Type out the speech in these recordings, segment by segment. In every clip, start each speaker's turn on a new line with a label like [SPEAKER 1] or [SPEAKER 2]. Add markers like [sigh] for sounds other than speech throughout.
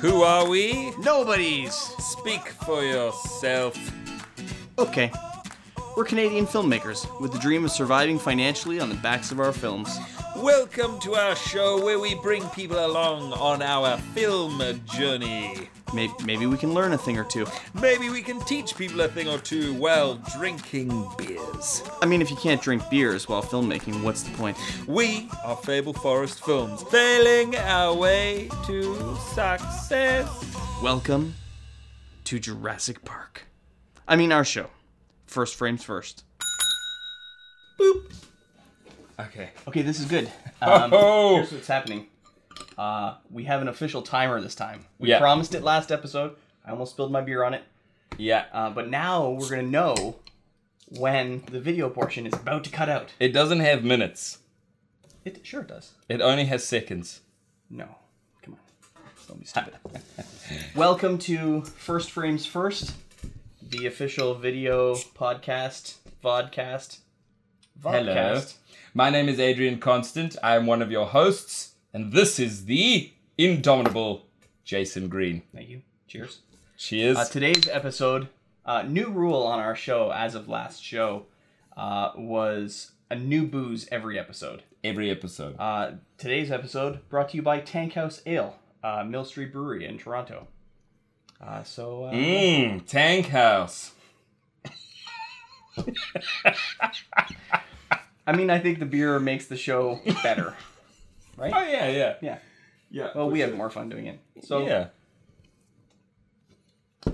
[SPEAKER 1] Who are we?
[SPEAKER 2] Nobody's!
[SPEAKER 1] Speak for yourself.
[SPEAKER 2] Okay. We're Canadian filmmakers with the dream of surviving financially on the backs of our films.
[SPEAKER 1] Welcome to our show where we bring people along on our film journey.
[SPEAKER 2] Maybe, maybe we can learn a thing or two.
[SPEAKER 1] Maybe we can teach people a thing or two while drinking beers.
[SPEAKER 2] I mean, if you can't drink beers while filmmaking, what's the point?
[SPEAKER 1] We are Fable Forest Films, sailing our way to success.
[SPEAKER 2] Welcome to Jurassic Park. I mean, our show. First frames first.
[SPEAKER 1] Okay.
[SPEAKER 2] Okay, this is [laughs] good. Um,
[SPEAKER 1] Oh!
[SPEAKER 2] Here's what's happening. Uh, we have an official timer this time. We
[SPEAKER 1] Yeah.
[SPEAKER 2] promised it last episode. I almost spilled my beer on it.
[SPEAKER 1] Yeah. um,
[SPEAKER 2] Uh, but now we're gonna know when the video portion is about to cut out.
[SPEAKER 1] It doesn't have minutes.
[SPEAKER 2] It sure does.
[SPEAKER 1] It only has seconds.
[SPEAKER 2] No, come on. Don't be stupid. [laughs] Welcome to First Frames First, the official video podcast, vodcast,
[SPEAKER 1] Hello.
[SPEAKER 2] vodcast.
[SPEAKER 1] My name is Adrian Constant. I am one of your hosts, and this is the indomitable Jason Green.
[SPEAKER 2] Thank you. Cheers.
[SPEAKER 1] Cheers.
[SPEAKER 2] Uh, today's episode, uh, new rule on our show as of last show, uh, was a new booze every episode.
[SPEAKER 1] Every episode.
[SPEAKER 2] Uh, today's episode brought to you by Tankhouse Ale, uh, Mill Street Brewery in Toronto. Uh, so, uh,
[SPEAKER 1] Mmm, Tank House.
[SPEAKER 2] I mean, I think the beer makes the [laughs] show better,
[SPEAKER 1] Oh
[SPEAKER 2] right?
[SPEAKER 1] yeah, yeah,
[SPEAKER 2] Yeah.
[SPEAKER 1] yeah.
[SPEAKER 2] Well, we have more fun doing it. So,
[SPEAKER 1] yeah.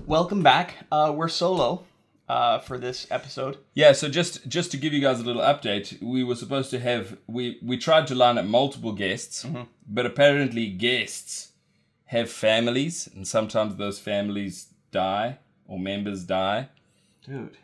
[SPEAKER 2] welcome back. Uh, we're solo uh, for this episode.
[SPEAKER 1] Yeah, so just just to give you guys a little update, we were supposed to have we we tried to line up multiple guests, but apparently guests have families and sometimes those families die or members die.
[SPEAKER 2] Dude.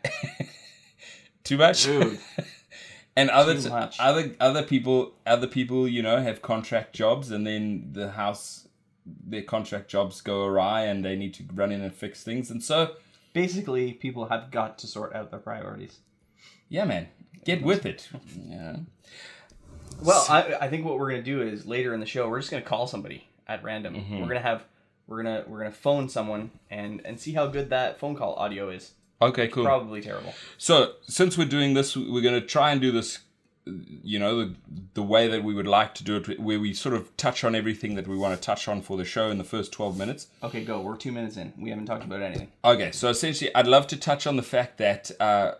[SPEAKER 1] Too much?
[SPEAKER 3] [laughs]
[SPEAKER 1] and other
[SPEAKER 2] Too much.
[SPEAKER 1] other other people other people, you know, have contract jobs and then the house their contract jobs go awry and they need to run in and fix things. And so,
[SPEAKER 2] Basically, people have got to sort out their priorities.
[SPEAKER 1] yeah, man, get with it. Yeah.
[SPEAKER 2] Well, I, I think what we're gonna do is later in the show, we're just gonna call somebody at random. We're gonna have we're gonna we're gonna phone someone and and see how good that phone call audio is.
[SPEAKER 1] Okay, cool.
[SPEAKER 2] Probably terrible.
[SPEAKER 1] So since we're doing this, we're going to try and do this, you know, the, the way that we would like to do it, where we sort of touch on everything that we want to touch on for the show in the first 12 minutes.
[SPEAKER 2] Okay, go. We're two minutes in. We haven't talked about anything.
[SPEAKER 1] Okay, so essentially, I'd love to touch on the fact that uh,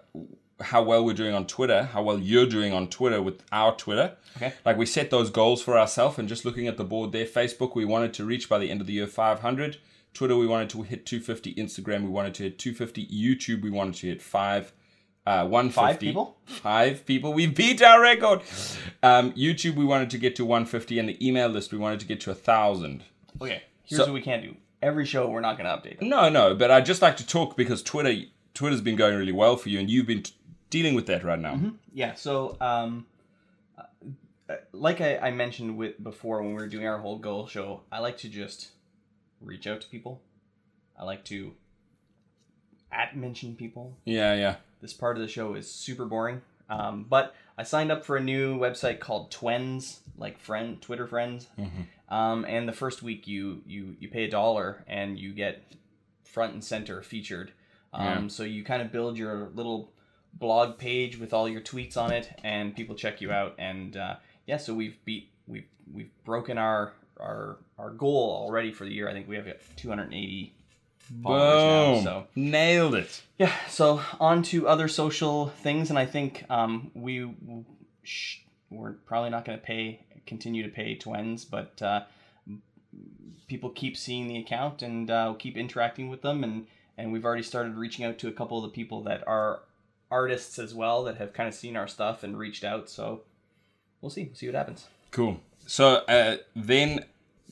[SPEAKER 1] how well we're doing on Twitter, how well you're doing on Twitter with our Twitter.
[SPEAKER 2] Okay.
[SPEAKER 1] Like we set those goals for ourselves, and just looking at the board there, Facebook we wanted to reach by the end of the year 500. Twitter we wanted to hit 250. Instagram we wanted to hit 250. YouTube we wanted to hit five. Uh, 150.
[SPEAKER 2] Five people?
[SPEAKER 1] Five people. We beat our record. Um, YouTube we wanted to get to 150, and the email list we wanted to get to a thousand.
[SPEAKER 2] Okay, here's what we can't do. Every show, we're not gonna update. them.
[SPEAKER 1] No, no, but I'd just like to talk because Twitter Twitter's been going really well for you, and you've been t- dealing with that right now.
[SPEAKER 2] Mm-hmm. Yeah. So, um, uh, like I, I mentioned with before when we were doing our whole goal show, I like to just reach out to people. I like to at mention people.
[SPEAKER 1] Yeah, yeah.
[SPEAKER 2] This part of the show is super boring. Um, but I signed up for a new website called Twens, like friend Twitter friends. Um, and the first week you you you pay a dollar and you get front and center featured. Um, So you kind of build your little blog page with all your tweets on it, and people check you out. And uh, yeah, so we've beat we've we've broken our our our goal already for the year. I think we have 280 followers
[SPEAKER 1] Boom!
[SPEAKER 2] now. So
[SPEAKER 1] Nailed it.
[SPEAKER 2] yeah, so on to other social things, and I think um, we w- sh- we're probably not going to pay continue to pay Twins, but uh, m- people keep seeing the account and uh, we'll keep interacting with them, and and we've already started reaching out to a couple of the people that are artists as well that have kind of seen our stuff and reached out. So we'll see, see what happens.
[SPEAKER 1] Cool. So uh, then,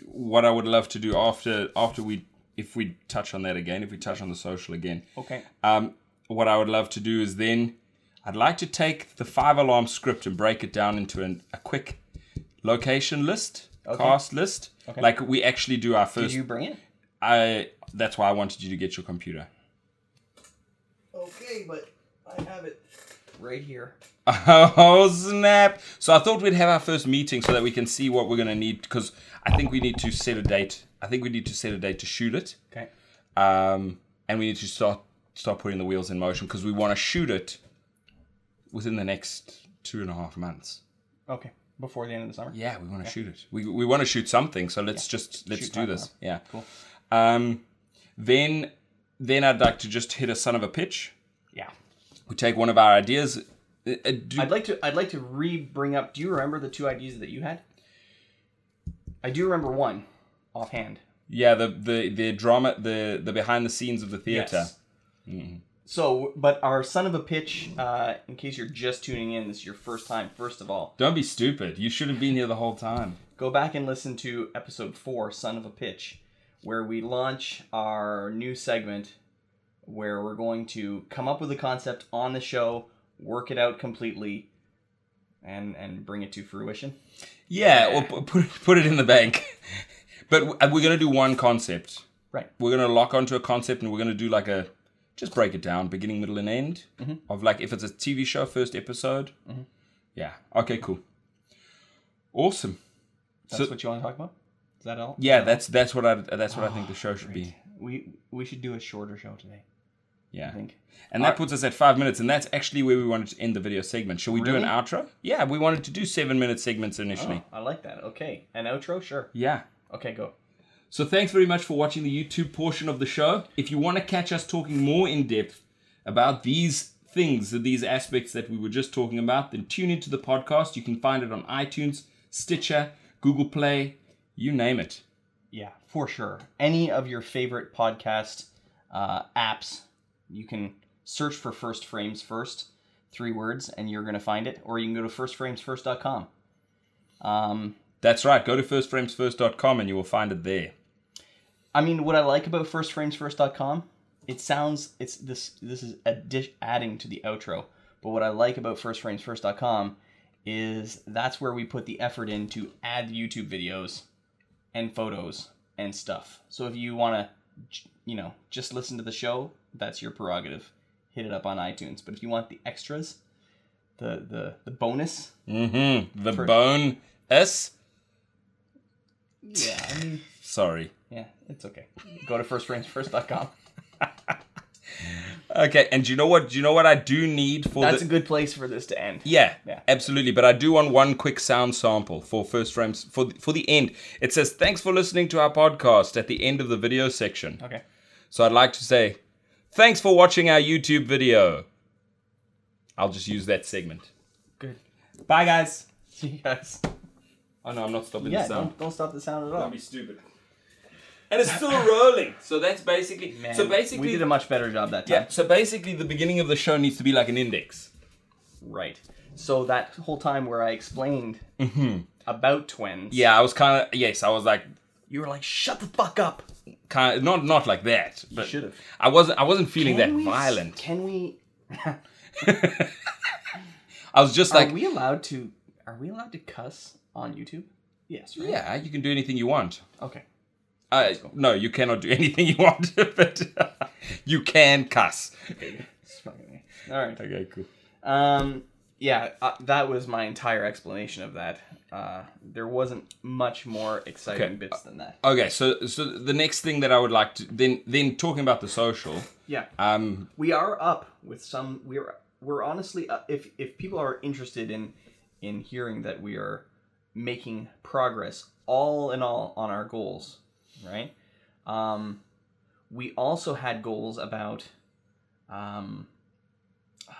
[SPEAKER 1] what I would love to do after after we if we touch on that again, if we touch on the social again,
[SPEAKER 2] Okay.
[SPEAKER 1] um, what I would love to do is then I'd like to take the five alarm script and break it down into an, a quick location list, cast list,
[SPEAKER 2] Okay.
[SPEAKER 1] like we actually do our
[SPEAKER 2] Did
[SPEAKER 1] first.
[SPEAKER 2] you bring it?
[SPEAKER 1] I that's why I wanted you to get your computer.
[SPEAKER 3] Okay, but I have it.
[SPEAKER 2] right here.
[SPEAKER 1] [laughs] Oh snap! So I thought we'd have our first meeting so that we can see what we're gonna need because I think we need to set a date. I think we need to set a date to shoot it,
[SPEAKER 2] Okay.
[SPEAKER 1] um, and we need to start start putting the wheels in motion because we want to shoot it within the next two and a half months.
[SPEAKER 2] Okay. Before the end of the summer.
[SPEAKER 1] Yeah, we want to shoot it. We, we want to shoot something. So let's just let's
[SPEAKER 2] Shoot
[SPEAKER 1] do
[SPEAKER 2] time
[SPEAKER 1] this.
[SPEAKER 2] up.
[SPEAKER 1] Yeah.
[SPEAKER 2] Cool.
[SPEAKER 1] Um, then then I'd like to just hit a son of a pitch.
[SPEAKER 2] Yeah.
[SPEAKER 1] We take one of our ideas. uh, uh, do-
[SPEAKER 2] I'd like to I'd like to re bring up do you remember the two ideas that you had? I do remember one offhand.
[SPEAKER 1] yeah, the, the the drama, the the behind the scenes of the theater.
[SPEAKER 2] So, but our son of a pitch, uh, in case you're just tuning in, this is your first time. First of all,
[SPEAKER 1] Don't be stupid. You should have been here the whole time.
[SPEAKER 2] go back and listen to episode four, son of a pitch, where we launch our new segment, where we're going to come up with a concept on the show, work it out completely, and and bring it to fruition.
[SPEAKER 1] Yeah, or pu- put it- put it in the bank. [laughs] but w- we're gonna do one concept.
[SPEAKER 2] Right.
[SPEAKER 1] We're gonna lock onto a concept, and we're gonna do like a just break it down, beginning, middle, and end of like if it's a TV show, first episode. Yeah. Okay. Cool. Awesome.
[SPEAKER 2] That's
[SPEAKER 1] So-
[SPEAKER 2] what you want to talk about. Is that all?
[SPEAKER 1] Yeah. That's that's what I that's what I think the show should be.
[SPEAKER 2] We we should do a shorter show today. I
[SPEAKER 1] Yeah.
[SPEAKER 2] think.
[SPEAKER 1] And that puts us at five minutes, and that's actually where we wanted to end the video segment. Shall we do an
[SPEAKER 2] Really?
[SPEAKER 1] outro? Yeah, we wanted to do seven minute segments initially.
[SPEAKER 2] Oh, I like that. Okay, an outro, sure.
[SPEAKER 1] Yeah.
[SPEAKER 2] Okay, go.
[SPEAKER 1] So thanks very much for watching the YouTube portion of the show. If you want to catch us talking more in depth about these things, these aspects that we were just talking about, then tune into the podcast. You can find it on iTunes, Stitcher, Google Play, you name it.
[SPEAKER 2] Yeah, for sure. Any of your favorite podcast uh, apps, you can search for First Frames First, three words, and you're going to find it. Or you can go to firstframesfirst.com. Um,
[SPEAKER 1] That's right. Go to firstframesfirst.com and you will find it there.
[SPEAKER 2] I mean, what I like about firstframesfirst.com, it sounds it's this this is a dish adding to the outro. But what I like about firstframesfirst.com is that's where we put the effort in to add YouTube videos and photos and stuff. So if you want to, you know, just listen to the show, that's your prerogative. Hit it up on iTunes. But if you want the extras, the the the bonus,
[SPEAKER 1] Mm-hmm. The bone S.
[SPEAKER 2] yeah, I mean,
[SPEAKER 1] Sorry.
[SPEAKER 2] [laughs] yeah, it's okay. Go to firstframesfirst.com.
[SPEAKER 1] Okay, and do you know what? Do you know what I do need for
[SPEAKER 2] That's
[SPEAKER 1] the?
[SPEAKER 2] a good place for this to end.
[SPEAKER 1] Yeah,
[SPEAKER 2] Yeah.
[SPEAKER 1] absolutely. But I do want one quick sound sample for first frames for the, for the end. It says, "Thanks for listening to our podcast." At the end of the video section,
[SPEAKER 2] Okay.
[SPEAKER 1] so I'd like to say, "Thanks for watching our YouTube video." I'll just use that segment.
[SPEAKER 2] Good.
[SPEAKER 1] Bye, guys. [laughs]
[SPEAKER 2] See you guys.
[SPEAKER 1] Oh no, I'm not stopping
[SPEAKER 2] Yeah,
[SPEAKER 1] the sound.
[SPEAKER 2] don't, don't stop the sound at all.
[SPEAKER 1] Don't be stupid. And it's still [laughs] rolling. So that's basically. so basically,
[SPEAKER 2] we did a much better job that time.
[SPEAKER 1] yeah. So basically, the beginning of the show needs to be like an index.
[SPEAKER 2] Right. So that whole time where I explained about twins,
[SPEAKER 1] Mm-hmm. Yeah, I was kind of yes. I was like
[SPEAKER 2] you were like, "Shut the fuck up."
[SPEAKER 1] kind of, not not like that, but
[SPEAKER 2] should've.
[SPEAKER 1] I wasn't I wasn't feeling
[SPEAKER 2] Can
[SPEAKER 1] that
[SPEAKER 2] we-
[SPEAKER 1] violent.
[SPEAKER 2] Can we?
[SPEAKER 1] I was just like,
[SPEAKER 2] are we allowed to? Are we allowed to cuss on YouTube? Yes. Right?
[SPEAKER 1] yeah, you can do anything you want.
[SPEAKER 2] Okay.
[SPEAKER 1] Uh, no, you cannot do [laughs] anything you want, but you can cuss.
[SPEAKER 2] It's fucking- All right.
[SPEAKER 1] Okay, cool.
[SPEAKER 2] Um, yeah, uh, that was my entire explanation of that. Uh, there wasn't much more exciting
[SPEAKER 1] Okay.
[SPEAKER 2] bits than that.
[SPEAKER 1] Okay, so so the next thing that I would like to then then talking about the social,
[SPEAKER 2] Yeah.
[SPEAKER 1] um,
[SPEAKER 2] we are up with some we're we're honestly up, if if people are interested in in hearing that we are making progress all in all on our goals right um we also had goals about um [sighs]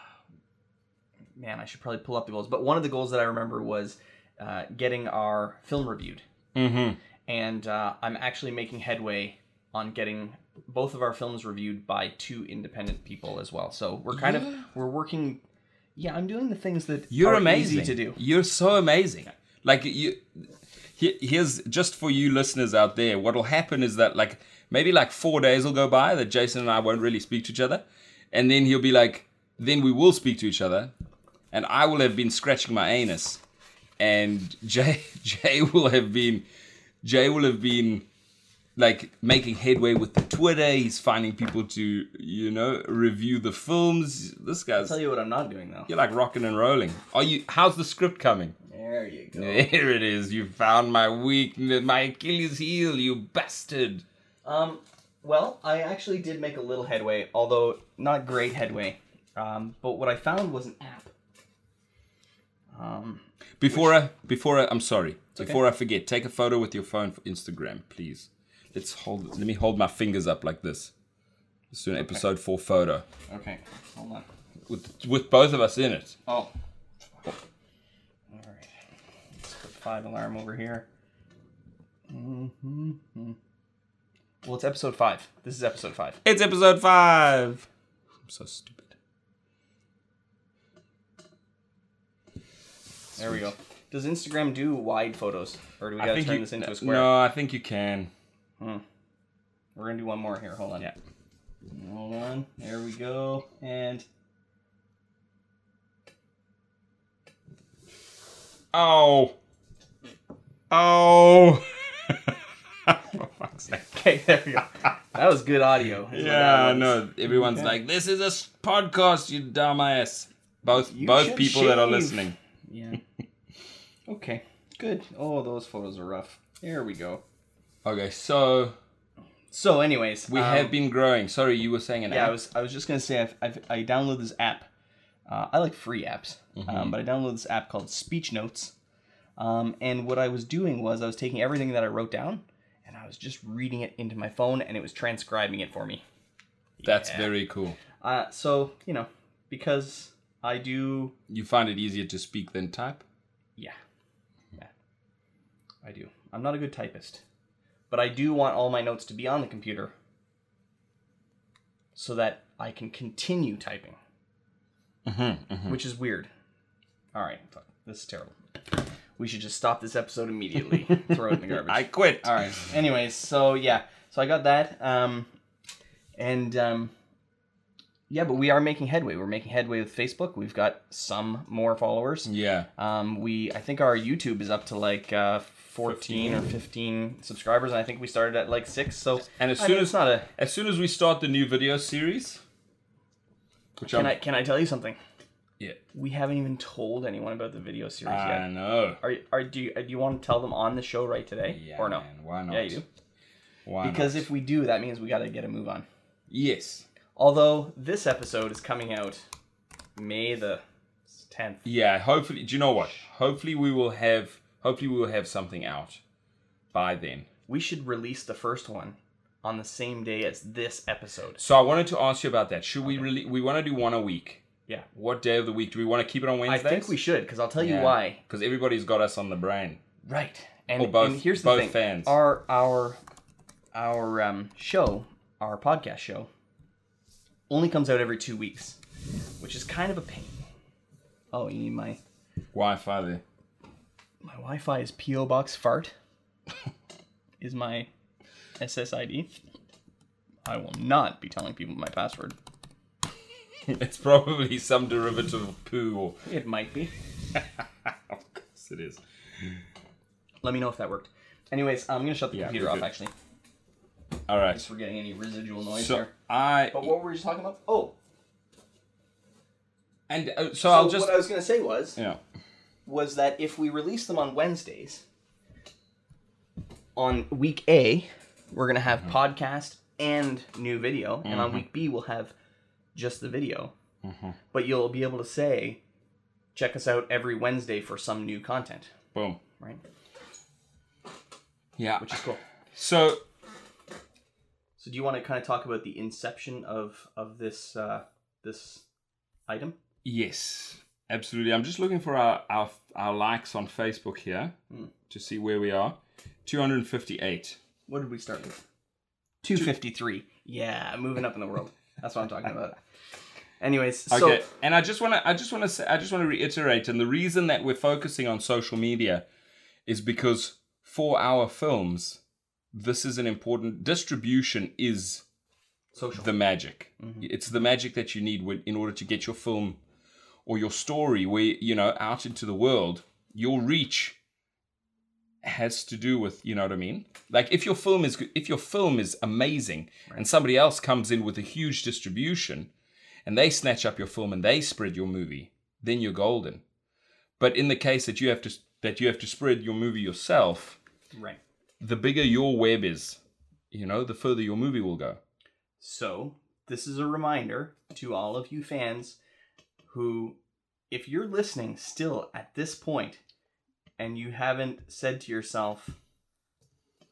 [SPEAKER 2] man i should probably pull up the goals but one of the goals that i remember was uh, getting our film reviewed
[SPEAKER 1] mhm.
[SPEAKER 2] and uh, I'm actually making headway on getting both of our films reviewed by two independent people as well. So we're kind of we're working. Yeah, I'm doing the things that
[SPEAKER 1] You're
[SPEAKER 2] are
[SPEAKER 1] amazing
[SPEAKER 2] easy to do.
[SPEAKER 1] You're so amazing. Like you, he- here's just for you listeners out there. What'll happen is that like maybe like four days will go by that Jason and I won't really speak to each other, and then he'll be like, then we will speak to each other, and I will have been scratching my anus, [laughs] and Jay Jay will have been Jay will have been like making headway with the Twitter. He's finding people to you know review the films. This
[SPEAKER 2] I'll
[SPEAKER 1] guy's
[SPEAKER 2] tell you what I'm not doing though.
[SPEAKER 1] you're like rocking and rolling. Are you? How's the script coming?
[SPEAKER 2] There you go.
[SPEAKER 1] There it is. You found my weak, my Achilles heel. You bastard.
[SPEAKER 2] Um, well, I actually did make a little headway, although not great headway. Um, but what I found was an app. Um,
[SPEAKER 1] Before I, before I, I'm sorry. Before I forget, take a photo with your phone for Instagram, please. Let's hold. Let me hold my fingers up like this. Let's do an episode four photo
[SPEAKER 2] okay, hold on.
[SPEAKER 1] with with both of us in it.
[SPEAKER 2] Oh. All right. Let's put five alarm over here. Mhm. Well, it's episode five. This is episode five.
[SPEAKER 1] It's episode five. I'm so stupid.
[SPEAKER 2] There we go. Does Instagram do wide photos, or do we
[SPEAKER 1] I
[SPEAKER 2] gotta
[SPEAKER 1] think
[SPEAKER 2] turn
[SPEAKER 1] you- uh,
[SPEAKER 2] this into a square?
[SPEAKER 1] No, I think you can.
[SPEAKER 2] We're gonna do one more here. Hold on.
[SPEAKER 1] Yeah.
[SPEAKER 2] Hold on. There we go. And
[SPEAKER 1] Oh. Oh. [laughs] For fuck's sake.
[SPEAKER 2] okay, there we go. That was good audio. is what that
[SPEAKER 1] Yeah,
[SPEAKER 2] was.
[SPEAKER 1] no. Everyone's
[SPEAKER 2] Okay.
[SPEAKER 1] like, "This is a s- podcast, you dumbass." Both
[SPEAKER 2] You
[SPEAKER 1] both
[SPEAKER 2] should
[SPEAKER 1] people that are
[SPEAKER 2] shave.
[SPEAKER 1] listening. [laughs]
[SPEAKER 2] Yeah. Okay. Good. Oh, those photos are rough. There we go.
[SPEAKER 1] Okay, so
[SPEAKER 2] So, anyways,
[SPEAKER 1] we
[SPEAKER 2] um,
[SPEAKER 1] have been growing. Sorry, you were saying an
[SPEAKER 2] Yeah, I
[SPEAKER 1] app.
[SPEAKER 2] was. I was just gonna say I've, I've I downloaded this app. Uh, I like free apps,
[SPEAKER 1] Mm-hmm.
[SPEAKER 2] um, but I downloaded this app called Speech Notes. Um, and what I was doing was I was taking everything that I wrote down, and I was just reading it into my phone, and it was transcribing it for me.
[SPEAKER 1] That's very cool.
[SPEAKER 2] Uh, so you know, because I do,
[SPEAKER 1] You find it easier to speak than type?
[SPEAKER 2] yeah, yeah, I do. I'm not a good typist, but I do want all my notes to be on the computer, so that I can continue typing, which is weird. All right, fuck, this is terrible. We should just stop this episode immediately. throw it in the garbage.
[SPEAKER 1] I quit.
[SPEAKER 2] All right. Anyways, so yeah, so I got that, um, and um, yeah, but we are making headway. We're making headway with Facebook. We've got some more followers.
[SPEAKER 1] Yeah.
[SPEAKER 2] Um, we I think our YouTube is up to like uh, fourteen or fifteen subscribers, and I think we started at like six. So
[SPEAKER 1] And as
[SPEAKER 2] I
[SPEAKER 1] soon
[SPEAKER 2] mean,
[SPEAKER 1] as
[SPEAKER 2] it's not a
[SPEAKER 1] as soon as we start the new video series, which
[SPEAKER 2] can
[SPEAKER 1] I'm
[SPEAKER 2] I can I tell you something?
[SPEAKER 1] yeah, Uh,
[SPEAKER 2] We haven't even told anyone about the video series
[SPEAKER 1] I
[SPEAKER 2] yet.
[SPEAKER 1] know.
[SPEAKER 2] Are, you- are do you uh, do you want to tell them on the show right today
[SPEAKER 1] Yeah,
[SPEAKER 2] or no?
[SPEAKER 1] man, why not?
[SPEAKER 2] Yeah, you do.
[SPEAKER 1] Why
[SPEAKER 2] Because
[SPEAKER 1] not?
[SPEAKER 2] if we do, that means we got to get a move on.
[SPEAKER 1] yes,
[SPEAKER 2] Although this episode is coming out May the 10th.
[SPEAKER 1] yeah. Hopefully, do you know what? Hopefully, we will have. Hopefully, we will have something out by then.
[SPEAKER 2] We should release the first one on the same day as this episode.
[SPEAKER 1] So I wanted to ask you about that. Should we really? We want to do one a week.
[SPEAKER 2] Yeah.
[SPEAKER 1] What day of the week do we want to keep it on
[SPEAKER 2] I
[SPEAKER 1] Wednesdays?
[SPEAKER 2] think we should cuz I'll tell you why.
[SPEAKER 1] Because everybody's got us on the brain.
[SPEAKER 2] Right. And,
[SPEAKER 1] Or Oh, both-
[SPEAKER 2] and here's the
[SPEAKER 1] both
[SPEAKER 2] thing.
[SPEAKER 1] fans.
[SPEAKER 2] Our our our um, show, our podcast show only comes out every 2 weeks, which is kind of a pain. Oh, you need my
[SPEAKER 1] Wi-Fi there. [laughs]
[SPEAKER 2] my Wi-Fi is PO box fart. [laughs] is my SSID. I will not be telling people my password.
[SPEAKER 1] It's probably some derivative of poo. Or... [laughs]
[SPEAKER 2] It might be.
[SPEAKER 1] Of course, it is.
[SPEAKER 2] Let me know if that worked. Anyways, I'm gonna shut the
[SPEAKER 1] Yeah,
[SPEAKER 2] computer
[SPEAKER 1] we're
[SPEAKER 2] off.
[SPEAKER 1] good.
[SPEAKER 2] Actually,
[SPEAKER 1] All right.
[SPEAKER 2] if we're getting any residual noise
[SPEAKER 1] So
[SPEAKER 2] here.
[SPEAKER 1] I
[SPEAKER 2] But what were we just talking about? Oh,
[SPEAKER 1] and uh, so,
[SPEAKER 2] so
[SPEAKER 1] I'll just
[SPEAKER 2] what I was gonna say was
[SPEAKER 1] yeah.
[SPEAKER 2] was that if we release them on Wednesdays, on week A, we're gonna have podcast and new video, and on week B we'll have just the video. But you'll be able to say, check us out every Wednesday for some new content,
[SPEAKER 1] Boom.
[SPEAKER 2] right?
[SPEAKER 1] Yeah.
[SPEAKER 2] Which is cool.
[SPEAKER 1] So
[SPEAKER 2] So do you want to kind of talk about the inception of of this uh, this item?
[SPEAKER 1] yes, absolutely. I'm just looking for our our, our likes on Facebook here
[SPEAKER 2] Hmm.
[SPEAKER 1] to see where we are. 258.
[SPEAKER 2] What did we start with? 253. Yeah, moving up in the world. That's what I'm talking about. Anyways,
[SPEAKER 1] Okay.
[SPEAKER 2] so
[SPEAKER 1] and I just want to I just want to say I just want to reiterate and the reason that we're focusing on social media is because for our films this is an important distribution is
[SPEAKER 2] social. Mm-hmm.
[SPEAKER 1] the magic. It's the magic that you need when, in order to get your film or your story where you know out into the world. Your reach has to do with you know what I mean. Like if your film is good- if your film is amazing and somebody else comes in with a huge distribution and they snatch up your film and they spread your movie, then you're golden. But in the case that you have to that you have to spread your movie yourself,
[SPEAKER 2] Right.
[SPEAKER 1] the bigger your web is, you know, the further your movie will go.
[SPEAKER 2] So, this is a reminder to all of you fans who, if you're listening still at this point and you haven't said to yourself,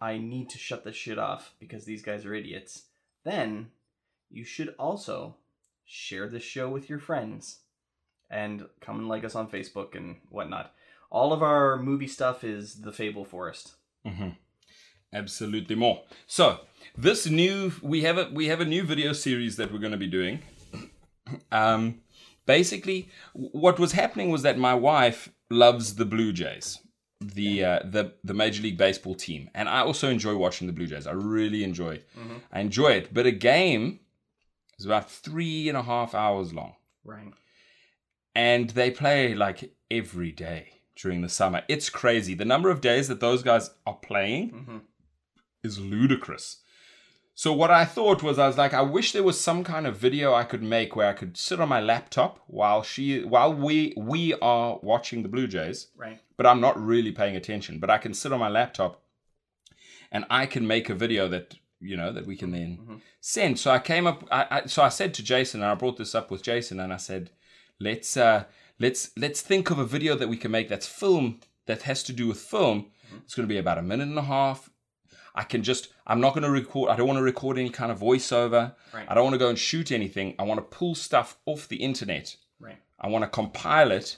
[SPEAKER 2] I need to shut this shit off because these guys are idiots, then you should also share this show with your friends and come and like us on Facebook and whatnot. All of our movie stuff is The Fable Forest.
[SPEAKER 1] Absolutely more. So this new we have a we have a new video series that we're going to be doing. [clears throat] um, basically, w- what was happening was that my wife loves the Blue Jays, the uh, the the Major League Baseball team, and I also enjoy watching the Blue Jays. I really enjoy I enjoy it. But a game is about three and a half hours long
[SPEAKER 2] Right.
[SPEAKER 1] and they play like every day during the summer. It's crazy. The number of days that those guys are playing
[SPEAKER 2] Mhm.
[SPEAKER 1] is ludicrous. So what I thought was I was like I wish there was some kind of video I could make where I could sit on my laptop while she while we we are watching the Blue Jays
[SPEAKER 2] Right.
[SPEAKER 1] but I'm not really paying attention. But I can sit on my laptop and I can make a video that you know that we can then send. So I came up. I, I so I said to Jason, and I brought this up with Jason, and I said, let's uh, let's let's think of a video that we can make that's film that has to do with film. It's going to be about a minute and a half. I can just. I'm not going to record. I don't want to record any kind of voiceover.
[SPEAKER 2] Right.
[SPEAKER 1] I don't want to go and shoot anything. I want to pull stuff off the internet.
[SPEAKER 2] Right.
[SPEAKER 1] I want to compile it,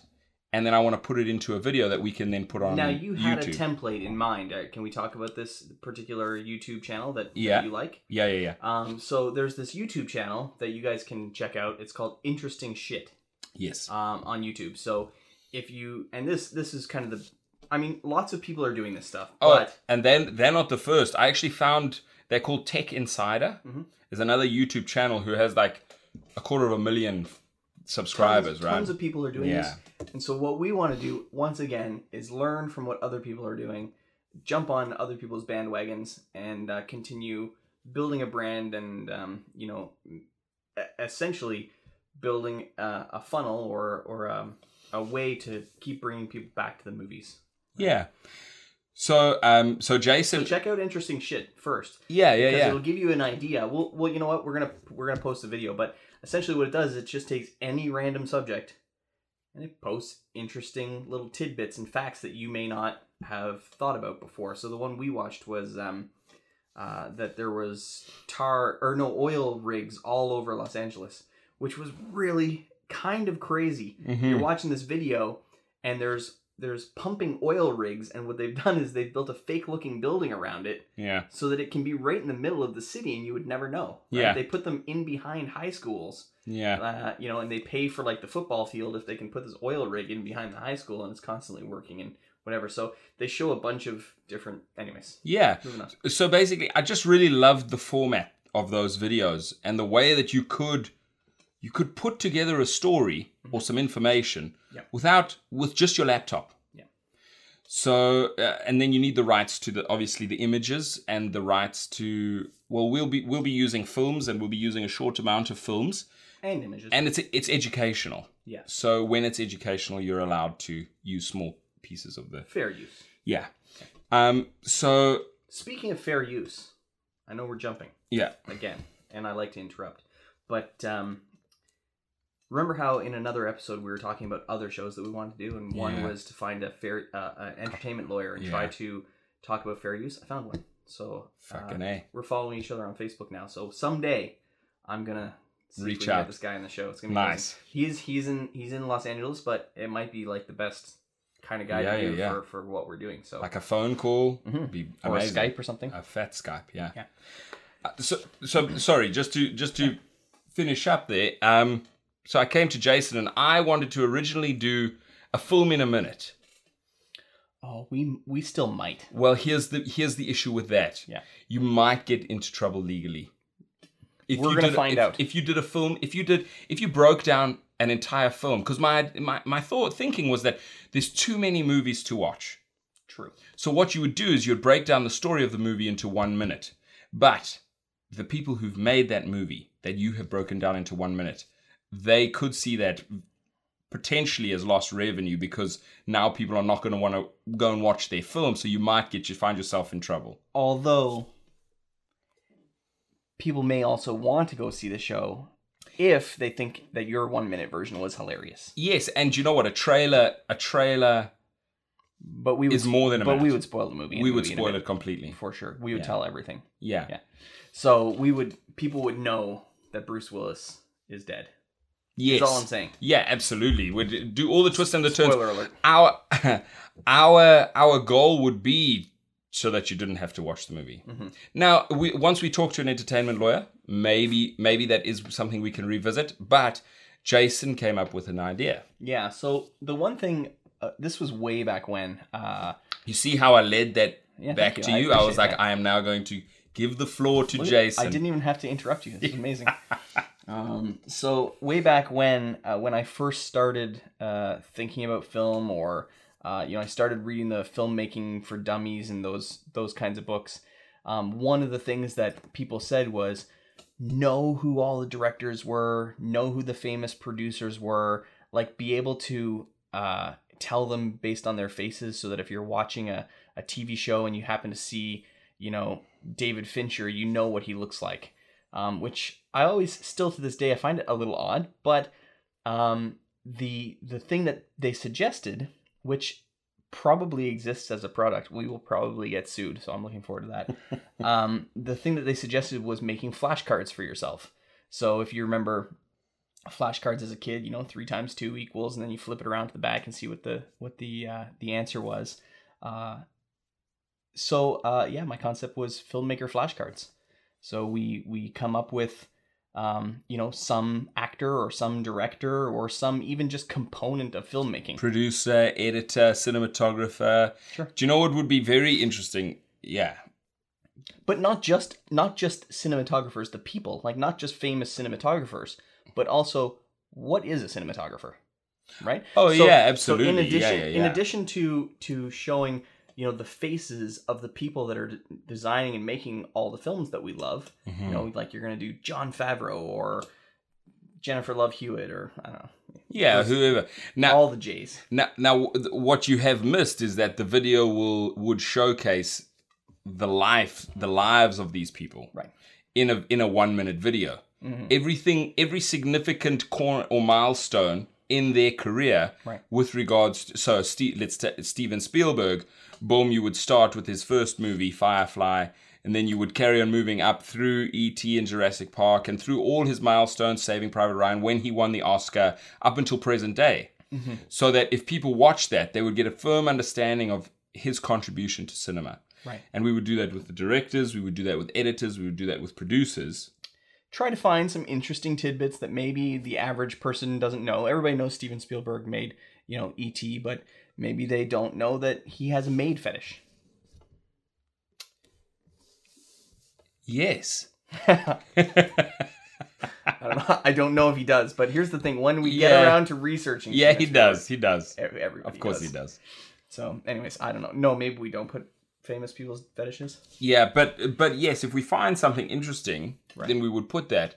[SPEAKER 1] and then I want to put it into a video that we can then put on
[SPEAKER 2] Now you had
[SPEAKER 1] YouTube.
[SPEAKER 2] a template in mind. Uh, Can we talk about this particular YouTube channel that that
[SPEAKER 1] Yeah.
[SPEAKER 2] you like?
[SPEAKER 1] yeah, yeah, yeah.
[SPEAKER 2] Um, so there's this YouTube channel that you guys can check out. It's called Interesting Shit
[SPEAKER 1] Yes.
[SPEAKER 2] um, on YouTube. So if you and this this is kind of the, I mean, lots of people are doing this stuff,
[SPEAKER 1] oh,
[SPEAKER 2] but
[SPEAKER 1] and then they're not the first. I actually found they're called Tech Insider.
[SPEAKER 2] Mhm.
[SPEAKER 1] There's another YouTube channel who has like a quarter of a million subscribers,
[SPEAKER 2] tons,
[SPEAKER 1] right?
[SPEAKER 2] tons of people are doing
[SPEAKER 1] Yeah.
[SPEAKER 2] this. And so what we want to do once again is learn from what other people are doing, jump on other people's bandwagons, and uh, continue building a brand and um, you know, e- essentially building uh, a, a funnel or or um, a way to keep bringing people back to the movies.
[SPEAKER 1] yeah. So, um, so
[SPEAKER 2] So
[SPEAKER 1] Jason,
[SPEAKER 2] check out interesting shit first.
[SPEAKER 1] yeah, yeah,
[SPEAKER 2] because
[SPEAKER 1] yeah.
[SPEAKER 2] it'll give you an idea. Well, well, you know what? We're gonna we're gonna post the video, but essentially what it does is it just takes any random subject and it posts interesting little tidbits and facts that you may not have thought about before. So the one we watched was um, uh, that there was tar or no oil rigs all over Los Angeles, which was really kind of crazy.
[SPEAKER 1] Mhm.
[SPEAKER 2] You're watching this video and there's there's pumping oil rigs and what they've [laughs] done is they've built a fake looking building around it
[SPEAKER 1] Yeah.
[SPEAKER 2] so that it can be right in the middle of the city and you would never know. right?
[SPEAKER 1] Yeah.
[SPEAKER 2] They put them in behind high schools,
[SPEAKER 1] Yeah.
[SPEAKER 2] uh, you know, and they pay for like the football field if they can put this oil rig in behind the high school and it's constantly working and whatever. So they show a bunch of different, anyways.
[SPEAKER 1] Yeah.
[SPEAKER 2] Moving on.
[SPEAKER 1] so basically i just really loved the format of those videos and the way that you could you could put together a story
[SPEAKER 2] Mm-hmm.
[SPEAKER 1] or some information
[SPEAKER 2] Yep.
[SPEAKER 1] without with just your laptop
[SPEAKER 2] Yeah.
[SPEAKER 1] so uh, and then you need the rights to the obviously the images and the rights to well we'll be we'll be using films and we'll be using a short amount of films
[SPEAKER 2] And images.
[SPEAKER 1] and it's it's educational
[SPEAKER 2] Yeah.
[SPEAKER 1] so when it's educational you're allowed to use small pieces of the
[SPEAKER 2] fair use.
[SPEAKER 1] yeah um so
[SPEAKER 2] Speaking of fair use, I know we're jumping
[SPEAKER 1] yeah
[SPEAKER 2] again, and I like to interrupt, but um, remember how in another episode we were talking about other shows that we wanted to do, and one
[SPEAKER 1] Yeah.
[SPEAKER 2] was to find a fair uh, an entertainment lawyer and try
[SPEAKER 1] Yeah.
[SPEAKER 2] to talk about fair use. I found one, so uh,
[SPEAKER 1] fucking a
[SPEAKER 2] we're following each other on Facebook now. So someday I'm gonna see if we
[SPEAKER 1] Reach
[SPEAKER 2] can get
[SPEAKER 1] out.
[SPEAKER 2] this guy on the show. It's gonna be nice.
[SPEAKER 1] nice
[SPEAKER 2] He's he's in he's in Los Angeles, but it might be like the best kind of guy
[SPEAKER 1] Yeah,
[SPEAKER 2] to do
[SPEAKER 1] yeah, yeah.
[SPEAKER 2] for for what we're doing. So
[SPEAKER 1] like a phone call
[SPEAKER 2] Mhm.
[SPEAKER 1] be
[SPEAKER 2] or
[SPEAKER 1] amazing. Uh,
[SPEAKER 2] Skype or something.
[SPEAKER 1] a fat Skype, yeah.
[SPEAKER 2] Yeah.
[SPEAKER 1] Uh, so, so sorry, just to just to finish up there. Um, so I came to Jason and I wanted to originally do a film in a minute.
[SPEAKER 2] oh, we we still might.
[SPEAKER 1] Well, here's the here's the issue with that.
[SPEAKER 2] Yeah.
[SPEAKER 1] you might get into trouble legally. If
[SPEAKER 2] We're
[SPEAKER 1] you
[SPEAKER 2] gonna
[SPEAKER 1] did-
[SPEAKER 2] find
[SPEAKER 1] if-
[SPEAKER 2] out.
[SPEAKER 1] if you did a film. If you did, if you broke down an entire film, because my my my thought thinking was that there's too many movies to watch.
[SPEAKER 2] True.
[SPEAKER 1] So what you would do is you would break down the story of the movie into one minute. But the people who've made that movie that you have broken down into one minute, they could see that potentially as lost revenue because now people are not going to want to go and watch their film. So you might get you find yourself in trouble.
[SPEAKER 2] Although people may also want to go see the show if they think that your one minute version was hilarious.
[SPEAKER 1] Yes, and you know what? A trailer, a trailer,
[SPEAKER 2] But we would
[SPEAKER 1] It's more than a
[SPEAKER 2] but we
[SPEAKER 1] minute.
[SPEAKER 2] would spoil the movie. and
[SPEAKER 1] we
[SPEAKER 2] the
[SPEAKER 1] would
[SPEAKER 2] movie in a
[SPEAKER 1] spoil
[SPEAKER 2] minute,
[SPEAKER 1] it completely.
[SPEAKER 2] for sure. We would
[SPEAKER 1] Yeah.
[SPEAKER 2] tell everything.
[SPEAKER 1] Yeah.
[SPEAKER 2] Yeah. So we would people would know that Bruce Willis is dead.
[SPEAKER 1] Yes.
[SPEAKER 2] That's all I'm saying.
[SPEAKER 1] Yeah, absolutely. We'd do all the twists and the turns.
[SPEAKER 2] Spoiler alert.
[SPEAKER 1] Our [laughs] our our goal would be so that you didn't have to watch the movie.
[SPEAKER 2] Mhm.
[SPEAKER 1] Now, we, once we talk to an entertainment lawyer, maybe maybe that is something we can revisit. But Jason came up with an idea.
[SPEAKER 2] Yeah. So the one thing uh, this was way back when. Uh,
[SPEAKER 1] You see how I led that
[SPEAKER 2] yeah,
[SPEAKER 1] back
[SPEAKER 2] thank
[SPEAKER 1] to you? I,
[SPEAKER 2] appreciate
[SPEAKER 1] was like,
[SPEAKER 2] that.
[SPEAKER 1] I am now going to give the floor to
[SPEAKER 2] Look at-
[SPEAKER 1] Jason.
[SPEAKER 2] I didn't even have to interrupt you. This is amazing. um, so way back when, uh, when I first started uh, thinking about film, or uh, you know, I started reading the filmmaking for dummies and those those kinds of books. Um, one of the things that people said was, know who all the directors were, know who the famous producers were, like be able to uh, tell them based on their faces, so that if you're watching a a TV show and you happen to see, you know, David Fincher, you know what he looks like. Um, which I always, still to this day, I find it a little odd. But um, the the thing that they suggested, which probably exists as a product, we will probably get sued. So I'm looking forward to that. um, the thing that they suggested was making flashcards for yourself. So if you remember flashcards as a kid, you know, three times two equals, and then you flip it around to the back and see what the what the uh, the answer was. Uh, so uh, yeah, my concept was filmmaker flashcards. So we we come up with um, you know some actor or some director or some even just component of filmmaking.
[SPEAKER 1] Producer, editor, cinematographer.
[SPEAKER 2] Sure.
[SPEAKER 1] Do you know what would be very interesting? Yeah,
[SPEAKER 2] but not just not just cinematographers the people like not just famous cinematographers but also what is a cinematographer right
[SPEAKER 1] Oh, yeah,
[SPEAKER 2] so in
[SPEAKER 1] absolutely.
[SPEAKER 2] addition
[SPEAKER 1] Yeah, yeah,
[SPEAKER 2] in
[SPEAKER 1] yeah.
[SPEAKER 2] addition to to showing you know the faces of the people that are d- designing and making all the films that we love
[SPEAKER 1] Mm-hmm.
[SPEAKER 2] you know like you're gonna do john favreau or jennifer love hewitt or i don't know
[SPEAKER 1] yeah.
[SPEAKER 2] Those-
[SPEAKER 1] Whoever now,
[SPEAKER 2] all the j's
[SPEAKER 1] Now, now, w- th- what you have missed is that the video will would showcase the life, the lives of these people,
[SPEAKER 2] Right.
[SPEAKER 1] In a in a one minute video,
[SPEAKER 2] Mhm.
[SPEAKER 1] everything, every significant corner or milestone in their career,
[SPEAKER 2] Right.
[SPEAKER 1] With regards, to, so Ste let's ta Steven Spielberg, boom, you would start with his first movie, Firefly. And then you would carry on moving up through E.T. and Jurassic Park and through all his milestones, Saving Private Ryan, when he won the Oscar, up until present day so that if people watch that, they would get a firm understanding of his contribution to cinema.
[SPEAKER 2] right
[SPEAKER 1] And we would do that with the directors, we would do that with editors, we would do that with producers.
[SPEAKER 2] try to find some interesting tidbits that maybe the average person doesn't know. Everybody knows Steven Spielberg made, you know, E.T., but maybe they don't know that he has a maid fetish.
[SPEAKER 1] Yes.
[SPEAKER 2] I don't know, [laughs] I don't know if he does, but here's the thing when we get
[SPEAKER 1] Yeah.
[SPEAKER 2] around to researching.
[SPEAKER 1] Yeah,
[SPEAKER 2] Steven
[SPEAKER 1] he does. He does.
[SPEAKER 2] Spielberg, ev- Everybody
[SPEAKER 1] Of course
[SPEAKER 2] does.
[SPEAKER 1] he does.
[SPEAKER 2] So, anyways, I don't know. No, maybe we don't put famous people's fetishes.
[SPEAKER 1] Yeah, but but yes, if we find something interesting,
[SPEAKER 2] Right.
[SPEAKER 1] then we would put that.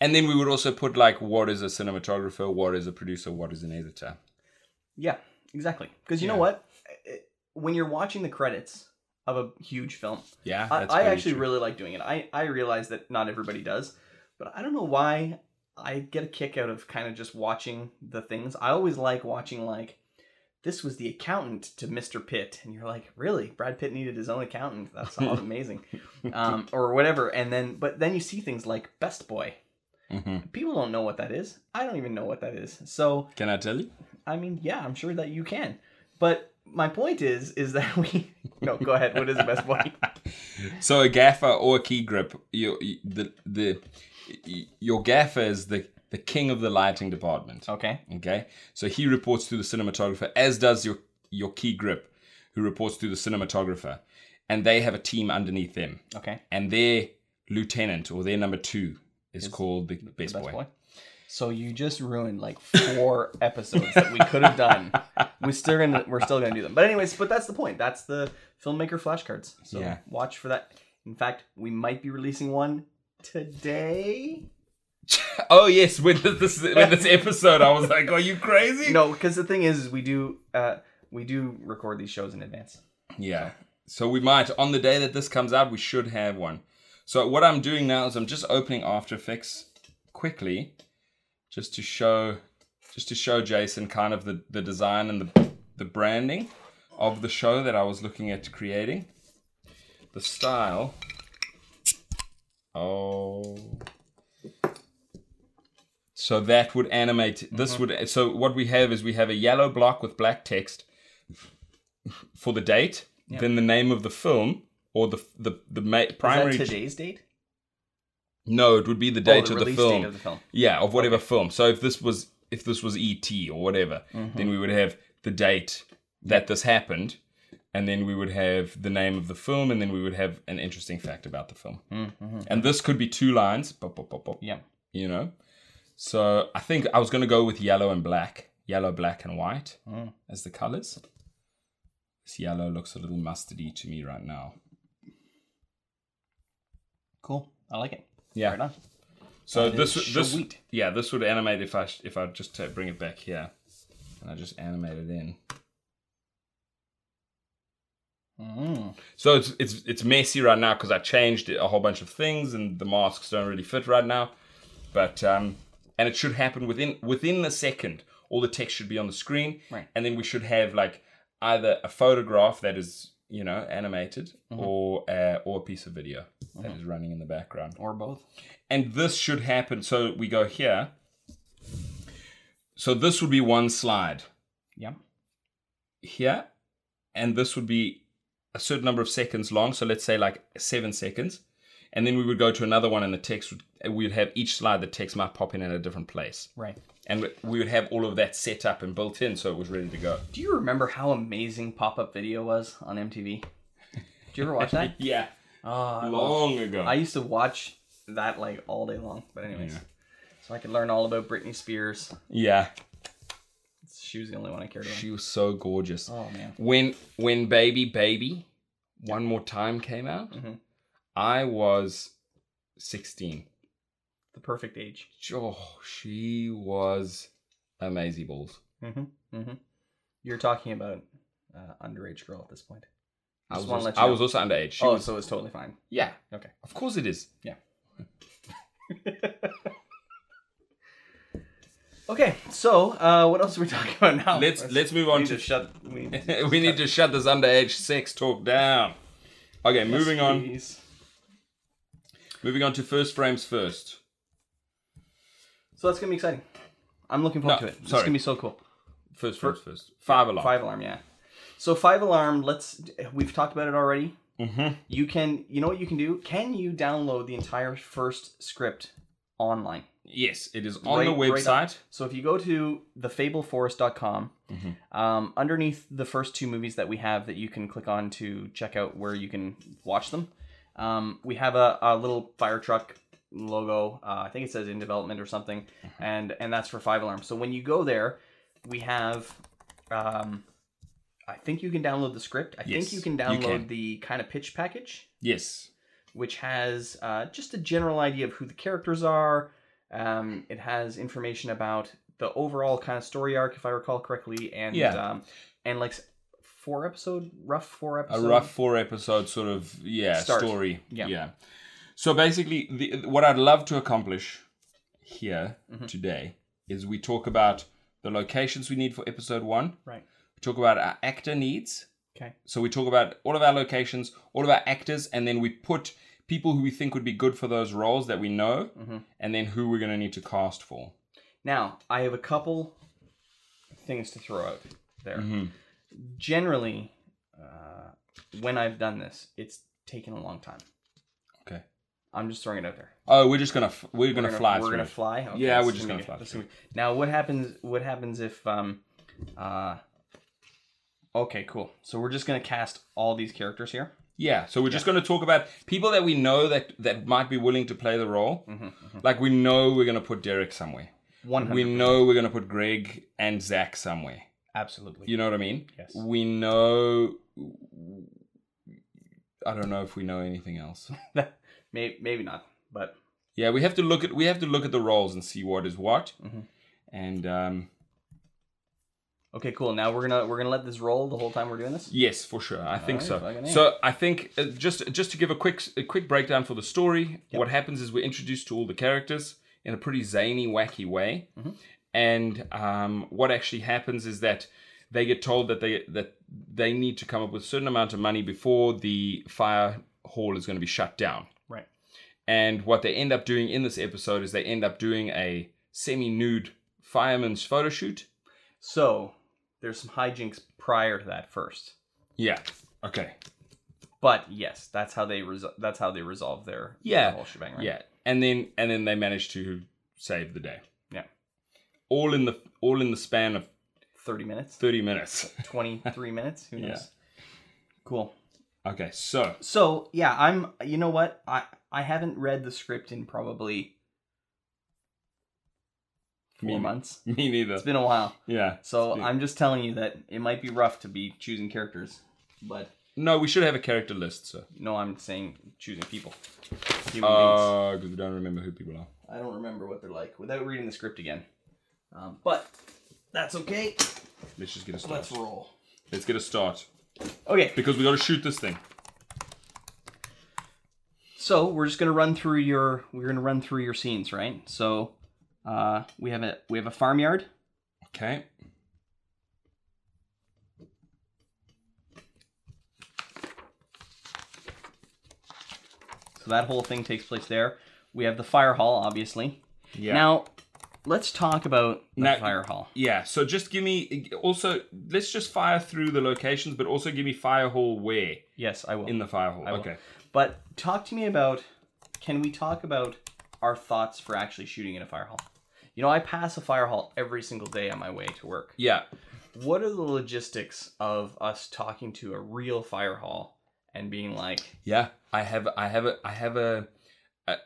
[SPEAKER 1] And then we would also put like what is a cinematographer, what is a producer, what is an editor.
[SPEAKER 2] Yeah, exactly. Because you know
[SPEAKER 1] Yeah.
[SPEAKER 2] what? It- When you're watching the credits of a huge film,
[SPEAKER 1] Yeah,
[SPEAKER 2] I, I
[SPEAKER 1] very
[SPEAKER 2] actually
[SPEAKER 1] true.
[SPEAKER 2] really like doing it. I, I realize that not everybody does, but I don't know why I get a kick out of kind of just watching the things. I always like watching like this was the accountant to Mr. Pitt, and you're like, really? Brad Pitt needed his own accountant. That's all amazing, um, or whatever. And then, but then you see things like Best Boy.
[SPEAKER 1] Mhm.
[SPEAKER 2] People don't know what that is. I don't even know what that is. So
[SPEAKER 1] Can I tell you?
[SPEAKER 2] I mean, yeah, I'm sure that you can. But my point is, is that [laughs] we no. Go ahead. What is the best way?
[SPEAKER 1] So a gaffer or a key grip, your you- the the y- your gaffer is the the king of the lighting department.
[SPEAKER 2] Okay.
[SPEAKER 1] Okay, so he reports to the cinematographer, as does your your key grip, who reports to the cinematographer, and they have a team underneath them,
[SPEAKER 2] Okay.
[SPEAKER 1] and their lieutenant or their number two is called the best, boy.
[SPEAKER 2] So you just ruined like [laughs] four episodes that we could have done. We're still gonna we're still gonna do them. But anyways, but that's the point. That's the filmmaker flashcards. So
[SPEAKER 1] Yeah.
[SPEAKER 2] watch for that. In fact, we might be releasing one today.
[SPEAKER 1] Oh yes, when [laughs] this when this episode, I was like, "Are you crazy?"
[SPEAKER 2] No, because the thing is, is we do uh we do record these shows in advance.
[SPEAKER 1] Yeah. So we might on the day that this comes out, we should have one. So what I'm doing now is I'm just opening After Effects quickly, just to show, just to show Jason kind of the the design and the the branding of the show that I was looking at creating, the style. Oh. So that would animate. This
[SPEAKER 2] Uh-huh.
[SPEAKER 1] would. So what we have is we have a yellow block with black text for the date, then the name of the film or the the the ma- primary.
[SPEAKER 2] Is that today's date?
[SPEAKER 1] No, it would be the
[SPEAKER 2] Oh,
[SPEAKER 1] date of the
[SPEAKER 2] release
[SPEAKER 1] film.
[SPEAKER 2] date of the film.
[SPEAKER 1] Yeah, of whatever film. So if this was if this was ET or whatever,
[SPEAKER 2] Mm-hmm.
[SPEAKER 1] then we would have the date that this happened, and then we would have the name of the film, and then we would have an interesting fact about the film.
[SPEAKER 2] Mm-hmm.
[SPEAKER 1] And this could be two lines. Pop, pop, pop, pop,
[SPEAKER 2] Yeah.
[SPEAKER 1] you know. So I think I was going to go with yellow and black, yellow, black, and white
[SPEAKER 2] Mm.
[SPEAKER 1] as the colors. This yellow looks a little mustardy to me right now.
[SPEAKER 2] Cool. I like it.
[SPEAKER 1] Yeah.
[SPEAKER 2] Right on.
[SPEAKER 1] So
[SPEAKER 2] That is
[SPEAKER 1] this would- this
[SPEAKER 2] sweet.
[SPEAKER 1] yeah this would animate if I sh- if I just uh, bring it back here, and I just animate it in.
[SPEAKER 2] Mm.
[SPEAKER 1] So it's it's it's messy right now because I changed a whole bunch of things and the masks don't really fit right now, but um and it should happen within within the second. All the text should be on the screen,
[SPEAKER 2] Right.
[SPEAKER 1] and then we should have like either a photograph that is you know animated
[SPEAKER 2] Mm-hmm.
[SPEAKER 1] or uh, or a piece of video that is running in the background.
[SPEAKER 2] Or both.
[SPEAKER 1] and this should happen. So we go here. So this would be one slide
[SPEAKER 2] Yeah.
[SPEAKER 1] here, and this would be a certain number of seconds long. So let's say like seven seconds, and then we would go to another one, and the text would and we would have each slide. The text might pop in at a different place,
[SPEAKER 2] Right.
[SPEAKER 1] and we would have all of that set up and built in, so it was ready to go.
[SPEAKER 2] Do you remember how amazing pop up video was on MTV? Did you ever [laughs] watch that?
[SPEAKER 1] Yeah,
[SPEAKER 2] oh, I, love-
[SPEAKER 1] long ago.
[SPEAKER 2] I used to watch that like all day long. But anyways,
[SPEAKER 1] Yeah.
[SPEAKER 2] so I could learn all about Britney Spears.
[SPEAKER 1] yeah,
[SPEAKER 2] She was the only one I cared about.
[SPEAKER 1] she was so gorgeous.
[SPEAKER 2] Oh man.
[SPEAKER 1] when when baby baby one more time came out
[SPEAKER 2] Mhm.
[SPEAKER 1] i was 16
[SPEAKER 2] The perfect age.
[SPEAKER 1] oh she was amazing balls
[SPEAKER 2] Mm-hmm. Mm-hmm. You're talking about uh, underage girl at this point.
[SPEAKER 1] I
[SPEAKER 2] Just
[SPEAKER 1] was,
[SPEAKER 2] wanna
[SPEAKER 1] also,
[SPEAKER 2] let you
[SPEAKER 1] I
[SPEAKER 2] know.
[SPEAKER 1] was also underage. She
[SPEAKER 2] oh,
[SPEAKER 1] was-
[SPEAKER 2] so it's totally fine.
[SPEAKER 1] yeah.
[SPEAKER 2] Okay.
[SPEAKER 1] Of course it is.
[SPEAKER 2] Okay, so uh, what else are we [laughs] talking about now?
[SPEAKER 1] Let's- let's move on
[SPEAKER 2] we need
[SPEAKER 1] to-
[SPEAKER 2] shut. We need to
[SPEAKER 1] we need to shut this underage sex talk down. Okay, [laughs] moving on.
[SPEAKER 2] Please.
[SPEAKER 1] Moving on to first frames first.
[SPEAKER 2] So that's gonna be exciting. I'm looking forward
[SPEAKER 1] No,
[SPEAKER 2] to it. It's
[SPEAKER 1] sorry.
[SPEAKER 2] gonna be so cool.
[SPEAKER 1] First frames first. Five alarm.
[SPEAKER 2] Five alarm, yeah. So five alarm. Let's. We've talked about it already.
[SPEAKER 1] Mhm.
[SPEAKER 2] You can. You know what you can do? Can you download the entire first script online?
[SPEAKER 1] Yes, it is on
[SPEAKER 2] Right-
[SPEAKER 1] the
[SPEAKER 2] right
[SPEAKER 1] website.
[SPEAKER 2] So if you go to thefableforest.com,
[SPEAKER 1] Mm-hmm.
[SPEAKER 2] um, underneath the first two movies that we have that you can click on to check out where you can watch them, um, we have a, a little fire truck logo. Uh, I think it says in development or something,
[SPEAKER 1] Mm-hmm.
[SPEAKER 2] and and that's for Five Alarm. So when you go there, we have. Um, I think you can download the script. I
[SPEAKER 1] Yes,
[SPEAKER 2] think you can
[SPEAKER 1] you
[SPEAKER 2] download
[SPEAKER 1] can.
[SPEAKER 2] the kind of pitch package
[SPEAKER 1] yes.
[SPEAKER 2] which has uh, just a general idea of who the characters are. Um, it has information about the overall kind of story arc, if I recall correctly, and
[SPEAKER 1] Yeah.
[SPEAKER 2] um, and like s- four episode, rough four
[SPEAKER 1] a
[SPEAKER 2] episode,
[SPEAKER 1] rough four episode sort of yeah
[SPEAKER 2] Start.
[SPEAKER 1] story
[SPEAKER 2] Yeah.
[SPEAKER 1] so basically the, what i'd love to accomplish here
[SPEAKER 2] Mm-hmm.
[SPEAKER 1] today is we talk about the locations we need for episode one
[SPEAKER 2] right?
[SPEAKER 1] we talk about our actor needs
[SPEAKER 2] Okay,
[SPEAKER 1] so we talk about all of our locations all of our actors and then we put people who we think would be good for those roles that we know
[SPEAKER 2] Mm-hmm.
[SPEAKER 1] and then who we're going to need to cast for
[SPEAKER 2] now I have a couple things to throw out there.
[SPEAKER 1] Mhm.
[SPEAKER 2] Generally, uh, when I've done this, it's taken a long time.
[SPEAKER 1] okay
[SPEAKER 2] I'm just throwing it out there.
[SPEAKER 1] oh we're just gonna f- we're, gonna,
[SPEAKER 2] gonna-
[SPEAKER 1] fly
[SPEAKER 2] We're
[SPEAKER 1] through
[SPEAKER 2] gonna
[SPEAKER 1] it.
[SPEAKER 2] fly. Okay,
[SPEAKER 1] Yeah,
[SPEAKER 2] this
[SPEAKER 1] we're
[SPEAKER 2] is
[SPEAKER 1] just gonna
[SPEAKER 2] be-
[SPEAKER 1] fly
[SPEAKER 2] this is gonna be- Now, what happens? What happens if? Um, uh, okay, cool. So we're just gonna cast all these characters here.
[SPEAKER 1] Yeah, so we're just going to talk about people that we Mm-hmm, know that that might be willing to play the role. Like we know we're going to put Derek somewhere.
[SPEAKER 2] One hundred.
[SPEAKER 1] We know we're going to put Greg and Zach somewhere.
[SPEAKER 2] Absolutely.
[SPEAKER 1] You know what I mean?
[SPEAKER 2] Yes.
[SPEAKER 1] We know. I don't know if we know anything else.
[SPEAKER 2] Maybe, maybe not, but
[SPEAKER 1] Yeah, we have to look at we have to look at the roles and see what is what,
[SPEAKER 2] Mhm.
[SPEAKER 1] and um,
[SPEAKER 2] okay, cool. Now we're gonna we're gonna let this roll the whole time we're doing this.
[SPEAKER 1] yes, for sure, I think
[SPEAKER 2] Alright,
[SPEAKER 1] so.
[SPEAKER 2] fucking A.
[SPEAKER 1] So I think uh, just just to give a quick a quick breakdown for the story, what happens is we're introduced to all the characters in a pretty zany, wacky way,
[SPEAKER 2] Mhm.
[SPEAKER 1] and um, what actually happens is that they get told that they that they need to come up with a certain amount of money before the fire hall is going to be shut down.
[SPEAKER 2] Right.
[SPEAKER 1] And what they end up doing in this episode is they end up doing a semi-nude fireman's photo shoot.
[SPEAKER 2] So there's some hijinks prior to that first,
[SPEAKER 1] Yeah. Okay.
[SPEAKER 2] but yes, that's how they resol- that's how they resolve their
[SPEAKER 1] Yeah.
[SPEAKER 2] whole shebang. Right?
[SPEAKER 1] Yeah. And then and then they manage to save the day.
[SPEAKER 2] Yeah.
[SPEAKER 1] All in the all in the span of
[SPEAKER 2] thirty minutes,
[SPEAKER 1] thirty minutes. [laughs]
[SPEAKER 2] twenty three minutes. Who knows?
[SPEAKER 1] Yeah.
[SPEAKER 2] Cool.
[SPEAKER 1] Okay. So
[SPEAKER 2] So yeah, I'm. You know what? I I haven't read the script in probably
[SPEAKER 1] Me-
[SPEAKER 2] four months.
[SPEAKER 1] me neither.
[SPEAKER 2] It's been a while.
[SPEAKER 1] Yeah.
[SPEAKER 2] So
[SPEAKER 1] been-
[SPEAKER 2] I'm just telling you that it might be rough to be choosing characters, but
[SPEAKER 1] No, we should have a character list. So.
[SPEAKER 2] no, I'm saying choosing people. Human beings.
[SPEAKER 1] Uh, because we don't remember who people are.
[SPEAKER 2] I don't remember what they're like without reading the script again. Um, but that's okay.
[SPEAKER 1] Let's just get a start.
[SPEAKER 2] Let's
[SPEAKER 1] Let's,
[SPEAKER 2] roll.
[SPEAKER 1] get a start
[SPEAKER 2] Okay,
[SPEAKER 1] because we got to shoot this thing.
[SPEAKER 2] so we're just gonna run through your we're gonna run through your scenes, right? So uh, we have a we have a farmyard.
[SPEAKER 1] Okay.
[SPEAKER 2] So that whole thing takes place there. We have the fire hall, obviously.
[SPEAKER 1] Yeah.
[SPEAKER 2] Now, let's talk about the
[SPEAKER 1] Now-
[SPEAKER 2] fire hall.
[SPEAKER 1] Yeah, so just give me also let's just fire through the locations, but also give me fire hall where
[SPEAKER 2] Yes, I will.
[SPEAKER 1] in the fire hall.
[SPEAKER 2] I will.
[SPEAKER 1] Okay.
[SPEAKER 2] but talk to me about can we talk about our thoughts for actually shooting in a fire hall? You know, I pass a fire hall every single day on my way to work.
[SPEAKER 1] Yeah.
[SPEAKER 2] What are the logistics of us talking to a real fire hall and being like,
[SPEAKER 1] Yeah. I have I have a I have a a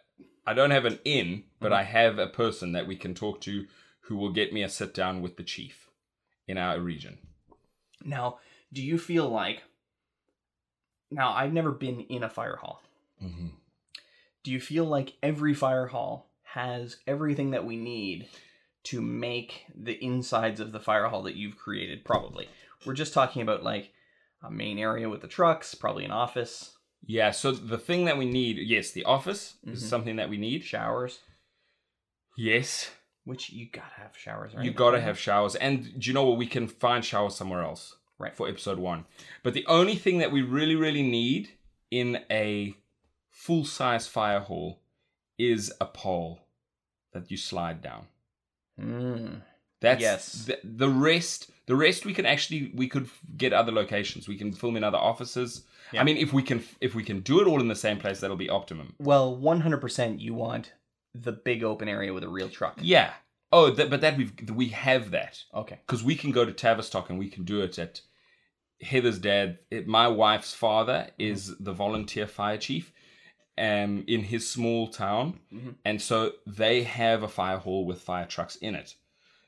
[SPEAKER 1] I don't have an in, but I
[SPEAKER 2] Mm-hmm.
[SPEAKER 1] have a person that we can talk to who will get me a sit down with the chief in our region.
[SPEAKER 2] now, do you feel like. Now, I've never been in a fire hall.
[SPEAKER 1] Mm-hmm.
[SPEAKER 2] do you feel like every fire hall has everything that we need to make the insides of the fire hall that you've created probably we're just talking about like a main area with the trucks probably an office
[SPEAKER 1] Yeah, so the thing that we need, yes, the office is
[SPEAKER 2] Mhm.
[SPEAKER 1] something that we need.
[SPEAKER 2] showers
[SPEAKER 1] Yes.
[SPEAKER 2] which you gotta have showers right
[SPEAKER 1] You gotta have showers, and do you know what? We can find showers somewhere else,
[SPEAKER 2] Right.
[SPEAKER 1] For episode one, but the only thing that we really, really need in a full-size fire hall is a pole that you slide down.
[SPEAKER 2] mm.
[SPEAKER 1] That's
[SPEAKER 2] Yes.
[SPEAKER 1] The, the rest, the rest, we can actually we could get other locations. We can film in other offices.
[SPEAKER 2] Yeah.
[SPEAKER 1] I mean, if we can, if we can do it all in the same place, that'll be optimum.
[SPEAKER 2] well 100% you want the big open area with a real truck
[SPEAKER 1] Yeah. Oh, that, but that we've we have that.
[SPEAKER 2] okay
[SPEAKER 1] because we can go to Tavistock and we can do it at Heather's dad. It, my wife's father is
[SPEAKER 2] Mm-hmm.
[SPEAKER 1] the volunteer fire chief, um, in his small town,
[SPEAKER 2] Mhm.
[SPEAKER 1] and so they have a fire hall with fire trucks in it,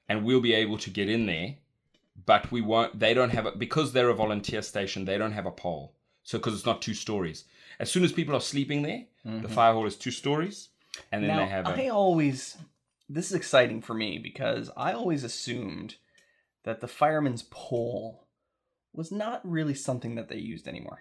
[SPEAKER 1] and we'll be able to get in there, but we won't. They don't have it because they're a volunteer station. They don't have a pole, so because it's not two stories. As soon as people are sleeping there,
[SPEAKER 2] Mm-hmm.
[SPEAKER 1] the fire hall is two stories, and then
[SPEAKER 2] now,
[SPEAKER 1] they have.
[SPEAKER 2] I
[SPEAKER 1] a,
[SPEAKER 2] always this is exciting for me because I always assumed that the fireman's pole was not really something that they used anymore.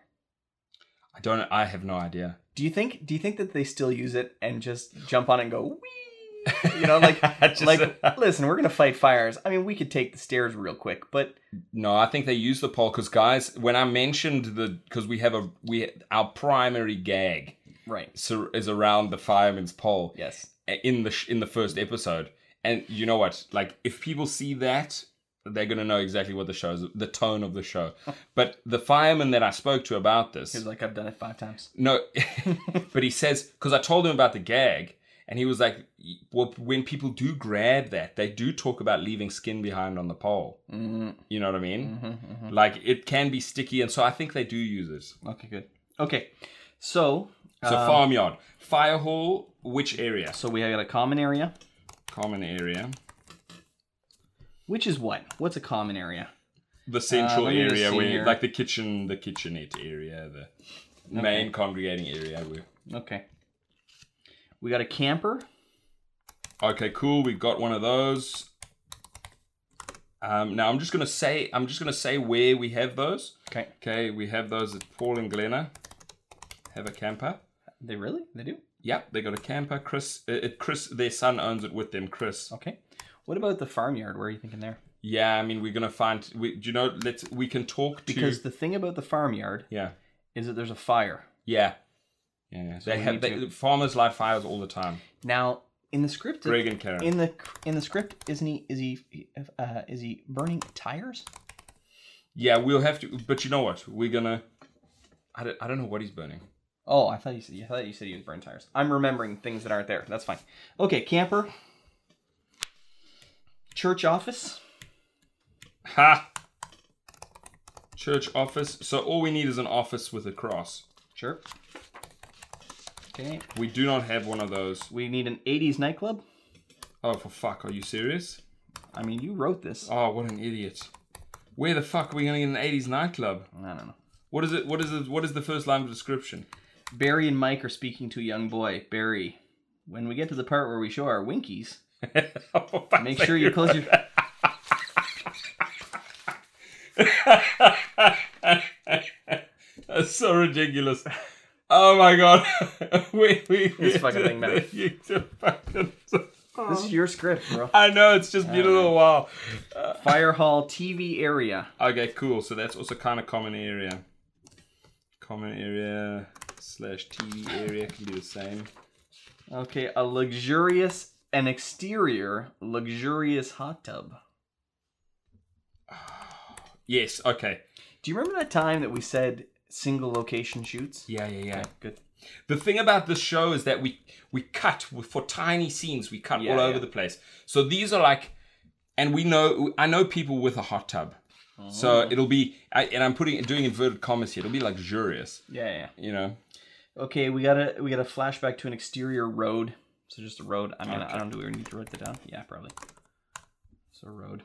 [SPEAKER 1] I don't. I have no idea.
[SPEAKER 2] Do you think do you think that they still use it and just jump on it and go wee? You know, like [laughs]
[SPEAKER 1] [laughs] Just-
[SPEAKER 2] like listen, we're gonna fight fires. I mean we could take the stairs real quick, but
[SPEAKER 1] No, I think they use the poll because guys, when I mentioned the because we have a we our primary gag
[SPEAKER 2] right.
[SPEAKER 1] sur- is around the fireman's pole
[SPEAKER 2] Yes.
[SPEAKER 1] in the sh- in the first episode, and you know what? Like if people see that, they're gonna know exactly what the show's the tone of the show. but the fireman that I spoke to about this,
[SPEAKER 2] He's like I've done it five times.
[SPEAKER 1] no, [laughs] but he says because I told him about the gag, and he was like, "Well, when people do grab that, they do talk about leaving skin behind on the pole."
[SPEAKER 2] Mm,
[SPEAKER 1] You know what I mean?
[SPEAKER 2] mhm, mhm.
[SPEAKER 1] Like it can be sticky, and so I think they do use it.
[SPEAKER 2] Okay, good. Okay. So
[SPEAKER 1] So
[SPEAKER 2] um,
[SPEAKER 1] farmyard, fire hall, which area?
[SPEAKER 2] so we got a common area.
[SPEAKER 1] Common area.
[SPEAKER 2] Which is what? What's a common area?
[SPEAKER 1] The central
[SPEAKER 2] Uh, let me just
[SPEAKER 1] area
[SPEAKER 2] see
[SPEAKER 1] where,
[SPEAKER 2] here.
[SPEAKER 1] like the kitchen, the kitchenette area, the main congregating area. Where,
[SPEAKER 2] Okay. We got a camper.
[SPEAKER 1] okay, cool. We got one of those. Um, now I'm just gonna say I'm just gonna say where we have those.
[SPEAKER 2] Okay.
[SPEAKER 1] Okay, we have those at Paul and Glenna. Have a camper.
[SPEAKER 2] They really? They do?
[SPEAKER 1] Yep, they got a camper. Chris, uh, uh, Chris, their son owns it with them. Chris.
[SPEAKER 2] Okay. What about the farmyard? Where are you thinking there?
[SPEAKER 1] Yeah, I mean we're gonna find. We, do you know? Let's we can talk to.
[SPEAKER 2] Because the thing about the farmyard
[SPEAKER 1] yeah,
[SPEAKER 2] is that there's a fire.
[SPEAKER 1] yeah, yeah.
[SPEAKER 2] So
[SPEAKER 1] they
[SPEAKER 2] we
[SPEAKER 1] have
[SPEAKER 2] need
[SPEAKER 1] they,
[SPEAKER 2] to-
[SPEAKER 1] farmers light fires all the time.
[SPEAKER 2] Now, in the script,
[SPEAKER 1] Greg and Karen.
[SPEAKER 2] in the in the script, isn't he? Is he? Uh, is he burning tires?
[SPEAKER 1] Yeah, we'll have to. But you know what? We're gonna. I don't, I don't know what he's burning.
[SPEAKER 2] Oh, I thought you said. I thought you said he was burning tires. I'm remembering things that aren't there. That's fine. Okay, camper. Church office.
[SPEAKER 1] Ha! Church office. So all we need is an office with a cross.
[SPEAKER 2] Sure. Okay.
[SPEAKER 1] We do not have one of those.
[SPEAKER 2] We need an '80s nightclub.
[SPEAKER 1] Oh, for fuck. Are you serious?
[SPEAKER 2] I mean, you wrote this.
[SPEAKER 1] Oh, what an idiot. Where the fuck are we gonna get an 80s nightclub?
[SPEAKER 2] I don't know.
[SPEAKER 1] What is it? What is it? What is the first line of description? [laughs]
[SPEAKER 2] Barry and Mike are speaking to a young boy. Barry, when we get to the part where we show our winkies, make sure you close your.
[SPEAKER 1] [laughs] That's so ridiculous. Oh my god. [laughs] we, we,
[SPEAKER 2] This fucking thing, man.
[SPEAKER 1] [laughs] You just fucking-
[SPEAKER 2] [laughs] This is your script, bro.
[SPEAKER 1] I know, it's just
[SPEAKER 2] Uh,
[SPEAKER 1] beautiful. Wow.
[SPEAKER 2] Fire hall TV area.
[SPEAKER 1] Okay, cool. So that's also kind of common area. Common area slash TV area can be the same.
[SPEAKER 2] Okay, a luxurious, an exterior luxurious hot tub.
[SPEAKER 1] Yes, okay.
[SPEAKER 2] Do you remember that time that we said single location shoots?
[SPEAKER 1] Yeah, yeah, yeah.
[SPEAKER 2] Good.
[SPEAKER 1] The thing about this show is that we we cut for tiny scenes. We cut
[SPEAKER 2] Yeah,
[SPEAKER 1] all over
[SPEAKER 2] yeah.
[SPEAKER 1] the place. So these are like, and we know I know people with a hot tub. So it'll be, I, and I'm putting doing inverted commas here. It'll be luxurious,
[SPEAKER 2] Yeah, yeah.
[SPEAKER 1] you know.
[SPEAKER 2] yeah. Okay, we got a we got a flashback to an exterior road. So just a road. I'm gonna. I don't know. Do we need to write that down? Yeah, probably. So road.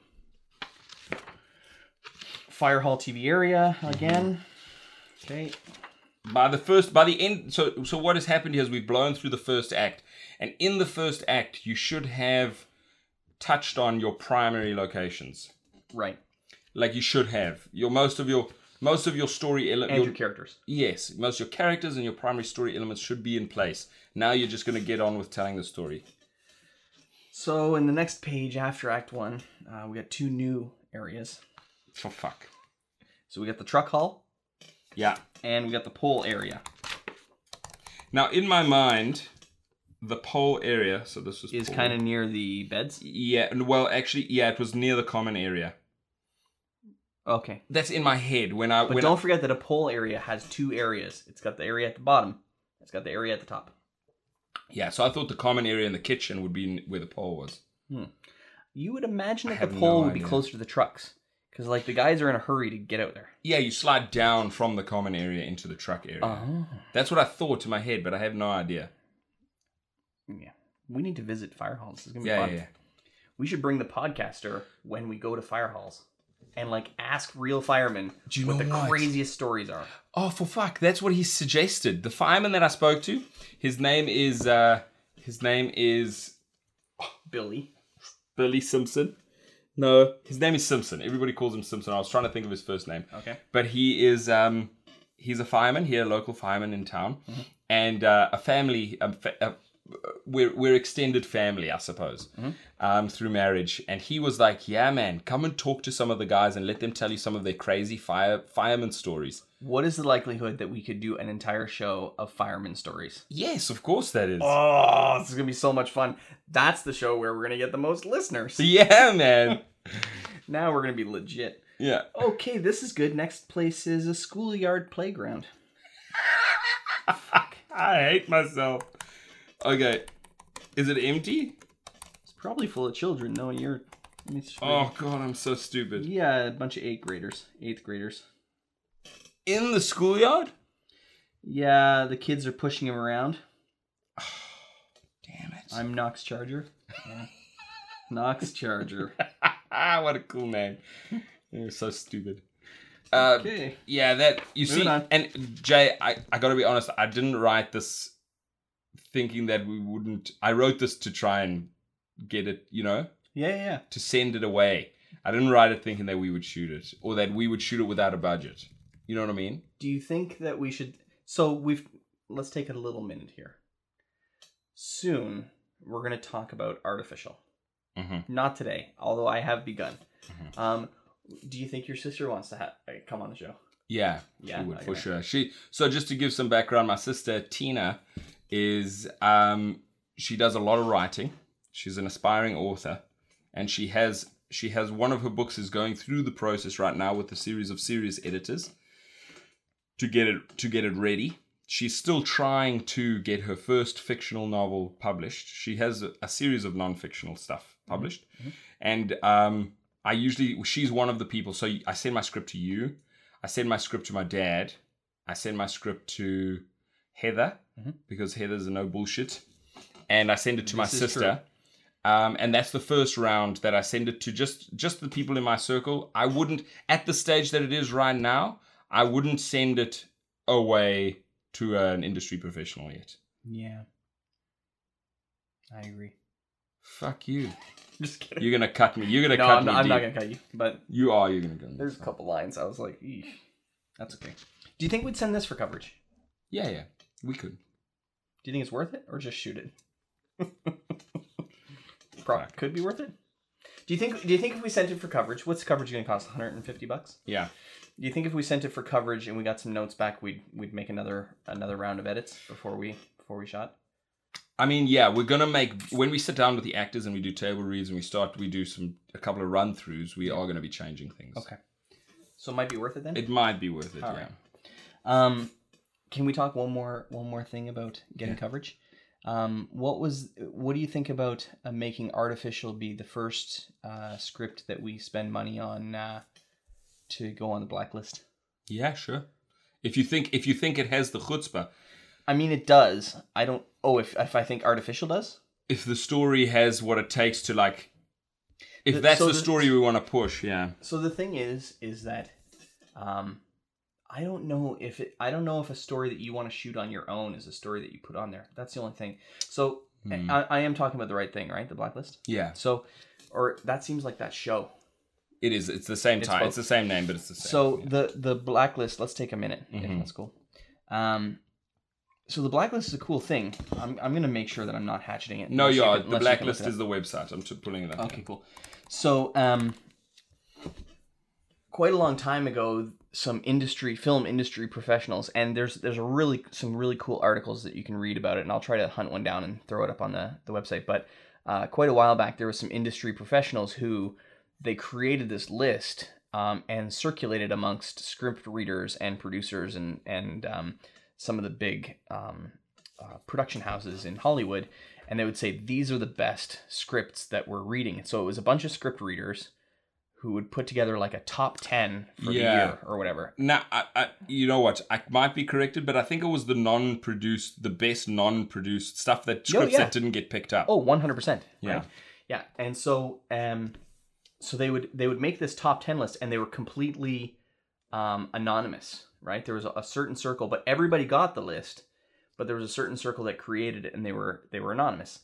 [SPEAKER 2] Fire hall TV area again. Okay.
[SPEAKER 1] By the first, by the end, so so what has happened here is we've blown through the first act, and in the first act you should have touched on your primary locations,
[SPEAKER 2] Right.
[SPEAKER 1] like you should have your most of your most of your story ele-
[SPEAKER 2] And
[SPEAKER 1] your-
[SPEAKER 2] your characters.
[SPEAKER 1] Yes, most of your characters and your primary story elements should be in place. Now you're just going to get on with telling the story.
[SPEAKER 2] So in the next page after Act One, uh, we got two new areas.
[SPEAKER 1] For fuck.
[SPEAKER 2] So we got the truck hall
[SPEAKER 1] Yeah.
[SPEAKER 2] and we got the pole area.
[SPEAKER 1] Now in my mind, the pole area. So this was
[SPEAKER 2] Is
[SPEAKER 1] pole.
[SPEAKER 2] kind of near the beds.
[SPEAKER 1] yeah. and Well, actually, yeah, it was near the common area.
[SPEAKER 2] Okay.
[SPEAKER 1] That's in my head when I
[SPEAKER 2] But
[SPEAKER 1] when I-
[SPEAKER 2] don't forget that a pole area has two areas. It's got the area at the bottom. It's got the area at the top.
[SPEAKER 1] yeah. So I thought the common area in the kitchen would be n- where the pole was.
[SPEAKER 2] You would imagine
[SPEAKER 1] I
[SPEAKER 2] that the
[SPEAKER 1] have no
[SPEAKER 2] pole would be
[SPEAKER 1] idea.
[SPEAKER 2] closer to the trucks, because like the guys are in a hurry to get out there.
[SPEAKER 1] Yeah, you slide down from the common area into the truck area.
[SPEAKER 2] Oh.
[SPEAKER 1] That's what I thought in my head, but I have no idea.
[SPEAKER 2] Yeah. We need to visit fire halls. This is gonna be
[SPEAKER 1] Yeah,
[SPEAKER 2] fun.
[SPEAKER 1] yeah, yeah.
[SPEAKER 2] We should bring the podcaster when we go to fire halls, and like ask real firemen
[SPEAKER 1] Do you
[SPEAKER 2] what
[SPEAKER 1] know
[SPEAKER 2] the
[SPEAKER 1] what?
[SPEAKER 2] craziest stories are.
[SPEAKER 1] Oh, for fuck! That's what he suggested. The fireman that I spoke to, his name is uh, his name is
[SPEAKER 2] Billy.
[SPEAKER 1] Billy Simpson. No, his name is Simpson. Everybody calls him Simpson. I was trying to think of his first name,
[SPEAKER 2] Okay.
[SPEAKER 1] but he is um, he's a fireman here, a local fireman in town, and uh, a family. A fa- a, we're we're extended family, I suppose, um, through marriage. And he was like, "Yeah, man, come and talk to some of the guys and let them tell you some of their crazy fire fireman stories."
[SPEAKER 2] What is the likelihood that we could do an entire show of fireman stories?
[SPEAKER 1] Yes, of course that is.
[SPEAKER 2] Oh, this is gonna be so much fun. That's the show where we're gonna get the most
[SPEAKER 1] [laughs]
[SPEAKER 2] listeners.
[SPEAKER 1] Yeah, [laughs] man.
[SPEAKER 2] Now we're gonna be legit.
[SPEAKER 1] Yeah.
[SPEAKER 2] Okay, this is good. Next place is a schoolyard playground.
[SPEAKER 1] I hate myself. Okay. Is it empty?
[SPEAKER 2] It's probably full of children. No, you're. let me just read.
[SPEAKER 1] Oh god, I'm so stupid.
[SPEAKER 2] Yeah, a bunch of eighth graders. Eighth graders.
[SPEAKER 1] In the schoolyard?
[SPEAKER 2] Yeah, the kids are pushing him around.
[SPEAKER 1] Damn it.
[SPEAKER 2] I'm Knox Charger. Yeah. Knox Charger.
[SPEAKER 1] [laughs] what a cool name. You're so stupid. Uh,
[SPEAKER 2] Okay.
[SPEAKER 1] yeah, that you see,
[SPEAKER 2] Moving on.
[SPEAKER 1] and Jay, I, I gotta be honest, I didn't write this thinking that we wouldn't. I wrote this to try and get it, you know,
[SPEAKER 2] Yeah, yeah, yeah.
[SPEAKER 1] to send it away. I didn't write it thinking that we would shoot it or that we would shoot it without a budget. You know what I mean?
[SPEAKER 2] Do you think that we should? So we've let's take a little minute here. Soon we're going to talk about artificial.
[SPEAKER 1] Mm-hmm.
[SPEAKER 2] Not today, although I have begun.
[SPEAKER 1] Mhm.
[SPEAKER 2] Um, do you think your sister wants to ha- uh, come on the show?
[SPEAKER 1] Yeah,
[SPEAKER 2] Yeah,
[SPEAKER 1] she would
[SPEAKER 2] I
[SPEAKER 1] for
[SPEAKER 2] know.
[SPEAKER 1] sure. She so just to give some background, my sister Tina is um she does a lot of writing. She's an aspiring author, and she has she has one of her books is going through the process right now with a series of serious editors to get it to get it ready. She's still trying to get her first fictional novel published. She has a, a series of non-fictional stuff
[SPEAKER 2] Mm-hmm.
[SPEAKER 1] published, and um, I usually she's one of the people. So I send my script to you. I send my script to my dad. I send my script to Heather
[SPEAKER 2] Mhm.
[SPEAKER 1] because Heather's a no bullshit, and I send it to my
[SPEAKER 2] This is
[SPEAKER 1] sister. Um, and that's the first round that I send it to just just the people in my circle. I wouldn't at the stage that it is right now. I wouldn't send it away to an industry professional yet.
[SPEAKER 2] Yeah, I agree.
[SPEAKER 1] Fuck you.
[SPEAKER 2] [laughs] Just kidding.
[SPEAKER 1] You're gonna cut me. You're gonna
[SPEAKER 2] no,
[SPEAKER 1] cut
[SPEAKER 2] I'm,
[SPEAKER 1] me
[SPEAKER 2] not, I'm
[SPEAKER 1] deep.
[SPEAKER 2] not gonna cut you. But
[SPEAKER 1] You are. You're gonna go.
[SPEAKER 2] there's a couple lines I was like, Eesh. that's okay. Do you think we'd send this for coverage?
[SPEAKER 1] Yeah, yeah. We could.
[SPEAKER 2] Do you think it's worth it or just shoot it? [laughs] Pro-
[SPEAKER 1] Fuck.
[SPEAKER 2] could be worth it. Do you think? Do you think if we sent it for coverage, what's coverage going to cost? One hundred and fifty bucks.
[SPEAKER 1] Yeah.
[SPEAKER 2] Do you think if we sent it for coverage and we got some notes back, we'd we'd make another another round of edits before we before we shot?
[SPEAKER 1] I mean, yeah, we're gonna make when we sit down with the actors and we do table reads and we start, we do some a couple of run throughs. We are gonna be changing things.
[SPEAKER 2] Okay. So it might be worth it then.
[SPEAKER 1] It might be worth it.
[SPEAKER 2] All
[SPEAKER 1] yeah.
[SPEAKER 2] right. Um, can we talk one more one more thing about getting
[SPEAKER 1] Yeah.
[SPEAKER 2] coverage? Um, what was what do you think about uh, making artificial be the first uh, script that we spend money on uh, to go on the blacklist?
[SPEAKER 1] Yeah, sure. If you think if you think it has the chutzpah,
[SPEAKER 2] I mean, it does. I don't. Oh, if if I think artificial does.
[SPEAKER 1] if the story has what it takes to like, if
[SPEAKER 2] The-
[SPEAKER 1] that's
[SPEAKER 2] so
[SPEAKER 1] the
[SPEAKER 2] the-
[SPEAKER 1] story we want to push, yeah.
[SPEAKER 2] So the thing is, is that, um, I don't know if it. I don't know if a story that you want to shoot on your own is a story that you put on there. That's the only thing. So
[SPEAKER 1] Hmm.
[SPEAKER 2] I, I am talking about the right thing, right? The blacklist.
[SPEAKER 1] Yeah,
[SPEAKER 2] So, or that seems like that show.
[SPEAKER 1] it is. It's the same
[SPEAKER 2] It's
[SPEAKER 1] time.
[SPEAKER 2] both.
[SPEAKER 1] It's, the same name, but it's the same.
[SPEAKER 2] So
[SPEAKER 1] yeah.
[SPEAKER 2] the the blacklist. Let's take a minute. If
[SPEAKER 1] Mhm.
[SPEAKER 2] that's cool. Um, so the blacklist is a cool thing. I'm, I'm gonna make sure that I'm not hatcheting it.
[SPEAKER 1] no,
[SPEAKER 2] unless
[SPEAKER 1] you
[SPEAKER 2] can-
[SPEAKER 1] are.
[SPEAKER 2] unless
[SPEAKER 1] the
[SPEAKER 2] can
[SPEAKER 1] blacklist
[SPEAKER 2] look it
[SPEAKER 1] is the website. I'm t- pulling it up.
[SPEAKER 2] up. okay. Cool. So um, quite a long time ago, some industry film industry professionals, and there's there's a really some really cool articles that you can read about it, and I'll try to hunt one down and throw it up on the the website. But uh, quite a while back, there was some industry professionals who they created this list um, and circulated amongst script readers and producers and and um, some of the big um, uh, production houses in Hollywood, and they would say these are the best scripts that we're reading. So it was a bunch of script readers who would put together like a top ten
[SPEAKER 1] Yeah.
[SPEAKER 2] for the year or whatever.
[SPEAKER 1] Now, I, I, you know what? I might be corrected, but I think it was the non-produced, the best non-produced stuff that
[SPEAKER 2] Oh,
[SPEAKER 1] scripts
[SPEAKER 2] yeah.
[SPEAKER 1] that didn't get picked up.
[SPEAKER 2] Oh, 100 percent.
[SPEAKER 1] Yeah.
[SPEAKER 2] Yeah. And so um so they would they would make this top 10 list and they were completely um anonymous, right? There was a, a certain circle, but everybody got the list, but there was a certain circle that created it and they were they were anonymous.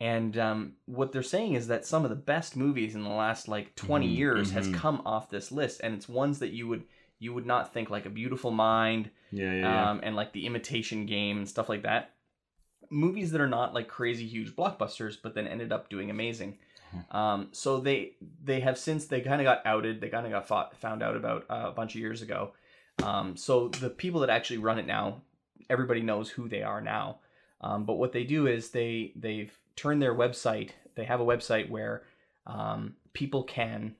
[SPEAKER 2] And um, what they're saying is that some of the best movies in the last like 20
[SPEAKER 1] Mhm,
[SPEAKER 2] years
[SPEAKER 1] mhm.
[SPEAKER 2] has come off this list and it's ones that you would you would not think like A Beautiful Mind
[SPEAKER 1] yeah, yeah,
[SPEAKER 2] um, and like the imitation game and stuff like that. Movies that are not like crazy huge blockbusters, but then ended up doing amazing.
[SPEAKER 1] Hmm.
[SPEAKER 2] Um, so they they have since they kind of got outed. They kind of got fought, found out about uh, a bunch of years ago. Um, so the people that actually run it now, everybody knows who they are now. Um, but what they do is they they've turned their website. They have a website where um, people can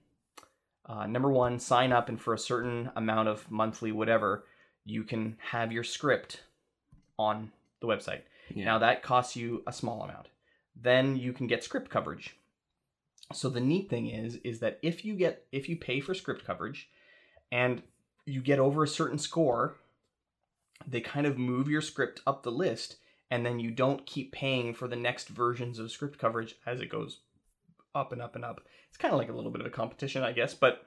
[SPEAKER 2] uh, number one sign up and for a certain amount of monthly whatever you can have your script on the website.
[SPEAKER 1] Yeah.
[SPEAKER 2] Now that costs you a small amount. Then you can get script coverage. So the neat thing is is that if you get if you pay for script coverage and you get over a certain score, they kind of move your script up the list and then you don't keep paying for the next versions of script coverage as it goes up and up and up. It's kind of like a little bit of a competition, I guess, but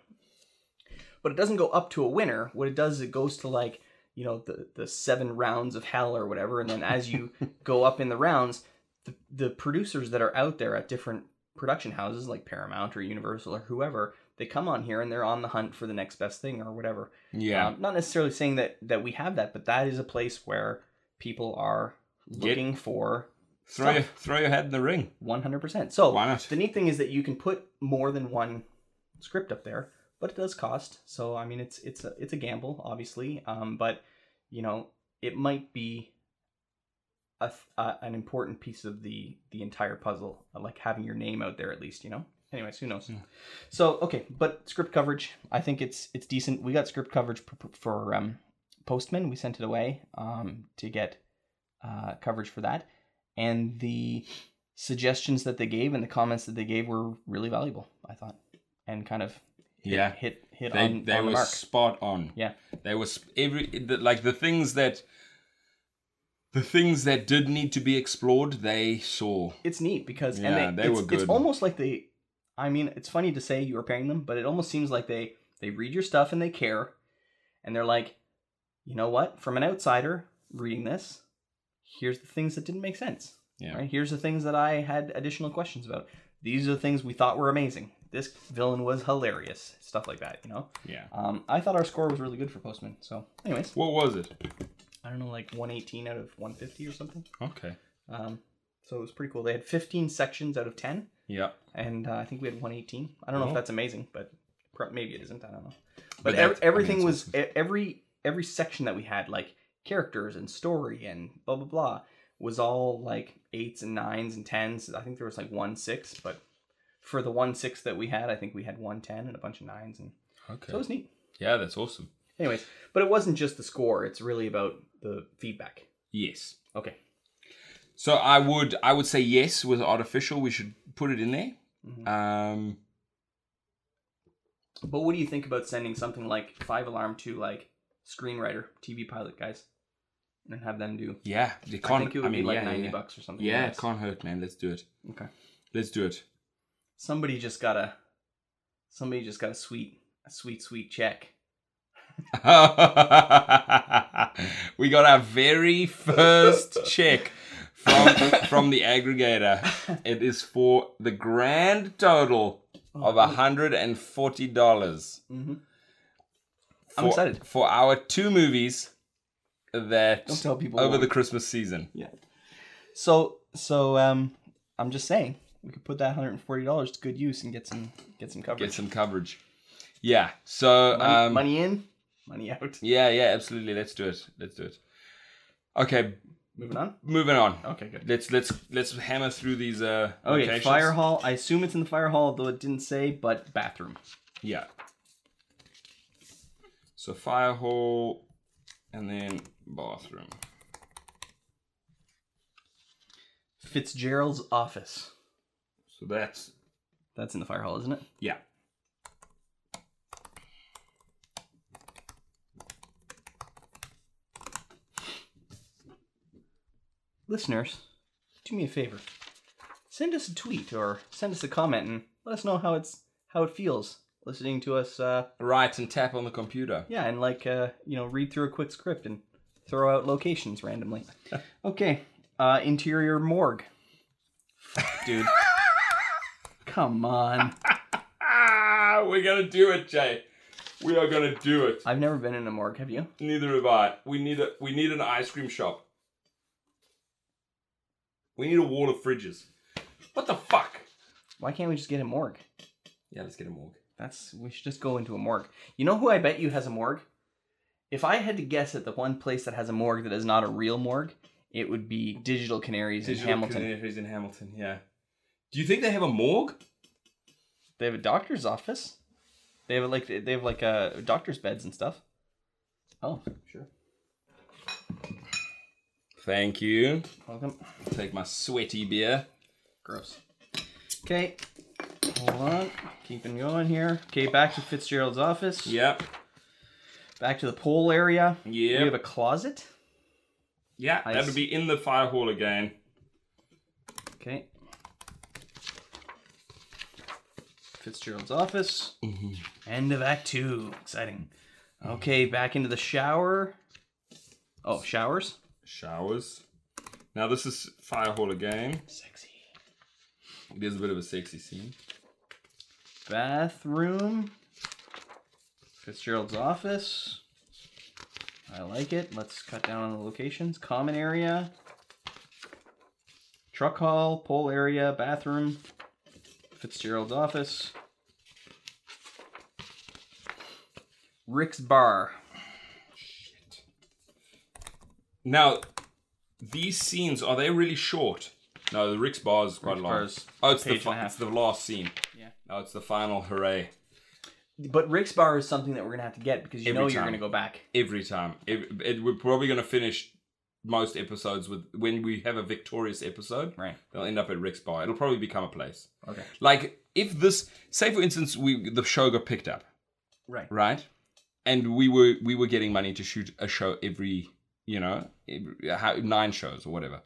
[SPEAKER 2] but it doesn't go up to a winner. What it does is it goes to like you know the the seven rounds of hell or whatever, and then as
[SPEAKER 1] [laughs]
[SPEAKER 2] you go up in the rounds, the, the producers that are out there at different production houses like Paramount or Universal or whoever, they come on here and they're on the hunt for the next best thing or whatever.
[SPEAKER 1] Yeah.
[SPEAKER 2] Um, not necessarily saying that that we have that, but that is a place where people are
[SPEAKER 1] Get-
[SPEAKER 2] looking for
[SPEAKER 1] throw your, throw your head in the ring.
[SPEAKER 2] 100%. So
[SPEAKER 1] Why not?
[SPEAKER 2] the neat thing is that you can put more than one script up there, but it does cost. So I mean, it's it's a, it's a gamble, obviously. Um, but you know, it might be a, th- uh, an important piece of the the entire puzzle, uh, like having your name out there at least. You know. Anyways, who knows?
[SPEAKER 1] Yeah.
[SPEAKER 2] So okay, but script coverage, I think it's it's decent. We got script coverage p- p- for um, Postman. We sent it away um, to get uh, coverage for that, and the suggestions that they gave and the comments that they gave were really valuable. I thought, and kind of hit
[SPEAKER 1] Yeah.
[SPEAKER 2] hit, hit
[SPEAKER 1] They,
[SPEAKER 2] on,
[SPEAKER 1] they
[SPEAKER 2] on
[SPEAKER 1] were
[SPEAKER 2] the mark.
[SPEAKER 1] spot on.
[SPEAKER 2] Yeah.
[SPEAKER 1] They were sp- every the, like the things that the things that did need to be explored. They saw.
[SPEAKER 2] It's neat because
[SPEAKER 1] Yeah,
[SPEAKER 2] and they,
[SPEAKER 1] they
[SPEAKER 2] it's,
[SPEAKER 1] were good.
[SPEAKER 2] It's almost like they. I mean, it's funny to say you were paying them, but it almost seems like they they read your stuff and they care, and they're like, you know what? From an outsider reading this, here's the things that didn't make sense.
[SPEAKER 1] Yeah.
[SPEAKER 2] Right. Here's the things that I had additional questions about. These are the things we thought were amazing. This villain was hilarious. Stuff like that, you know.
[SPEAKER 1] Yeah.
[SPEAKER 2] Um, I thought our score was really good for Postman. So, anyways,
[SPEAKER 1] What was it?
[SPEAKER 2] I don't know, like 118 out of 150 or something.
[SPEAKER 1] Okay.
[SPEAKER 2] Um, so it was pretty cool. They had 15 sections out of 10,
[SPEAKER 1] Yeah.
[SPEAKER 2] and uh, I think we had 118. I don't know
[SPEAKER 1] Oh.
[SPEAKER 2] if that's amazing, but pro- maybe it isn't. I don't know. But,
[SPEAKER 1] But
[SPEAKER 2] ev-
[SPEAKER 1] that's- I mean,
[SPEAKER 2] everything
[SPEAKER 1] it's
[SPEAKER 2] was
[SPEAKER 1] also-
[SPEAKER 2] e- every every section that we had, like characters and story and blah blah blah, was all like eights and nines and tens. I think there was like one six, but for the one six that we had, I think we had one ten and a bunch of nines, and
[SPEAKER 1] Okay.
[SPEAKER 2] so it was neat.
[SPEAKER 1] yeah, that's awesome.
[SPEAKER 2] Anyways, but it wasn't just the score, it's really about the feedback.
[SPEAKER 1] Yes.
[SPEAKER 2] Okay.
[SPEAKER 1] So I would I would say yes with artificial. We should put it in there.
[SPEAKER 2] Mhm.
[SPEAKER 1] Um,
[SPEAKER 2] But what do you think about sending something like Five Alarm to like screenwriter, TV pilot guys, and have them do?
[SPEAKER 1] yeah, it
[SPEAKER 2] I
[SPEAKER 1] can't.
[SPEAKER 2] think it would
[SPEAKER 1] mean,
[SPEAKER 2] be like
[SPEAKER 1] yeah,
[SPEAKER 2] ninety
[SPEAKER 1] yeah, yeah.
[SPEAKER 2] bucks or something.
[SPEAKER 1] Yeah,
[SPEAKER 2] like
[SPEAKER 1] it
[SPEAKER 2] that.
[SPEAKER 1] can't hurt, man. Let's do it.
[SPEAKER 2] Okay.
[SPEAKER 1] Let's do it. [laughs]
[SPEAKER 2] Somebody just got a, somebody just got a sweet, a sweet, sweet check.
[SPEAKER 1] we got our very first
[SPEAKER 2] [laughs]
[SPEAKER 1] check from from the aggregator. It is for the grand total
[SPEAKER 2] Oh,
[SPEAKER 1] of hundred and forty dollars.
[SPEAKER 2] Mm-hmm. I'm
[SPEAKER 1] for-
[SPEAKER 2] excited.
[SPEAKER 1] for our two movies that
[SPEAKER 2] Don't tell people
[SPEAKER 1] over
[SPEAKER 2] what.
[SPEAKER 1] the Christmas season.
[SPEAKER 2] Yeah. So so um, I'm just saying we could put that hundred and forty dollars to good use and get some get some coverage.
[SPEAKER 1] Get some coverage. Yeah. So
[SPEAKER 2] money,
[SPEAKER 1] um,
[SPEAKER 2] money in, money [laughs] out.
[SPEAKER 1] yeah, yeah, absolutely. Let's do it. Let's do it. Okay,
[SPEAKER 2] Moving on.
[SPEAKER 1] moving on.
[SPEAKER 2] Okay, good.
[SPEAKER 1] Let's let's let's hammer through these uh
[SPEAKER 2] Okay,
[SPEAKER 1] locations.
[SPEAKER 2] Oh, fire hall. I assume it's in the fire hall, although it didn't say, but bathroom.
[SPEAKER 1] Yeah. So fire hall and then bathroom.
[SPEAKER 2] Fitzgerald's office.
[SPEAKER 1] So that's
[SPEAKER 2] That's in the fire hall, isn't it?
[SPEAKER 1] yeah.
[SPEAKER 2] Listeners, do me a favor. Send us a tweet or send us a comment and let us know how it's how it feels listening to us. Uh,
[SPEAKER 1] Right and tap on the computer.
[SPEAKER 2] yeah, and like uh, you know, read through a quick script and throw out locations randomly. okay, uh, interior morgue. Fuck, Dude, come on.
[SPEAKER 1] Ah, we're gonna do it, Jay. We are gonna do it.
[SPEAKER 2] I've never been in a morgue. Have you?
[SPEAKER 1] Neither have I. We need a we need an ice cream shop. We need a wall of fridges. What the fuck?
[SPEAKER 2] Why can't we just get a morgue?
[SPEAKER 1] Yeah, let's get a morgue.
[SPEAKER 2] That's we should just go into a morgue. You know who I bet you has a morgue? If I had to guess at the one place that has a morgue that is not a real morgue, it would be Digital Canaries in Hamilton.
[SPEAKER 1] He's in Hamilton. Yeah. Do you think they have a morgue?
[SPEAKER 2] They have a doctor's office. They have like they have like uh, doctor's beds and stuff. Oh, sure.
[SPEAKER 1] Thank you.
[SPEAKER 2] Welcome.
[SPEAKER 1] Take my sweaty beer.
[SPEAKER 2] Gross. Okay. Hold on. Keeping going here. Okay, back to Fitzgerald's office.
[SPEAKER 1] Yep.
[SPEAKER 2] Back to the pool area. We have
[SPEAKER 1] Yep.
[SPEAKER 2] a closet.
[SPEAKER 1] Yeah.
[SPEAKER 2] I
[SPEAKER 1] That
[SPEAKER 2] s-
[SPEAKER 1] would be in the fire hall again.
[SPEAKER 2] Okay. Fitzgerald's office. End of Act Two. Exciting. Okay, back into the shower. Oh, showers.
[SPEAKER 1] Showers. Now this is fire hall again.
[SPEAKER 2] Sexy.
[SPEAKER 1] It is a bit of a sexy scene.
[SPEAKER 2] Bathroom. Fitzgerald's office. I like it. Let's cut down on the locations. Common area. Truck hall, pole area, bathroom. Fitzgerald's office. Rick's bar.
[SPEAKER 1] Now, these scenes are they really short? No, the Rick's bar is quite
[SPEAKER 2] Rick's
[SPEAKER 1] long.
[SPEAKER 2] bar is
[SPEAKER 1] oh, it's the
[SPEAKER 2] page
[SPEAKER 1] fi-
[SPEAKER 2] and a half.
[SPEAKER 1] it's the last scene.
[SPEAKER 2] Yeah.
[SPEAKER 1] No, it's the final hooray.
[SPEAKER 2] But Rick's bar is something that we're gonna have to get because you
[SPEAKER 1] Every
[SPEAKER 2] know you're
[SPEAKER 1] time.
[SPEAKER 2] gonna go back.
[SPEAKER 1] every time. Ev it, we're probably going to finish most episodes with when we have a victorious episode.
[SPEAKER 2] Right.
[SPEAKER 1] They'll end up at Rick's bar. It'll probably become a place.
[SPEAKER 2] Okay.
[SPEAKER 1] Like if this, say for instance, we the show got picked up,
[SPEAKER 2] Right.
[SPEAKER 1] right? And we were we were getting money to shoot a show every, you know, every, how, nine shows or whatever,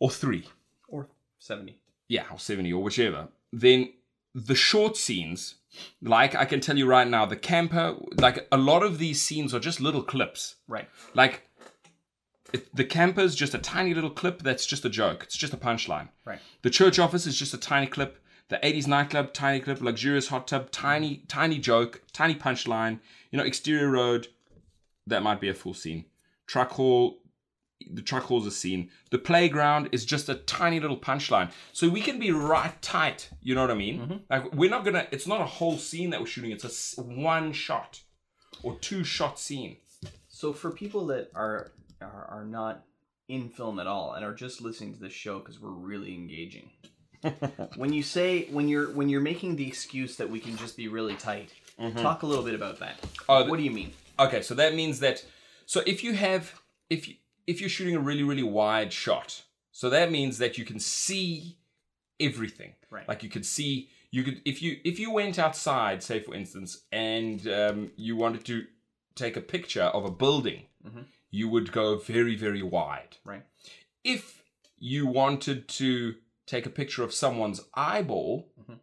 [SPEAKER 1] or three,
[SPEAKER 2] Or seventy.
[SPEAKER 1] yeah, or seventy or whichever. Then the short scenes, like I can tell you right now, the camper, like a lot of these scenes are just little clips.
[SPEAKER 2] Right.
[SPEAKER 1] Like, it, the camper's just a tiny little clip that's just a joke. It's just a punchline.
[SPEAKER 2] Right.
[SPEAKER 1] The church office is just a tiny clip. The 80s nightclub, tiny clip. Luxurious hot tub, tiny, tiny joke, tiny punchline. You know, exterior road, that might be a full scene. Truck hall, the truck hall's a scene. The playground is just a tiny little punchline. So we can be right tight. You know what I mean? Like, we're not gonna, it's not a whole scene that we're shooting, it's a s- one shot or two shot scene.
[SPEAKER 2] So for people that are are, are not in film at all and are just listening to this show because we're really engaging. when you say when you're when you're making the excuse that we can just be really tight, talk a little bit about that.
[SPEAKER 1] Oh, the-
[SPEAKER 2] what do you mean?
[SPEAKER 1] Okay, so that means that so if you have if you if you're shooting a really really wide shot, so that means that you can see everything.
[SPEAKER 2] Right.
[SPEAKER 1] Like you could see you could if you if you went outside, say for instance, and um, you wanted to take a picture of a building,
[SPEAKER 2] Mhm.
[SPEAKER 1] you would go very very wide.
[SPEAKER 2] Right.
[SPEAKER 1] If you wanted to take a picture of someone's eyeball,
[SPEAKER 2] Mhm.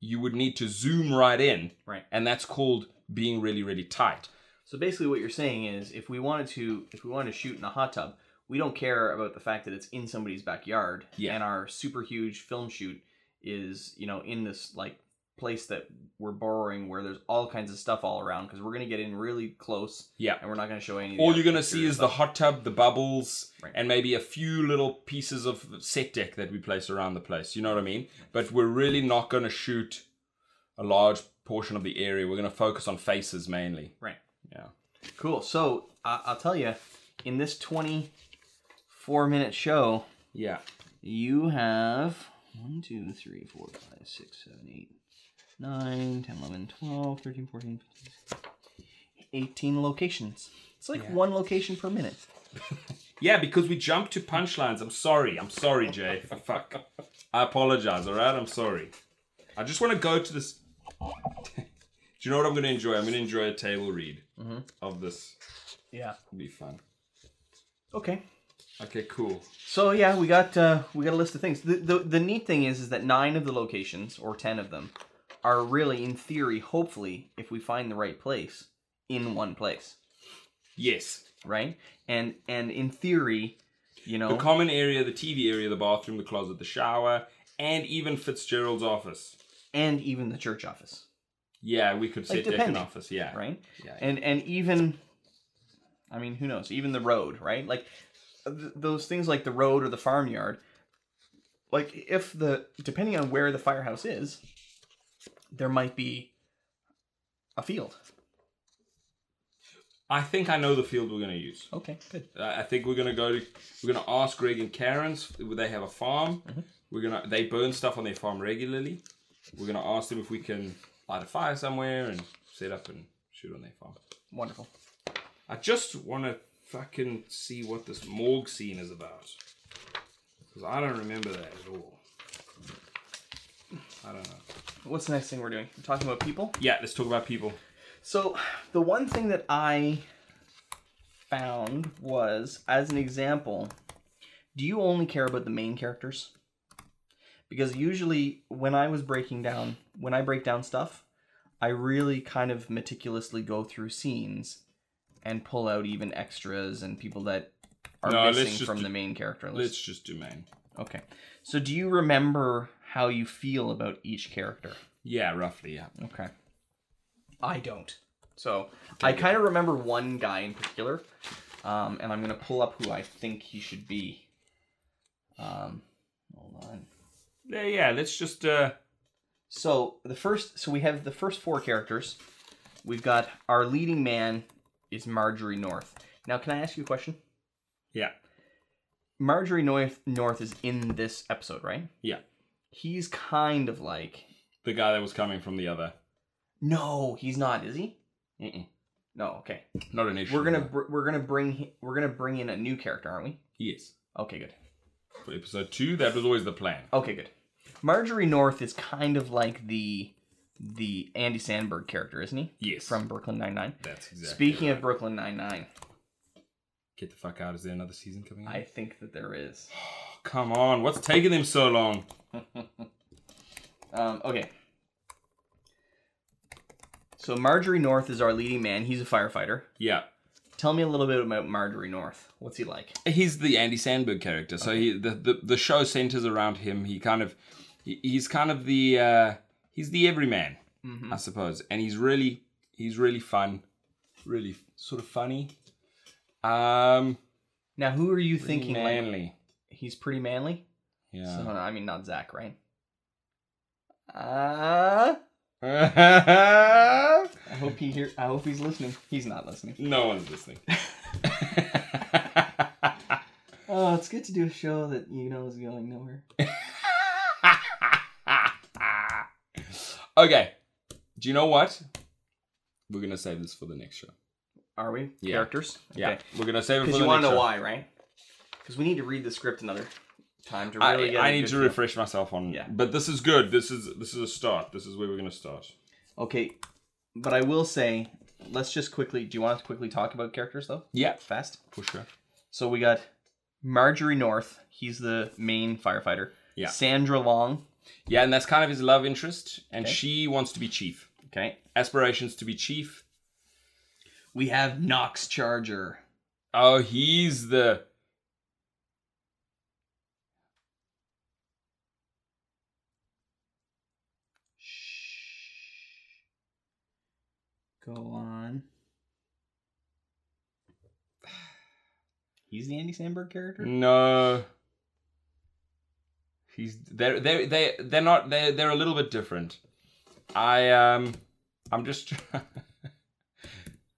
[SPEAKER 1] you would need to zoom right in,
[SPEAKER 2] Right.
[SPEAKER 1] and that's called being really really tight.
[SPEAKER 2] So basically, what you're saying is, if we wanted to, if we wanted to shoot in a hot tub, we don't care about the fact that it's in somebody's backyard,
[SPEAKER 1] Yeah.
[SPEAKER 2] and our super huge film shoot is, you know, in this like place that we're borrowing where there's all kinds of stuff all around because we're gonna get in really close,
[SPEAKER 1] Yeah.
[SPEAKER 2] and we're not gonna show any. of the
[SPEAKER 1] All you're
[SPEAKER 2] other
[SPEAKER 1] gonna see
[SPEAKER 2] exterior
[SPEAKER 1] is the
[SPEAKER 2] stuff.
[SPEAKER 1] hot tub, the bubbles,
[SPEAKER 2] Right.
[SPEAKER 1] and maybe a few little pieces of set deck that we place around the place. You know what I mean? But we're really not gonna shoot a large portion of the area. We're gonna focus on faces mainly.
[SPEAKER 2] right.
[SPEAKER 1] Yeah.
[SPEAKER 2] Cool. So I I'll tell you, in this 24 minute show,
[SPEAKER 1] Yeah.
[SPEAKER 2] You have 1, 2, 3, 4, 5, 6, 7, 8, 9, 10, 11, 12, 13, 14, 15, 18 locations. It's like one location per minute.
[SPEAKER 1] Yeah, because we jumped to punchlines. I'm sorry. I'm sorry, Jay. [laughs] For fuck. I apologize, alright? I'm sorry. I just wanna go to this. [laughs] Do you know what I'm gonna enjoy? I'm gonna enjoy a table read of this.
[SPEAKER 2] Yeah.
[SPEAKER 1] It'll be fun.
[SPEAKER 2] Okay.
[SPEAKER 1] Okay, cool.
[SPEAKER 2] So yeah, we got uh, we got a list of things. The, the the neat thing is is that nine of the locations or ten of them are really in theory, hopefully, if we find the right place, in one place,
[SPEAKER 1] Yes.
[SPEAKER 2] right? And and in theory, you know,
[SPEAKER 1] The common area, the TV area, the bathroom, the closet, the shower, and even Fitzgerald's office.
[SPEAKER 2] and even the church office.
[SPEAKER 1] Yeah, we could set deck an
[SPEAKER 2] depending,
[SPEAKER 1] office. Yeah.
[SPEAKER 2] right?
[SPEAKER 1] Yeah.
[SPEAKER 2] And and even, I mean, who knows? Even the road, right? Like th- those things, like the road or the farmyard. Like if the depending on where the firehouse is, there might be a field.
[SPEAKER 1] I think I know the field we're going to use.
[SPEAKER 2] Okay, good.
[SPEAKER 1] I I think we're going to go to. We're going to ask Greg and Karen's. Would they have a farm?
[SPEAKER 2] Mm-hmm.
[SPEAKER 1] We're gonna. They burn stuff on their farm regularly. We're going to ask them if we can light a fire somewhere and set up and shoot on their farm.
[SPEAKER 2] Wonderful.
[SPEAKER 1] I just want to fucking see what this morgue scene is about. Because I don't remember that at all. I don't know.
[SPEAKER 2] What's the next thing we're doing? We're talking about people.
[SPEAKER 1] Yeah, let's talk about people.
[SPEAKER 2] So, the one thing that I found was, as an example, do you only care about the main characters? because usually when I was breaking down, when I break down stuff, I really kind of meticulously go through scenes and pull out even extras and people that are
[SPEAKER 1] No, let's
[SPEAKER 2] missing
[SPEAKER 1] just
[SPEAKER 2] from
[SPEAKER 1] do-
[SPEAKER 2] the main character list.
[SPEAKER 1] Let's just do main.
[SPEAKER 2] Okay. So do you remember how you feel about each character?
[SPEAKER 1] Yeah, roughly. Yeah.
[SPEAKER 2] Okay. I don't. So I kind of remember one guy in particular, um, and I'm gonna pull up who I think he should be. Um, hold on.
[SPEAKER 1] Yeah, yeah. Let's just. Uh,
[SPEAKER 2] So the first, so we have the first four characters. We've got our leading man is Marjorie North. Now, can I ask you a question?
[SPEAKER 1] yeah.
[SPEAKER 2] Marjorie North North is in this episode, right?
[SPEAKER 1] Yeah.
[SPEAKER 2] He's kind of like
[SPEAKER 1] The guy that was coming from the other.
[SPEAKER 2] no, he's not, is he?
[SPEAKER 1] Mm-mm.
[SPEAKER 2] No, okay.
[SPEAKER 1] Not an issue.
[SPEAKER 2] We're gonna br- we're gonna bring hi- we're gonna bring in a new character, aren't we?
[SPEAKER 1] Yes.
[SPEAKER 2] Okay, good.
[SPEAKER 1] For episode two, that was always the plan.
[SPEAKER 2] Okay, good. Marjorie North is kind of like the the Andy Sandberg character, isn't he?
[SPEAKER 1] Yes.
[SPEAKER 2] From Brooklyn Nine Nine.
[SPEAKER 1] That's exactly.
[SPEAKER 2] Speaking
[SPEAKER 1] right.
[SPEAKER 2] of Brooklyn Nine Nine,
[SPEAKER 1] Get the fuck out. Is there another season coming?
[SPEAKER 2] I think that there is.
[SPEAKER 1] Oh, come on. What's taking them so long?
[SPEAKER 2] Um, okay. So Marjorie North is our leading man. He's a firefighter.
[SPEAKER 1] Yeah.
[SPEAKER 2] Tell me a little bit about Marjorie North. What's he like?
[SPEAKER 1] He's the Andy Sandberg character. So he the, the the show centers around him. He kind of he, he's kind of the uh he's the everyman,
[SPEAKER 2] Mhm.
[SPEAKER 1] I suppose. And he's really he's really fun. Really sort of funny. Um
[SPEAKER 2] Now, who are you thinking? Like,
[SPEAKER 1] manly.
[SPEAKER 2] he's pretty manly.
[SPEAKER 1] Yeah. [laughs]
[SPEAKER 2] So, I mean, not Zach, right? Uh, I hope he hear. I hope he's listening. He's not listening.
[SPEAKER 1] no one's
[SPEAKER 2] [laughs]
[SPEAKER 1] listening.
[SPEAKER 2] Oh, it's good to do a show that you know is going nowhere.
[SPEAKER 1] okay. Do you know what? We're gonna save this for the next show.
[SPEAKER 2] Are we
[SPEAKER 1] Yeah.
[SPEAKER 2] characters?
[SPEAKER 1] Yeah, we're gonna save it for
[SPEAKER 2] Because
[SPEAKER 1] the
[SPEAKER 2] you want
[SPEAKER 1] next
[SPEAKER 2] to know
[SPEAKER 1] show.
[SPEAKER 2] why, right? Because we need to read the script another time to
[SPEAKER 1] I,
[SPEAKER 2] really get.
[SPEAKER 1] I
[SPEAKER 2] a
[SPEAKER 1] need
[SPEAKER 2] good
[SPEAKER 1] to
[SPEAKER 2] feel.
[SPEAKER 1] refresh myself on.
[SPEAKER 2] Yeah.
[SPEAKER 1] But this is good. This is this is a start. This is where we're gonna start.
[SPEAKER 2] Okay, but I will say, let's just quickly. Do you want to quickly talk about characters though?
[SPEAKER 1] Yeah,
[SPEAKER 2] Fast.
[SPEAKER 1] for sure.
[SPEAKER 2] So we got Marjorie North. He's the main firefighter.
[SPEAKER 1] Yeah.
[SPEAKER 2] Sandra Long.
[SPEAKER 1] Yeah, and that's kind of his love interest, and
[SPEAKER 2] Okay.
[SPEAKER 1] she wants to be chief.
[SPEAKER 2] Okay.
[SPEAKER 1] Aspirations to be chief.
[SPEAKER 2] We have Knox Charger.
[SPEAKER 1] Oh, he's the.
[SPEAKER 2] Go on. [sighs] He's the Andy Sandberg character.
[SPEAKER 1] No. He's they're they they they're not they they're a little bit different. I um I'm just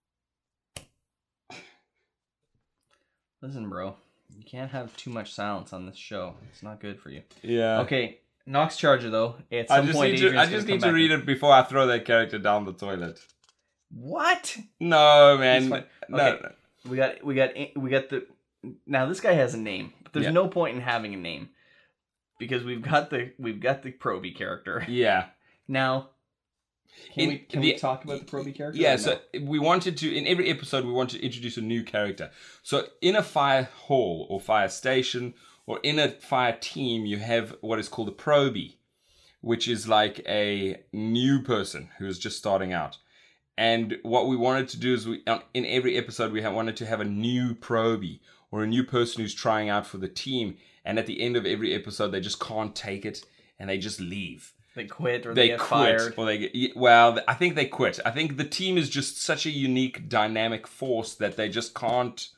[SPEAKER 1] [laughs]
[SPEAKER 2] Listen, bro, you can't have too much silence on this show. It's not good for you.
[SPEAKER 1] yeah.
[SPEAKER 2] Okay, Knox Charger though. At
[SPEAKER 1] Uh, I
[SPEAKER 2] some
[SPEAKER 1] just
[SPEAKER 2] point,
[SPEAKER 1] need to I
[SPEAKER 2] Adrian's
[SPEAKER 1] just
[SPEAKER 2] gonna
[SPEAKER 1] need
[SPEAKER 2] come
[SPEAKER 1] to
[SPEAKER 2] back
[SPEAKER 1] read
[SPEAKER 2] and-
[SPEAKER 1] it before I throw that character down the toilet.
[SPEAKER 2] What?
[SPEAKER 1] No man.
[SPEAKER 2] It's fine.
[SPEAKER 1] No.
[SPEAKER 2] Okay. We got we got we got the now this guy has a name, but there's
[SPEAKER 1] Yeah.
[SPEAKER 2] no point in having a name because we've got the we've got the Proby character. [laughs]
[SPEAKER 1] Yeah.
[SPEAKER 2] Now can
[SPEAKER 1] In
[SPEAKER 2] we can
[SPEAKER 1] the-
[SPEAKER 2] we talk about the Proby character?
[SPEAKER 1] Yeah,
[SPEAKER 2] or
[SPEAKER 1] so
[SPEAKER 2] no?
[SPEAKER 1] we wanted to in every episode we want to introduce a new character. So in a fire hall or fire station or in a fire team, you have what is called a probie, which is like a new person who is just starting out. And what we wanted to do is we on- in every episode we ha- wanted to have a new probie or a new person who's trying out for the team. And at the end of every episode, they just can't take it and they just leave
[SPEAKER 2] they quit or they,
[SPEAKER 1] they
[SPEAKER 2] get
[SPEAKER 1] quit
[SPEAKER 2] fired.
[SPEAKER 1] or they get y- well i think they quit i think the team is just such a unique dynamic force that they just can't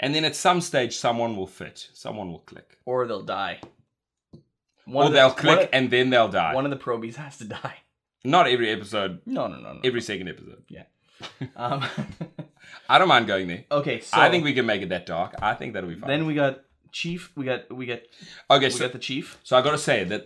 [SPEAKER 1] and then at some stage someone will fit someone will click
[SPEAKER 2] or they'll die.
[SPEAKER 1] or
[SPEAKER 2] of the-
[SPEAKER 1] they'll
[SPEAKER 2] one
[SPEAKER 1] click
[SPEAKER 2] of-
[SPEAKER 1] and then they'll die
[SPEAKER 2] one of the probies has to die. [laughs]
[SPEAKER 1] not every episode
[SPEAKER 2] No, no, no, no.
[SPEAKER 1] every second episode
[SPEAKER 2] um, [laughs]
[SPEAKER 1] i don't mind going there
[SPEAKER 2] okay, so
[SPEAKER 1] i think we can make it that dark i think that'll be fine
[SPEAKER 2] then we got chief. We got we got
[SPEAKER 1] okay
[SPEAKER 2] we
[SPEAKER 1] so
[SPEAKER 2] got the chief.
[SPEAKER 1] So I gotta say that,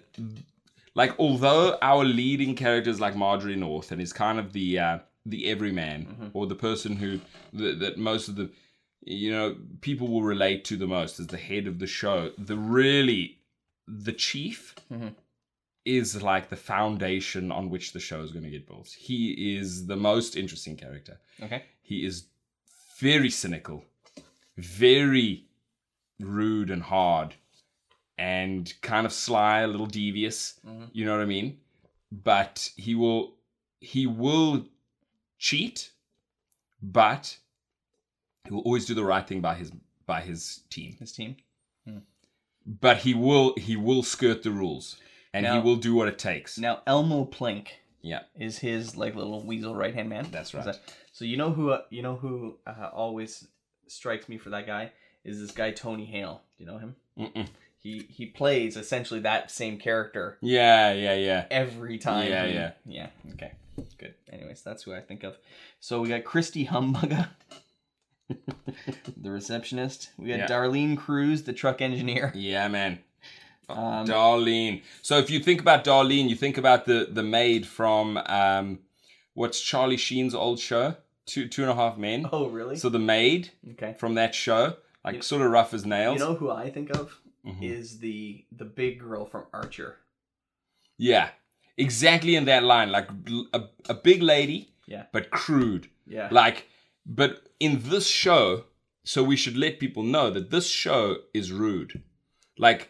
[SPEAKER 1] like, although our leading characters like Marjorie North and is kind of the uh, the everyman or the person who that, that most of the you know people will relate to the most as the head of the show, the really the chief
[SPEAKER 2] Mhm.
[SPEAKER 1] is like the foundation on which the show is going to get built. He is the most interesting character.
[SPEAKER 2] Okay.
[SPEAKER 1] He is very cynical, very rude and hard, and kind of sly, a little devious.
[SPEAKER 2] Mhm.
[SPEAKER 1] You know what I mean? But he will he will cheat, but he will always do the right thing by his by his team.
[SPEAKER 2] His team.
[SPEAKER 1] But he will he will skirt the rules. And he
[SPEAKER 2] Now-
[SPEAKER 1] will do what it takes.
[SPEAKER 2] Now Elmo Plink
[SPEAKER 1] Yeah.
[SPEAKER 2] is his like little weasel right hand man.
[SPEAKER 1] That's
[SPEAKER 2] Is
[SPEAKER 1] right.
[SPEAKER 2] that- so you know who uh, you know who uh, always strikes me for that guy is this guy Tony Hale. Do you know him?
[SPEAKER 1] Mm-mm.
[SPEAKER 2] He he plays essentially that same character
[SPEAKER 1] Yeah, yeah, yeah.
[SPEAKER 2] every time.
[SPEAKER 1] Yeah,
[SPEAKER 2] he-
[SPEAKER 1] yeah.
[SPEAKER 2] yeah. Okay, good. Anyways, that's who I think of. So we got Christy Humbugger, [laughs] the receptionist. We got
[SPEAKER 1] Yeah.
[SPEAKER 2] Darlene Cruz, the
[SPEAKER 1] [laughs]
[SPEAKER 2] truck engineer.
[SPEAKER 1] Yeah, man.
[SPEAKER 2] Um,
[SPEAKER 1] Darlene. So if you think about Darlene, you think about the the maid from um, what's Charlie Sheen's old show, Two Two and a Half Men.
[SPEAKER 2] oh, really?
[SPEAKER 1] So the maid
[SPEAKER 2] okay.
[SPEAKER 1] from that show, like
[SPEAKER 2] You-
[SPEAKER 1] sort of rough as
[SPEAKER 2] You
[SPEAKER 1] nails.
[SPEAKER 2] know who I think of
[SPEAKER 1] Mhm.
[SPEAKER 2] is the the big girl from Archer.
[SPEAKER 1] Yeah, exactly in that line, like bl- a, a big lady,
[SPEAKER 2] Yeah.
[SPEAKER 1] but crude.
[SPEAKER 2] Yeah.
[SPEAKER 1] Like, but in this show, so we should let people know that this show is rude. Like,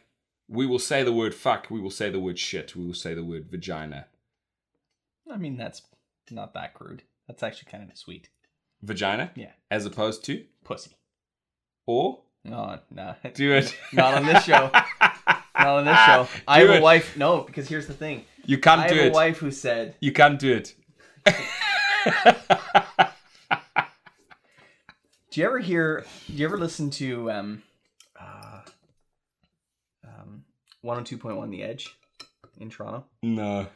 [SPEAKER 1] we will say the word fuck, we will say the word shit, we will say the word vagina.
[SPEAKER 2] I mean, that's not that crude. That's actually kind of sweet.
[SPEAKER 1] Vagina?
[SPEAKER 2] Yeah.
[SPEAKER 1] As opposed to
[SPEAKER 2] Pussy.
[SPEAKER 1] or
[SPEAKER 2] No, no.
[SPEAKER 1] do it.
[SPEAKER 2] Not on this show. Not on this
[SPEAKER 1] [laughs]
[SPEAKER 2] show. I have
[SPEAKER 1] Do
[SPEAKER 2] a
[SPEAKER 1] it.
[SPEAKER 2] wife. No, because here's the thing.
[SPEAKER 1] [laughs] You can't
[SPEAKER 2] I
[SPEAKER 1] do
[SPEAKER 2] have a
[SPEAKER 1] it.
[SPEAKER 2] wife who said,
[SPEAKER 1] You can't do it. [laughs]
[SPEAKER 2] "Do you ever hear? Do you ever listen to um, uh, um, one hundred two point one The Edge in Toronto?"
[SPEAKER 1] No.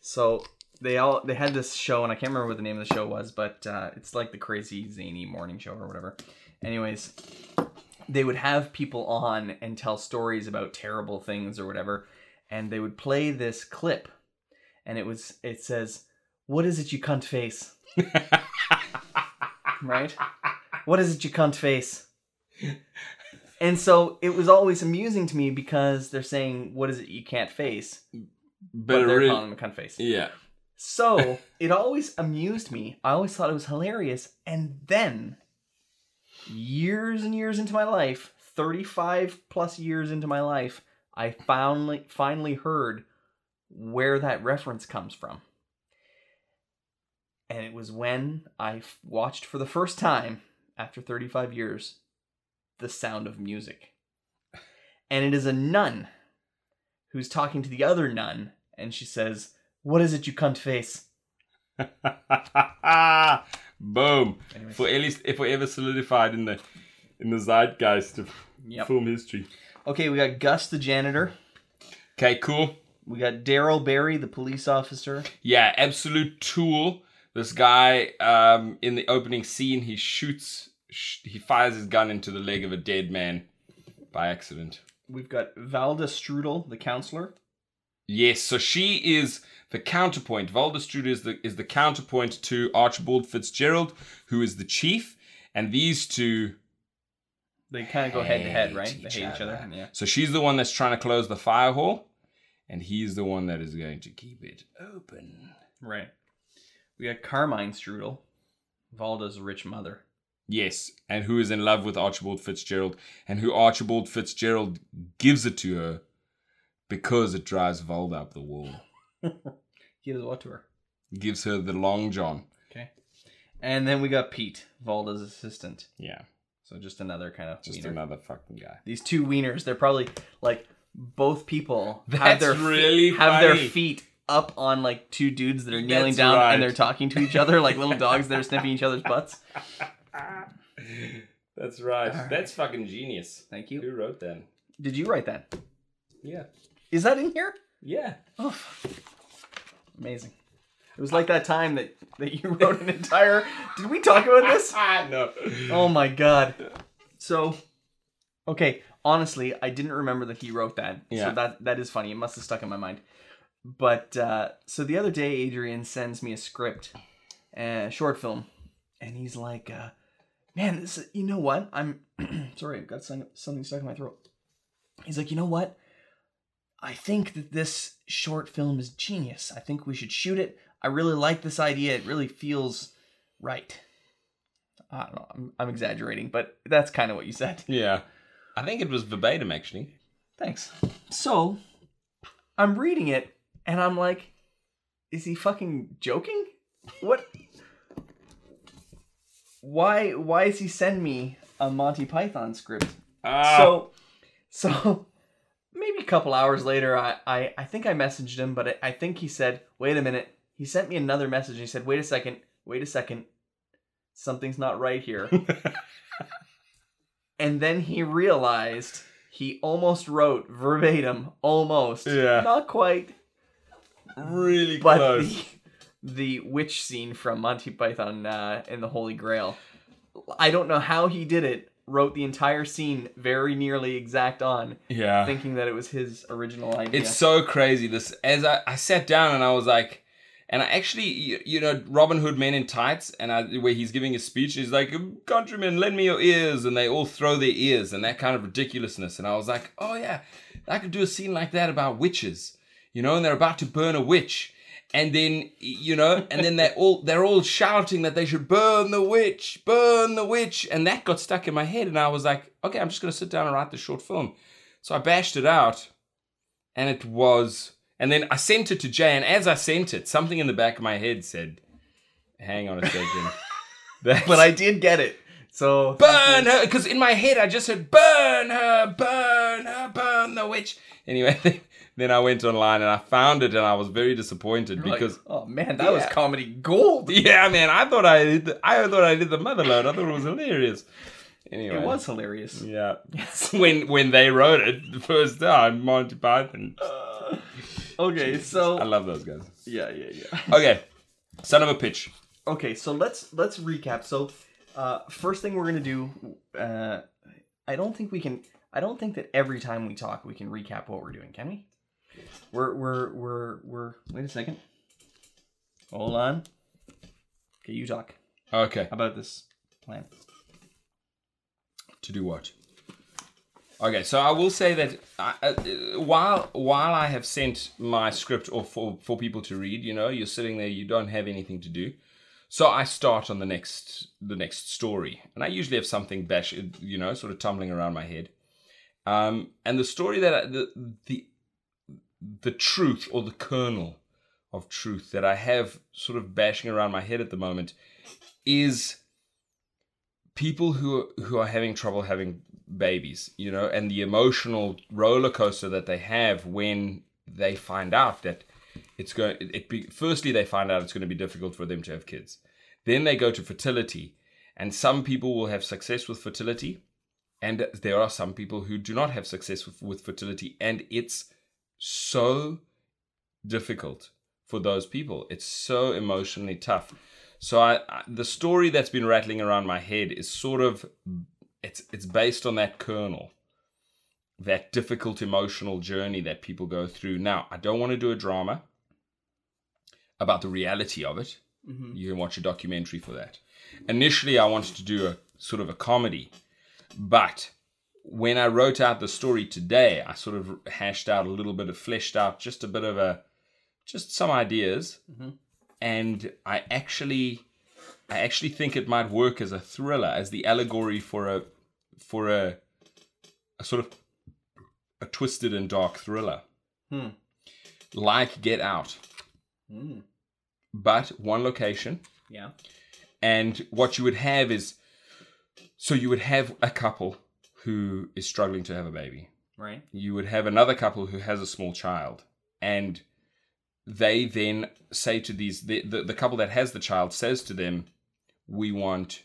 [SPEAKER 2] So they all they had this show, and I can't remember what the name of the show was, but uh, it's like the crazy zany morning show or whatever. Anyways, they would have people on and tell stories about terrible things or whatever, and they would play this clip, and it was it says, "What is it you cunt face?" right? What is it you cunt face? And so it was always amusing to me because they're saying, "What is it you can't face?" But,
[SPEAKER 1] But,
[SPEAKER 2] they're
[SPEAKER 1] really,
[SPEAKER 2] calling him a cunt face. [laughs]
[SPEAKER 1] yeah.
[SPEAKER 2] So it always amused me. I always thought it was hilarious. And then, years and years into my life, 35 plus years into my life, I finally finally heard where that reference comes from. And it was when I f- watched for the first time after 35 years The Sound of Music. And it is a nun who's talking to the other nun and she says, what is it you cunt face?
[SPEAKER 1] Boom.
[SPEAKER 2] Anyway.
[SPEAKER 1] For at least forever solidified in the in the zeitgeist of
[SPEAKER 2] Yep.
[SPEAKER 1] film history.
[SPEAKER 2] Okay, we got Gus the janitor.
[SPEAKER 1] Okay, cool.
[SPEAKER 2] We got Daryl Barry, the police officer.
[SPEAKER 1] Yeah, absolute tool. This guy um, in the opening scene, he shoots, sh- he fires his gun into the leg of a dead man by accident.
[SPEAKER 2] We've got Valda Strudel, the counselor.
[SPEAKER 1] Yes, so she is the counterpoint. Valdestrud is the is the counterpoint to Archibald Fitzgerald, who is the chief, and these two.
[SPEAKER 2] They kind of go head to head,
[SPEAKER 1] Hate
[SPEAKER 2] right? They
[SPEAKER 1] each
[SPEAKER 2] hate each other.
[SPEAKER 1] other.
[SPEAKER 2] Yeah.
[SPEAKER 1] So she's the one that's trying to close the fire hall, and he's the one that is going to keep it open.
[SPEAKER 2] Right. We got Carmine Strudel, Valda's rich mother.
[SPEAKER 1] Yes, and who is in love with Archibald Fitzgerald, and who Archibald Fitzgerald gives it to her because it drives Valda up the wall,
[SPEAKER 2] He does what to her?
[SPEAKER 1] gives her the long john.
[SPEAKER 2] Okay. And then we got Pete, Valda's assistant.
[SPEAKER 1] Yeah,
[SPEAKER 2] So just another kind of
[SPEAKER 1] just
[SPEAKER 2] wiener.
[SPEAKER 1] another fucking guy.
[SPEAKER 2] These two wieners, they're probably like both people have
[SPEAKER 1] That's
[SPEAKER 2] their feet-
[SPEAKER 1] really
[SPEAKER 2] have their
[SPEAKER 1] funny.
[SPEAKER 2] feet up on like two dudes that are kneeling
[SPEAKER 1] That's
[SPEAKER 2] down
[SPEAKER 1] right.
[SPEAKER 2] and they're talking to each other like little
[SPEAKER 1] [laughs]
[SPEAKER 2] dogs that are sniffing each other's butts.
[SPEAKER 1] That's right.
[SPEAKER 2] Alright.
[SPEAKER 1] That's fucking genius.
[SPEAKER 2] Thank you.
[SPEAKER 1] wrote that?
[SPEAKER 2] Did you write that?
[SPEAKER 1] Yeah.
[SPEAKER 2] Is that in here?
[SPEAKER 1] Yeah.
[SPEAKER 2] Oh, amazing. It was like that time that that you wrote an entire. Did we talk about this?
[SPEAKER 1] Ah, no.
[SPEAKER 2] Oh my god. So, okay. Honestly, I didn't remember that he wrote that.
[SPEAKER 1] Yeah.
[SPEAKER 2] So that that is funny. It must have stuck in my mind. But uh, so the other day, Adrian sends me a script, a short film, and he's like, uh, "Man, this is, you know what? I'm [clears throat] sorry. I've got some, something stuck in my throat." He's like, "You know what? I think that this short film is genius. I think we should shoot it. I really like this idea. It really feels right." I don't know. I'm, I'm exaggerating, but that's kind of what you said. [laughs]
[SPEAKER 1] Yeah. I think it was verbatim, actually.
[SPEAKER 2] Thanks. So, I'm reading it and I'm like, is he fucking joking? What? Why? Why is he send me a Monty Python script?
[SPEAKER 1] Ah,
[SPEAKER 2] So, so [laughs] maybe a couple hours later, I, I, I think I messaged him, but I, I think he said, wait a minute. He sent me another message. And he said, wait a second, wait a second. Something's not right
[SPEAKER 1] [laughs]
[SPEAKER 2] here. and then he realized he almost wrote verbatim, almost.
[SPEAKER 1] Yeah.
[SPEAKER 2] Not quite,
[SPEAKER 1] really
[SPEAKER 2] but
[SPEAKER 1] close.
[SPEAKER 2] the, the witch scene from Monty Python uh, and the Holy Grail. I don't know how he did it. Wrote the entire scene very nearly exact on,
[SPEAKER 1] yeah.
[SPEAKER 2] thinking that it was his original idea.
[SPEAKER 1] It's so crazy. This as I, I sat down and I was like, and I actually you, you know Robin Hood Men in Tights and I, where he's giving his speech he's like, "Countrymen, lend me your ears," and they all throw their ears and that kind of ridiculousness. And I was like, "Oh yeah, I could do a scene like that about witches, you know, and they're about to burn a witch." And then you know, and then they all they're all shouting that they should burn the witch, burn the witch, and that got stuck in my head. And I was like, okay, I'm just gonna sit down and write this short film. So I bashed it out, and it was and then i sent it to jay and as i sent it something in the back of my head said hang on a
[SPEAKER 2] [laughs]
[SPEAKER 1] second That's,
[SPEAKER 2] but I did get it. So
[SPEAKER 1] burn her because in my head i just said burn her burn her burn the witch anyway [laughs] then, then i went online and i found it and i was very disappointed
[SPEAKER 2] Like,
[SPEAKER 1] because
[SPEAKER 2] oh man, that was
[SPEAKER 1] Yeah.
[SPEAKER 2] comedy
[SPEAKER 1] [laughs]
[SPEAKER 2] gold.
[SPEAKER 1] yeah man i thought i did the, i thought i did the mother load i thought it was hilarious anyway
[SPEAKER 2] It was hilarious. [laughs]
[SPEAKER 1] yeah when when they wrote it the first time monty
[SPEAKER 2] [laughs]
[SPEAKER 1] python
[SPEAKER 2] Uh, okay,
[SPEAKER 1] i
[SPEAKER 2] so
[SPEAKER 1] love those guys
[SPEAKER 2] yeah, yeah, yeah.
[SPEAKER 1] okay son of a pitch
[SPEAKER 2] [laughs] okay so let's let's recap so uh first thing we're gonna do uh i don't think we can i don't think that every time we talk we can recap what we're doing can we we're we're we're we're wait a second hold on okay you talk
[SPEAKER 1] okay
[SPEAKER 2] about this plan
[SPEAKER 1] To do what? Okay, so I will say that I, uh, while while I have sent my script or for for people to read, you know, you're sitting there, you don't have anything to do, so I start on the next the next story, and I usually have something bash, you know, sort of tumbling around my head, um, and the story that I, the the the truth or the kernel of truth that I have sort of bashing around my head at the moment is people who who are having trouble having babies, you know, and the emotional roller coaster that they have when they find out that it's going. It, it be, firstly, they find out it's going to be difficult for them to have kids. Then they go to fertility, and some people will have success with fertility, and there are some people who do not have success with, with fertility, and it's so difficult for those people. It's so emotionally tough. So I, I the story that's been rattling around my head is sort of it's it's based on that kernel. That difficult emotional journey that people go through. Now, I don't want to do a drama about the reality of it.
[SPEAKER 2] Mhm.
[SPEAKER 1] You can watch a documentary for that. Initially, I wanted to do a sort of a comedy, but when I wrote out the story today, I sort of hashed out a little bit of fleshed out just a bit of a just some ideas
[SPEAKER 2] Mhm.
[SPEAKER 1] and I actually I actually think it might work as a thriller as the allegory for a for a a sort of a twisted and dark thriller
[SPEAKER 2] Hmm.
[SPEAKER 1] like Get Out
[SPEAKER 2] Mm,
[SPEAKER 1] but one location
[SPEAKER 2] yeah
[SPEAKER 1] and what you would have is so you would have a couple who is struggling to have a baby
[SPEAKER 2] right
[SPEAKER 1] you would have another couple who has a small child and they then say to these the, the, the couple that has the child says to them we want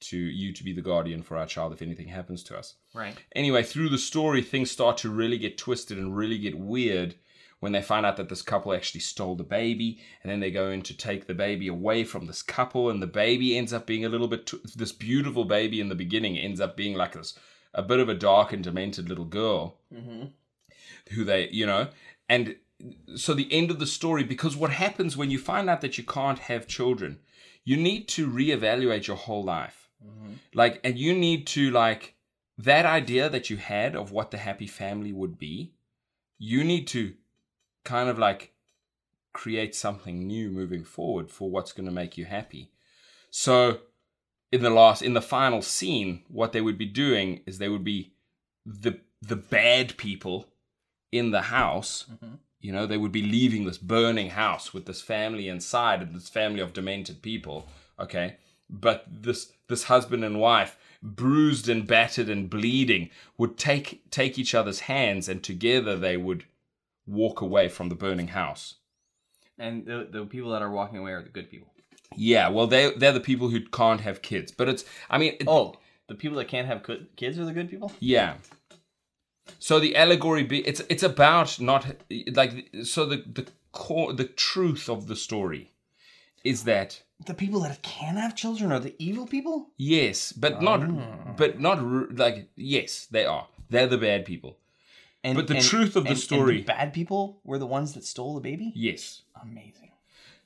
[SPEAKER 1] to you to be the guardian for our child if anything happens to us
[SPEAKER 2] right
[SPEAKER 1] anyway through the story things start to really get twisted and really get weird when they find out that this couple actually stole the baby and then they go in to take the baby away from this couple and the baby ends up being a little bit tw- this beautiful baby in the beginning ends up being like this a bit of a dark and demented little girl
[SPEAKER 2] mm-hmm.
[SPEAKER 1] who they you know and so the end of the story because what happens when you find out that you can't have children you need to reevaluate your whole life
[SPEAKER 2] Mm-hmm.
[SPEAKER 1] like and you need to like that idea that you had of what the happy family would be you need to kind of like create something new moving forward for what's going to make you happy so in the last in the final scene what they would be doing is they would be the the bad people in the house. You know, they would be leaving this burning house with this family inside and this family of demented people. Okay, but this this husband and wife, bruised and battered and bleeding, would take take each other's hands and together they would walk away from the burning house.
[SPEAKER 2] And the, the people that are walking away are the good people.
[SPEAKER 1] Yeah, well, they they're the people who can't have kids, but it's I mean, it-
[SPEAKER 2] Oh, [laughs] the people that can't have good kids are the good people.
[SPEAKER 1] Yeah. So the allegory be it's it's about not like so the the core the truth of the story is that
[SPEAKER 2] The people that can have children are the evil people.
[SPEAKER 1] yes, but not but not ru- like yes, they are. They're the bad people.
[SPEAKER 2] And
[SPEAKER 1] But the
[SPEAKER 2] and-
[SPEAKER 1] truth of the
[SPEAKER 2] and- and
[SPEAKER 1] story-
[SPEAKER 2] bad people were the ones that stole the baby.
[SPEAKER 1] Yes.
[SPEAKER 2] Amazing.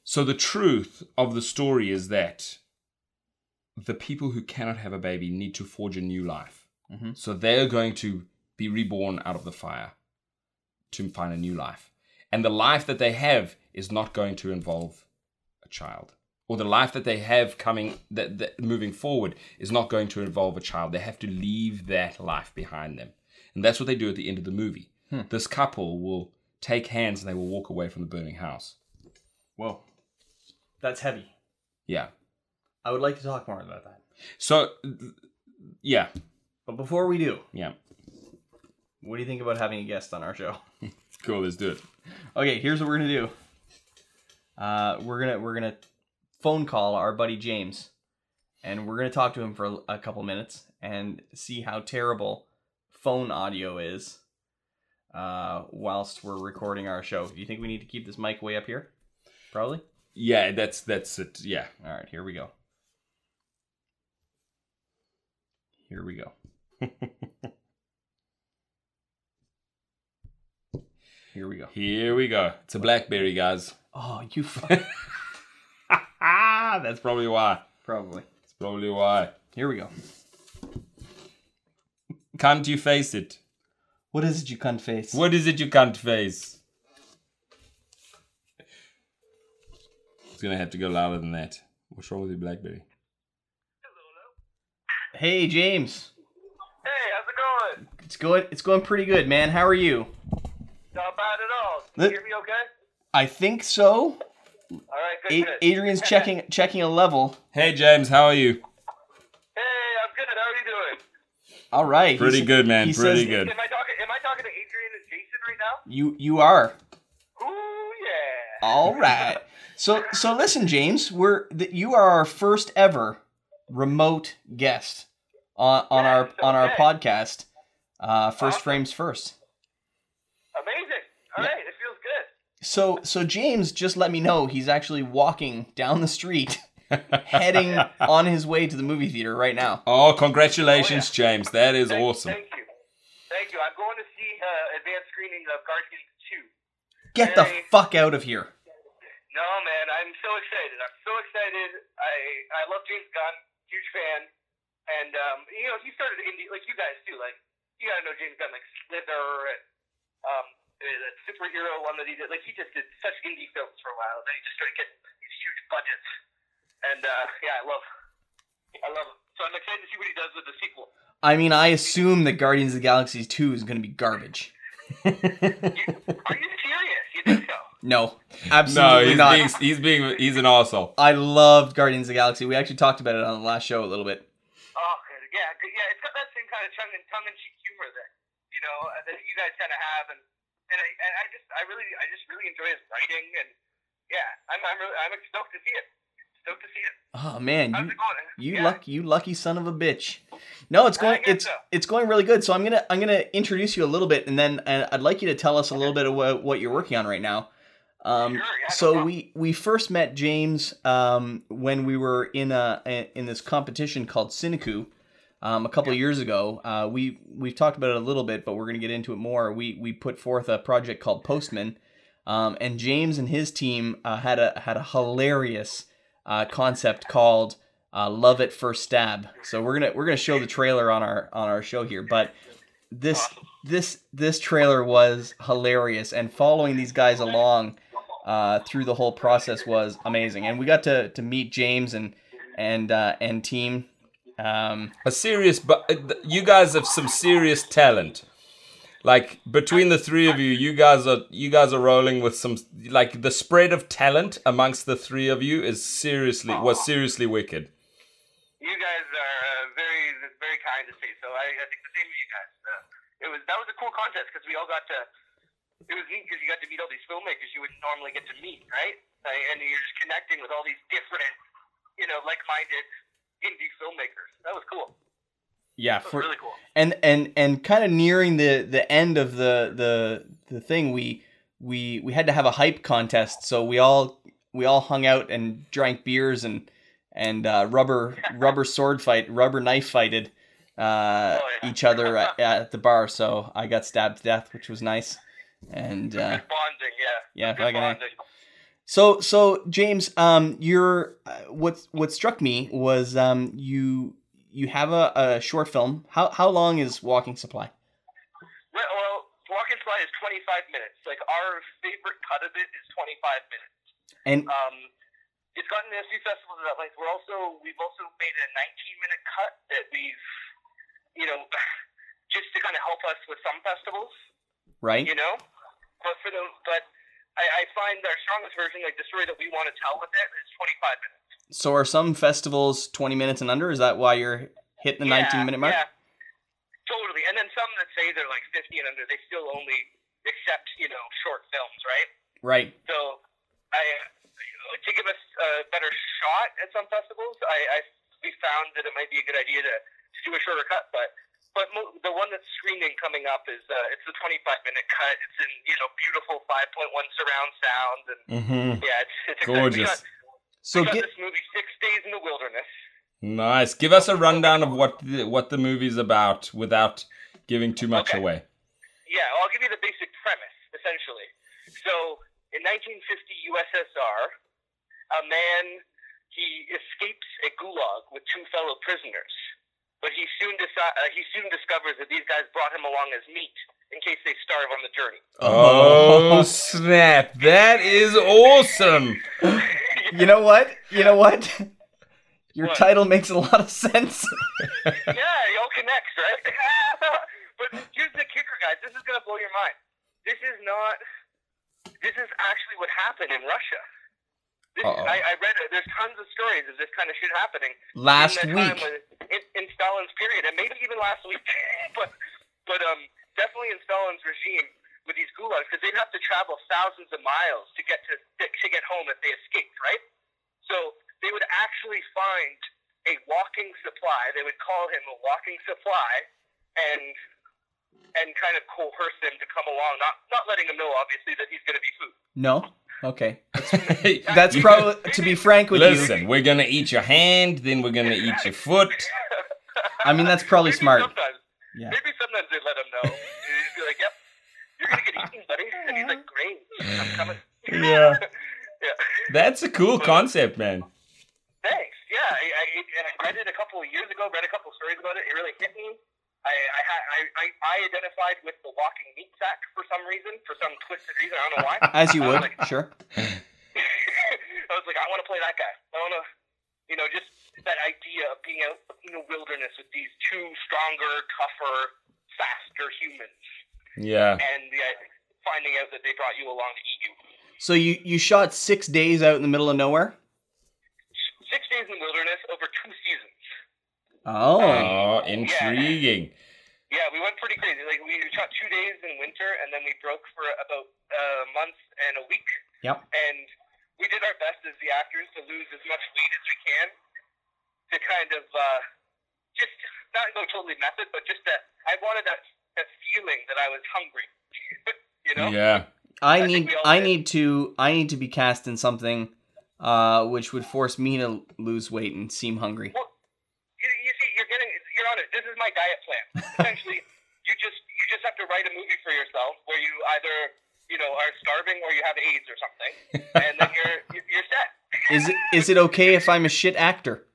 [SPEAKER 1] So the truth of the story is that the people who cannot have a baby need to forge a new life.
[SPEAKER 2] Mhm.
[SPEAKER 1] So they're going to be reborn out of the fire to find a new life. And the life that they have is not going to involve a child. Or the life that they have coming that, that moving forward is not going to involve a child. They have to leave that life behind them. And that's what they do at the end of the movie. This couple will take hands and they will walk away from the burning house.
[SPEAKER 2] Whoa, that's heavy.
[SPEAKER 1] Yeah.
[SPEAKER 2] I would like to talk more about that.
[SPEAKER 1] So, th- yeah,
[SPEAKER 2] But before we do,
[SPEAKER 1] yeah.
[SPEAKER 2] what do you think about having a guest on our show?
[SPEAKER 1] Cool, let's do it.
[SPEAKER 2] Okay, here's what we're gonna do. Uh, we're gonna we're gonna phone call our buddy James, and we're gonna talk to him for a couple minutes and see how terrible phone audio is. Uh, whilst we're recording our show, do you think we need to keep this mic way up here? Probably.
[SPEAKER 1] Yeah, that's that's it. Yeah.
[SPEAKER 2] All right, here we go. Here we [laughs] go. here we go.
[SPEAKER 1] Here we go. It's a blackberry, guys. [laughs]
[SPEAKER 2] Oh, you fuck.
[SPEAKER 1] Ah, that's probably why.
[SPEAKER 2] [laughs] Probably.
[SPEAKER 1] That's probably why.
[SPEAKER 2] Here we go.
[SPEAKER 1] Can't you face it?
[SPEAKER 2] What is it you can't face?
[SPEAKER 1] What is it you can't face? It's gonna have to go louder than that. What's wrong with your blackberry?
[SPEAKER 2] Hey, James.
[SPEAKER 3] Hey, how's it going?
[SPEAKER 2] It's going. It's going pretty good, man. How are you?
[SPEAKER 3] Not bad at all. Can
[SPEAKER 2] Th-
[SPEAKER 3] you hear me okay?
[SPEAKER 2] I think so.
[SPEAKER 3] All right, good,
[SPEAKER 2] A-
[SPEAKER 3] good.
[SPEAKER 2] Adrian's checking checking a level.
[SPEAKER 1] Hey James, how are you?
[SPEAKER 3] Hey, I'm good. How are you doing?
[SPEAKER 2] All right. He
[SPEAKER 1] Pretty
[SPEAKER 2] s-
[SPEAKER 1] good, man.
[SPEAKER 2] he
[SPEAKER 1] Pretty
[SPEAKER 2] says-
[SPEAKER 1] good.
[SPEAKER 3] Am I talking? Am I talking to Adrian and Jason right now?
[SPEAKER 2] You you are.
[SPEAKER 3] Ooh, yeah.
[SPEAKER 2] All right. So so listen, James. We're th- you are our first ever remote guest on on our
[SPEAKER 3] Yes,
[SPEAKER 2] on our
[SPEAKER 3] okay.
[SPEAKER 2] podcast. Uh, first
[SPEAKER 3] Awesome.
[SPEAKER 2] frames first.
[SPEAKER 3] Amazing. All right, it feels good.
[SPEAKER 2] So so James just let me know he's actually walking down the street, [laughs] heading [laughs] on his way to the movie theater right now.
[SPEAKER 1] Oh, congratulations,
[SPEAKER 2] Oh,
[SPEAKER 1] James. That is
[SPEAKER 3] Thank,
[SPEAKER 1] awesome.
[SPEAKER 3] Thank you. Thank you. I'm going to see uh, advanced screening of Guardians 2.
[SPEAKER 2] Get the
[SPEAKER 3] Hey.
[SPEAKER 2] fuck out of here.
[SPEAKER 3] No, man, I'm so excited. I'm so excited. I I love James Gunn, huge fan, and um, you know, he started indie like you guys too. Like you gotta know James Gunn, like Slither and um, the superhero one that he did. Like he just did such indie films for a while, and then he just started getting these huge budgets. And uh, yeah, I love, I love him. So I'm excited to see what he does with the sequel.
[SPEAKER 2] I mean, I assume that Guardians of the Galaxy 2 is going to be garbage.
[SPEAKER 3] Are you serious? You think so?
[SPEAKER 2] No,
[SPEAKER 1] No,
[SPEAKER 2] absolutely
[SPEAKER 1] he's
[SPEAKER 2] not.
[SPEAKER 1] being he's being he's an asshole.
[SPEAKER 2] I loved Guardians of the Galaxy. We actually talked about it on the last show a little bit.
[SPEAKER 3] Oh, good. yeah, good. yeah. It's got that same kind of tongue and tongue and cheek humor that you know uh, that you guys kind of have, and and I, and I just I really I just really enjoy his writing, and yeah, I'm I'm really, I'm stoked to see it. Stoked to see it.
[SPEAKER 2] Oh man,
[SPEAKER 3] How's
[SPEAKER 2] you
[SPEAKER 3] it going?
[SPEAKER 2] you
[SPEAKER 3] yeah.
[SPEAKER 2] luck you lucky son of a bitch. No, it's going
[SPEAKER 3] I
[SPEAKER 2] it's
[SPEAKER 3] guess so.
[SPEAKER 2] it's going really good. So I'm gonna I'm gonna introduce you a little bit, and then uh, I'd like you to tell us a little bit of what, what you're working on right now. Um,
[SPEAKER 3] Sure, yeah, no
[SPEAKER 2] so
[SPEAKER 3] problem.
[SPEAKER 2] we we first met James um, when we were in a, a in this competition called Cineku. Um, a couple of years ago, uh, we we've talked about it a little bit, but we're going to get into it more. We we put forth a project called Postman, um, and James and his team uh, had a had a hilarious uh, concept called uh, "Love at First Stab." So we're gonna we're gonna show the trailer on our on our show here, but this this this trailer was hilarious, and following these guys along uh, through the whole process was amazing, and we got to to meet James and and uh, and team. Um,
[SPEAKER 1] uh, A serious, but you guys have some serious talent. Like between the three of you, you guys are you guys are rolling with some like the spread of talent amongst the three of you is seriously was seriously wicked.
[SPEAKER 3] You guys are uh, very very kind to see. So I, I think the same of you guys. Uh, it was that was a cool contest because we all got to. It was neat because you got to meet all these filmmakers you wouldn't normally get to meet, right? Uh, and you're just connecting with all these different, you know, like-minded indie filmmakers. That was cool.
[SPEAKER 2] Yeah,
[SPEAKER 3] That was
[SPEAKER 2] for
[SPEAKER 3] really cool.
[SPEAKER 2] and and and kind of nearing the the end of the the the thing we we we had to have a hype contest so we all we all hung out and drank beers and and uh, rubber rubber sword fight rubber knife fighted uh,
[SPEAKER 3] Oh, yeah.
[SPEAKER 2] each other at, at the bar so i got stabbed to death which was nice and uh,
[SPEAKER 3] Good bonding, yeah.
[SPEAKER 2] yeah
[SPEAKER 3] Good
[SPEAKER 2] fucking A.
[SPEAKER 3] bonding.
[SPEAKER 2] So so James, um, your uh, what what struck me was um, you you have a, a short film. How how long is Walking Supply?
[SPEAKER 3] Well, well, Walk and Fly is 25 minutes. Like, our favorite cut of it is 25 minutes.
[SPEAKER 2] And
[SPEAKER 3] Um, it's gotten a few festivals that like we're also we've also made a 19 minute cut that we've you know [sighs] just to kind of help us with some festivals,
[SPEAKER 2] right,
[SPEAKER 3] you know. But for those, but I, I find our strongest version, like the story that we want to tell with it, is 25 minutes.
[SPEAKER 2] so are some festivals twenty minutes and under? Is that why you're hitting the nineteen minute mark?
[SPEAKER 3] Yeah, totally. And then some that say they're like 50 and under, they still only accept you know short films, right?
[SPEAKER 2] Right.
[SPEAKER 3] So, I uh, to give us a better shot at some festivals, I, I we found that it might be a good idea to, to do a shorter cut. But but mo- the one that's screening coming up is uh, it's the 25 minute cut. It's in you know beautiful 5.1 surround sound and
[SPEAKER 1] Mm-hmm.
[SPEAKER 3] yeah, it's, it's exciting. We
[SPEAKER 1] Gorgeous.
[SPEAKER 3] got,
[SPEAKER 2] So
[SPEAKER 3] we got
[SPEAKER 2] get
[SPEAKER 3] this movie Six Days in the Wilderness.
[SPEAKER 1] Nice. Give us a rundown of what the, what the movie's about without giving too much
[SPEAKER 3] Okay.
[SPEAKER 1] away.
[SPEAKER 3] Yeah, I'll give you the basic premise, essentially. So, in 1950 USSR, a man he escapes a gulag with two fellow prisoners, but he soon deci- uh, he soon discovers that these guys brought him along as meat in case they starve on the journey. [laughs]
[SPEAKER 1] Oh [laughs] snap! That is [laughs] awesome.
[SPEAKER 2] you know what you know what [laughs] your
[SPEAKER 3] What?
[SPEAKER 2] title makes a lot of
[SPEAKER 3] [laughs]
[SPEAKER 2] sense.
[SPEAKER 3] yeah, it all connects, right? [laughs] but here's the kicker, guys. This is gonna blow your mind. This is not. This is actually what happened in Russia. This,
[SPEAKER 1] Uh-oh.
[SPEAKER 3] I, I read. There's tons of stories of this kind of shit happening.
[SPEAKER 2] Last
[SPEAKER 3] in the time
[SPEAKER 2] week,
[SPEAKER 3] when- in, in Stalin's period, and maybe even last week, [laughs] but but um, definitely in Stalin's regime with these gulags, because they'd have to travel thousands of miles to get to to get home if they escaped, right? So they would actually find a walking supply. They would call him a walking supply, and and kind of coerce him to come along, not not letting him know obviously that he's going to be food. [laughs]
[SPEAKER 2] no, okay, that's
[SPEAKER 1] That's
[SPEAKER 2] probably to be frank with you.
[SPEAKER 1] Listen, we're gonna eat your hand, then we're gonna eat your foot.
[SPEAKER 2] I mean that's probably
[SPEAKER 3] Maybe
[SPEAKER 2] smart.
[SPEAKER 3] Sometimes,
[SPEAKER 2] Yeah.
[SPEAKER 3] Maybe sometimes they let him know. He'd be like, "Yep, you're gonna get eaten, buddy," and he's like, "Great, I'm coming."
[SPEAKER 1] Yeah.
[SPEAKER 3] [laughs] yeah.
[SPEAKER 1] That's a cool concept, man.
[SPEAKER 3] Thanks. Yeah, I, I, I read it a couple of years ago. Read a couple of stories about it. It really hit me. I I, ha- I, I, I identified with the walking meat sack for some reason, for some twisted reason. I don't know why.
[SPEAKER 2] [laughs] As you
[SPEAKER 3] I was
[SPEAKER 2] would,
[SPEAKER 3] [laughs] like,
[SPEAKER 2] sure.
[SPEAKER 3] I was like, I want to play that guy. I want to, you know, just that idea of being out in the wilderness with these two stronger, tougher, faster humans,
[SPEAKER 1] Yeah.
[SPEAKER 3] and the, finding out that they brought you along to eat you.
[SPEAKER 2] So you you shot six days out in the middle of nowhere.
[SPEAKER 3] Six days in the wilderness over two seasons. Um,
[SPEAKER 2] Oh,
[SPEAKER 1] Oh, intriguing.
[SPEAKER 3] Yeah, we went pretty crazy. Like we shot two days in winter, and then we broke for about a month and a week.
[SPEAKER 2] Yep.
[SPEAKER 3] And we did our best as the actors to lose as much weight as we can, to kind of uh, just not go totally method, but just that I wanted that that feeling that I was hungry. [laughs] you know.
[SPEAKER 1] Yeah.
[SPEAKER 2] I
[SPEAKER 3] I
[SPEAKER 2] need
[SPEAKER 3] think we all
[SPEAKER 2] I
[SPEAKER 3] did.
[SPEAKER 2] need to I need to be cast in something, uh, which would force me to lose weight and seem hungry.
[SPEAKER 3] Well, you, you see, you're getting you're on it. This is my diet
[SPEAKER 2] [laughs]
[SPEAKER 3] plan. Essentially, you just you just have to write a movie for yourself where you either you know are starving or you have AIDS or
[SPEAKER 2] [laughs]
[SPEAKER 3] something, and then you're you're set.
[SPEAKER 2] Is it is it okay if I'm a shit actor?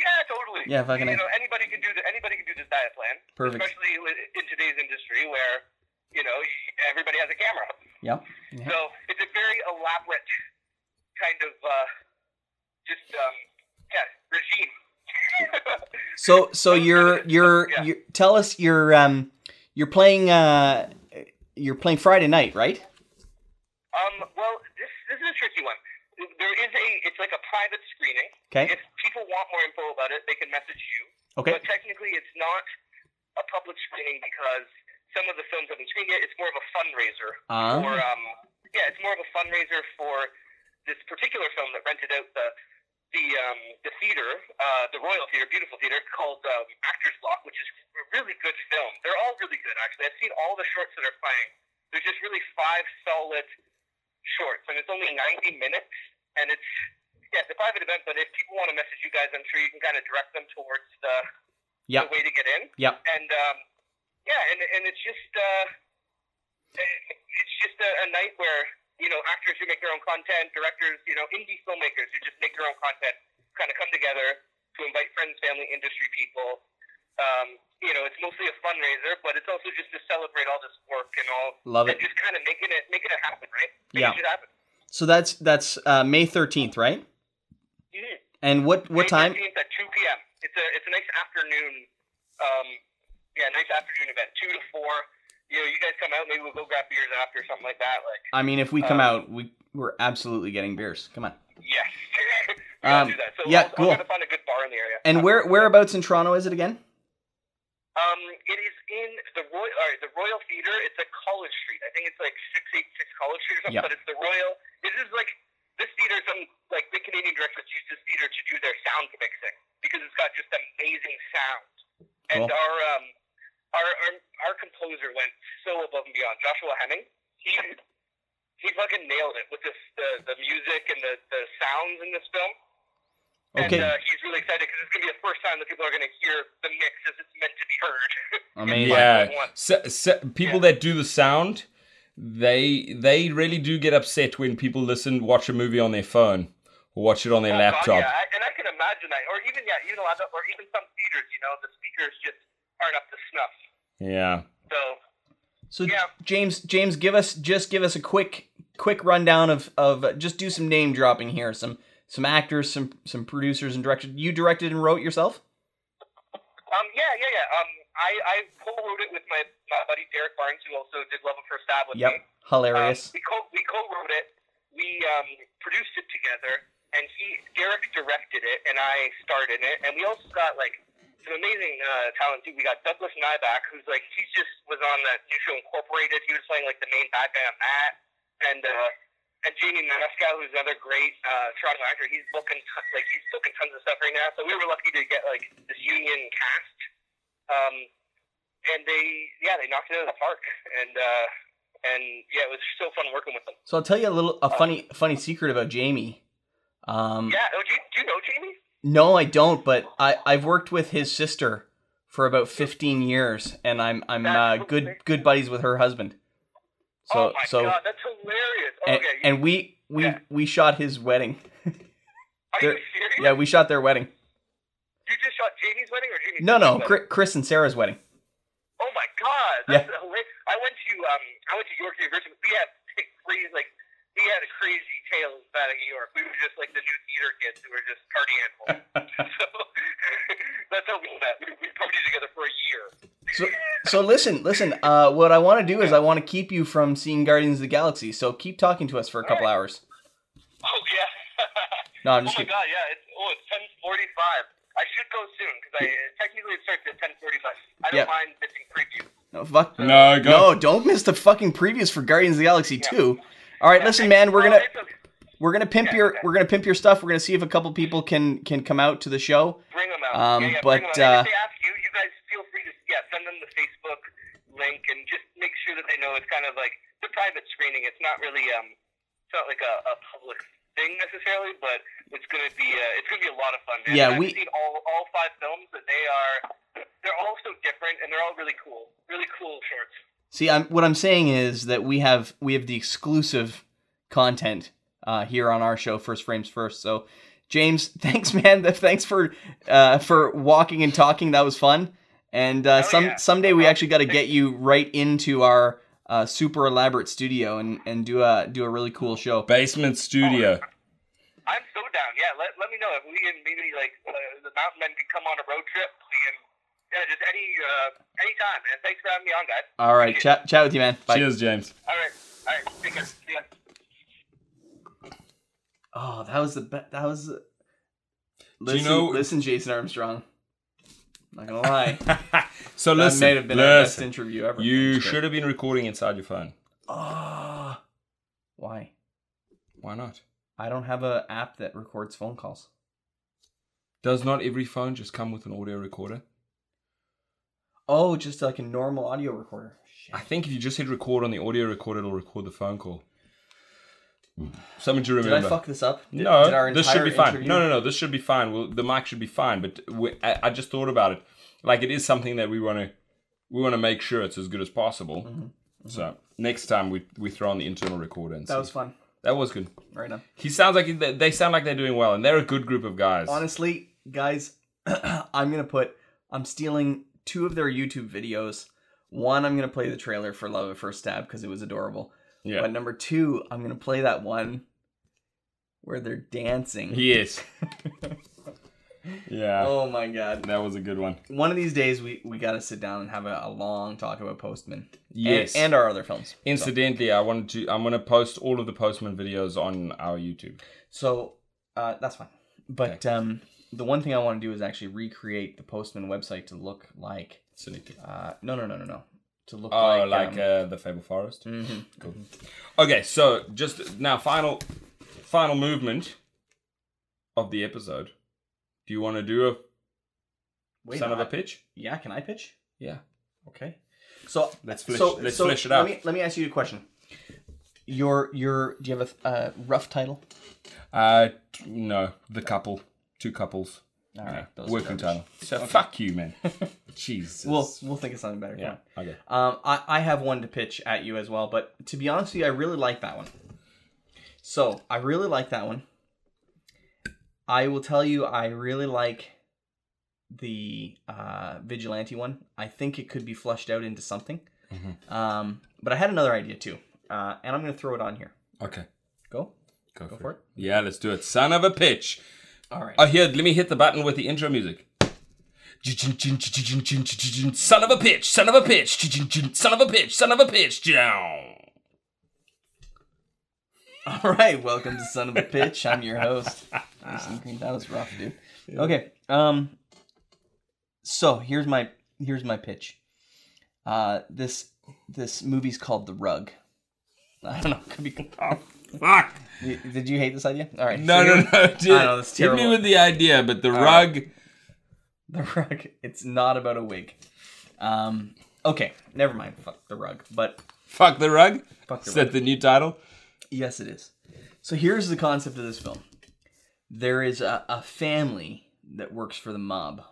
[SPEAKER 3] Yeah, totally.
[SPEAKER 2] Yeah, fucking A.
[SPEAKER 3] You know, anybody can do the, anybody can do this diet plan,
[SPEAKER 2] Perfect.
[SPEAKER 3] especially li- in today's industry where you know y- everybody has a camera.
[SPEAKER 2] Yep.
[SPEAKER 3] So it's a very elaborate kind of uh, just um, yeah regime.
[SPEAKER 2] So so you're you're,
[SPEAKER 3] Yeah.
[SPEAKER 2] you're tell us your um You're playing. Uh, you're playing Friday night, right?
[SPEAKER 3] Um, well, this this is a tricky one. There is a it's like a private screening.
[SPEAKER 2] Okay.
[SPEAKER 3] If people want more info about it, they can message you.
[SPEAKER 2] Okay.
[SPEAKER 3] But technically, it's not a public screening because some of the films haven't screened yet. It's more of a fundraiser
[SPEAKER 2] Um,
[SPEAKER 3] for um yeah, it's more of a fundraiser for this particular film that rented out the the um the theater, uh the Royal Theater, beautiful theater called um, Actors Block, which is a really good film. They're all really good actually. I've seen all the shorts that are playing. There's just really five solid shorts and it's only 90 minutes and it's yeah, it's a private event, but if people want to message you guys, I'm sure you can kind of direct them towards the,
[SPEAKER 2] Yep.
[SPEAKER 3] the way to get in.
[SPEAKER 2] Yep.
[SPEAKER 3] And um, yeah, and and it's just uh, it's just a, a night where you know actors who make their own content, directors, you know, indie filmmakers who just make their own content, kind of come together to invite friends, family, industry people. Um, you know, it's mostly a fundraiser, but it's also just to celebrate all this work and all,
[SPEAKER 2] Love
[SPEAKER 3] and
[SPEAKER 2] it.
[SPEAKER 3] just kind of making it making it happen, right?
[SPEAKER 2] Yeah.
[SPEAKER 3] Making it happen.
[SPEAKER 2] So that's that's uh, May thirteenth, right?
[SPEAKER 3] Mhm.
[SPEAKER 2] And what what
[SPEAKER 3] May
[SPEAKER 2] time?
[SPEAKER 3] 13th at 2 p.m. It's a it's a nice afternoon, um, yeah, nice afternoon event, two to four. You know, you guys come out, maybe we'll go grab beers after or something like that. Like,
[SPEAKER 2] I mean, if we
[SPEAKER 3] Um,
[SPEAKER 2] come out, we we're absolutely getting beers. Come on.
[SPEAKER 3] yes, [laughs] we
[SPEAKER 2] Um,
[SPEAKER 3] gotta do that. So
[SPEAKER 2] yeah,
[SPEAKER 3] I'll,
[SPEAKER 2] cool.
[SPEAKER 3] I'll try to find a good bar in the area.
[SPEAKER 2] And where whereabouts in Toronto is it again?
[SPEAKER 3] Um, it is in the Royal, or the Royal Theater. It's a College Street. I think it's like six eight six College Street or something.
[SPEAKER 2] Yeah.
[SPEAKER 3] But it's the Royal. This is like this theater. is Some like big Canadian directors use this theater to do their sound mixing because it's got just amazing sound. And
[SPEAKER 2] Cool.
[SPEAKER 3] our um our, our our composer went so above and beyond. Joshua Hemming. He [laughs] he fucking nailed it with this the, the music and the the sounds in this film.
[SPEAKER 2] Okay.
[SPEAKER 3] And uh, he's really excited because it's gonna be the first time that people are gonna hear the mix as it's meant to be heard.
[SPEAKER 2] Amazing.
[SPEAKER 1] Yeah,
[SPEAKER 3] Like one.
[SPEAKER 1] so, so- people that do the sound, they they really do get upset when people listen, watch a movie on their phone, or watch it on their
[SPEAKER 3] Oh, God,
[SPEAKER 1] laptop.
[SPEAKER 3] yeah, I, and I can imagine that. Or even yeah, you know, I don't- or even some theaters, you know, the speakers just aren't up to snuff.
[SPEAKER 1] Yeah,
[SPEAKER 3] So
[SPEAKER 2] So
[SPEAKER 3] Yeah.
[SPEAKER 2] James, James, give us just give us a quick quick rundown of of uh, just do some name dropping here. Some some actors, some some producers and directors. You directed and wrote yourself.
[SPEAKER 3] um, yeah, yeah, yeah. Um, I I co-wrote it with my, my buddy Derek Barnes, who also did Love at First Stab with
[SPEAKER 2] Yep,
[SPEAKER 3] me.
[SPEAKER 2] hilarious.
[SPEAKER 3] Um, we co we co-wrote it. We um, produced it together, and he Derek directed it, and I starred in it. And we also got like some amazing uh, talent too. We got Douglas Nyback, who's like he just was on that new show Incorporated. He was playing like the main bad guy on that, and uh, and Jamie Maniscal, who's another great uh, Toronto actor. He's booking ton- like he's booking tons of stuff right now. So we were lucky to get like this union cast. Um, and they, yeah, they knocked it out of the park, and uh, and yeah, it was so fun working with them.
[SPEAKER 2] so I'll tell you a little a funny funny secret about Jamie. Um,
[SPEAKER 3] Yeah, oh, do you, do you know Jamie?
[SPEAKER 2] No, I don't. But I I've worked with his sister for about fifteen years, and I'm I'm uh,
[SPEAKER 3] That's
[SPEAKER 2] good
[SPEAKER 3] amazing.
[SPEAKER 2] good buddies with her husband. So
[SPEAKER 3] oh my
[SPEAKER 2] so
[SPEAKER 3] god, that's hilarious.
[SPEAKER 2] and,
[SPEAKER 3] okay,
[SPEAKER 2] and we we
[SPEAKER 3] Yeah.
[SPEAKER 2] we shot his wedding.
[SPEAKER 3] are
[SPEAKER 2] there-
[SPEAKER 3] you serious?
[SPEAKER 2] Yeah, we shot their wedding.
[SPEAKER 3] You just shot Jamie's wedding or Jamie's?
[SPEAKER 2] No, no,
[SPEAKER 3] wedding?
[SPEAKER 2] Chri- Chris and Sarah's wedding.
[SPEAKER 3] Oh my god, that's hilarious. I went to um, I went to York University. We had crazy like we had a crazy tales about at York. We were just like the new theater kids who were just party animals.
[SPEAKER 2] [laughs]
[SPEAKER 3] so [laughs] that's how we met. We, we partied together for a year.
[SPEAKER 2] So, so listen, listen. Uh, what I want to do is I want to keep you from seeing Guardians of the Galaxy. So keep talking to us for a couple hours.
[SPEAKER 3] Oh yeah. [laughs]
[SPEAKER 2] No, I'm
[SPEAKER 3] Oh
[SPEAKER 2] just
[SPEAKER 3] my
[SPEAKER 2] kidding.
[SPEAKER 3] god, yeah, it's oh, it's ten forty five. I should go soon because I technically it starts at ten forty five. I
[SPEAKER 2] Yeah.
[SPEAKER 3] don't mind missing preview.
[SPEAKER 2] No, fuck.
[SPEAKER 3] Uh,
[SPEAKER 1] no, go.
[SPEAKER 2] No, don't miss the fucking previews for Guardians of the Galaxy
[SPEAKER 3] Yeah.
[SPEAKER 2] two. All right, listen, man. We're
[SPEAKER 3] Oh,
[SPEAKER 2] gonna
[SPEAKER 3] it's okay.
[SPEAKER 2] we're gonna pimp
[SPEAKER 3] Yeah,
[SPEAKER 2] your
[SPEAKER 3] okay.
[SPEAKER 2] we're gonna pimp your stuff. We're gonna see if a couple people can can come out to the show.
[SPEAKER 3] bring them out.
[SPEAKER 2] Um,
[SPEAKER 3] yeah, yeah,
[SPEAKER 2] but,
[SPEAKER 3] bring 'em out.
[SPEAKER 2] uh,
[SPEAKER 3] And if they ask you, you guys feel free to yeah send them the Facebook link and just make sure that they know it's kind of like the private screening. It's not really um, it's not like a, a public thing necessarily, but it's gonna be uh, it's gonna be a lot of fun. Man.
[SPEAKER 2] Yeah,
[SPEAKER 3] I've
[SPEAKER 2] we-
[SPEAKER 3] seen all all five films, and they are they're all so different, and they're all really cool, really cool shorts.
[SPEAKER 2] See, I'm what I'm saying is that we have we have the exclusive content uh, here on our show, First Frames First. So, James, [laughs] thanks, man. Thanks for uh, for walking and talking. That was fun. And uh,
[SPEAKER 3] Oh,
[SPEAKER 2] some
[SPEAKER 3] yeah.
[SPEAKER 2] someday we
[SPEAKER 3] Uh,
[SPEAKER 2] actually got to get you right into our uh, super elaborate studio and and do a do a really cool show.
[SPEAKER 1] Basement studio.
[SPEAKER 3] Oh, I'm so down. Yeah, let, let me know if we can maybe like uh, the mountain men can come on a road trip. We can yeah, just any uh, anytime, man. Thanks for having me on, guys.
[SPEAKER 2] All right, chat chat with you, man. Bye.
[SPEAKER 1] Cheers, James.
[SPEAKER 3] All right, all right, take care. See ya.
[SPEAKER 2] Oh, that was the be- that was.
[SPEAKER 1] you
[SPEAKER 2] Listen,
[SPEAKER 1] know-
[SPEAKER 2] listen, Jason Armstrong.
[SPEAKER 1] [laughs]
[SPEAKER 2] Not gonna lie,
[SPEAKER 1] so
[SPEAKER 2] that
[SPEAKER 1] listen,
[SPEAKER 2] may have been our best
[SPEAKER 1] listen.
[SPEAKER 2] interview ever.
[SPEAKER 1] You should have been recording inside your phone.
[SPEAKER 2] Oh, why?
[SPEAKER 1] Why not?
[SPEAKER 2] I don't have a app that records phone calls.
[SPEAKER 1] Does not every phone just come with an audio recorder?
[SPEAKER 2] Oh, just like a normal audio recorder. Shit.
[SPEAKER 1] I think if you just hit record on the audio recorder, it'll record the phone call. Something to
[SPEAKER 2] Did
[SPEAKER 1] remember.
[SPEAKER 2] I fuck this up? Did,
[SPEAKER 1] no,
[SPEAKER 2] did our
[SPEAKER 1] this should
[SPEAKER 2] entire
[SPEAKER 1] be fine.
[SPEAKER 2] interview-
[SPEAKER 1] No, no, no, this should be fine. Well, the mic should be fine. But we, I, I just thought about it. Like it is something that we want to, we want to make sure it's as good as possible.
[SPEAKER 2] Mm-hmm,
[SPEAKER 1] So next time we we throw on the internal recorder. And
[SPEAKER 2] That
[SPEAKER 1] see.
[SPEAKER 2] was fun.
[SPEAKER 1] that was good.
[SPEAKER 2] Right on.
[SPEAKER 1] He sounds like they- they sound like they're doing well, and they're a good group of guys.
[SPEAKER 2] Honestly, guys, [clears throat] I'm gonna put. I'm stealing two of their YouTube videos. One, I'm gonna play the trailer for Love at First Stab because it was adorable.
[SPEAKER 1] yeah.
[SPEAKER 2] But number two, I'm gonna play that one where they're dancing. [laughs]
[SPEAKER 1] Yes. yeah.
[SPEAKER 2] Oh my god!
[SPEAKER 1] That was a good one.
[SPEAKER 2] One of these days, we we gotta sit down and have a, a long talk about Postman.
[SPEAKER 1] Yes.
[SPEAKER 2] and, and our other films.
[SPEAKER 1] Incidentally, I wanted to. I'm gonna post all of the Postman videos on our YouTube.
[SPEAKER 2] So uh, that's fine. But um, the one thing I want to do is actually recreate the Postman website to look like.
[SPEAKER 1] So need to-
[SPEAKER 2] Uh, no, no, no, no, no. To look
[SPEAKER 1] Oh,
[SPEAKER 2] like.
[SPEAKER 1] like,
[SPEAKER 2] um,
[SPEAKER 1] uh, the Fable Forest.
[SPEAKER 2] mhm.
[SPEAKER 1] Okay, so just now, final, final movement of the episode. Do you want to do a
[SPEAKER 2] Wait,
[SPEAKER 1] son of a
[SPEAKER 2] I-
[SPEAKER 1] pitch?
[SPEAKER 2] Yeah, can I pitch?
[SPEAKER 1] Yeah.
[SPEAKER 2] Okay. So
[SPEAKER 1] Let's flesh-
[SPEAKER 2] so,
[SPEAKER 1] let's
[SPEAKER 2] so
[SPEAKER 1] flesh it out.
[SPEAKER 2] Let me let me ask you a question. Your your do you have a uh, rough title?
[SPEAKER 1] Uh, t- no, the couple, two couples.
[SPEAKER 2] All
[SPEAKER 1] Yeah,
[SPEAKER 2] right, those are
[SPEAKER 1] working
[SPEAKER 2] garbage.
[SPEAKER 1] title. So fuck you,
[SPEAKER 2] [laughs]
[SPEAKER 1] man. Jesus.
[SPEAKER 2] We'll we'll think of something better.
[SPEAKER 1] yeah.
[SPEAKER 2] Yeah.
[SPEAKER 1] Okay.
[SPEAKER 2] Um, I I have one to pitch at you as well, but to be honest with you, I really like that one. So I really like that one. I will tell you, I really like the uh, vigilante one. I think it could be flushed out into something.
[SPEAKER 1] Mhm.
[SPEAKER 2] Um, but I had another idea too, uh, and I'm going to throw it on here.
[SPEAKER 1] Okay.
[SPEAKER 2] Go.
[SPEAKER 1] Go,
[SPEAKER 2] for it.
[SPEAKER 1] Yeah, let's do it. Son of a pitch.
[SPEAKER 2] All right.
[SPEAKER 1] Oh, here, let me hit the button with the intro music. Son of a pitch, son of a pitch, son of a pitch, son of a pitch. down.
[SPEAKER 2] All right, welcome to Son of a Pitch. I'm your host, Jason Green. That was rough, dude. Okay, um, so here's my here's my pitch. Uh, this this movie's called The Rug. [laughs] I don't know. Could be.
[SPEAKER 1] Oh, fuck.
[SPEAKER 2] y- Did you hate this idea? All right.
[SPEAKER 1] No,
[SPEAKER 2] so
[SPEAKER 1] no,
[SPEAKER 2] here-
[SPEAKER 1] no. Dude.
[SPEAKER 2] I know, that's
[SPEAKER 1] Hit me
[SPEAKER 2] terrible.
[SPEAKER 1] with the idea, but the
[SPEAKER 2] right.
[SPEAKER 1] rug.
[SPEAKER 2] The Rug. It's not about a wig. Um. Okay. Never mind. Fuck the rug. But
[SPEAKER 1] Fuck the rug.
[SPEAKER 2] fuck the
[SPEAKER 1] Is
[SPEAKER 2] rug.
[SPEAKER 1] that the new title?
[SPEAKER 2] Yes, it is. So here's the concept of this film there is a, a family that works for the mob.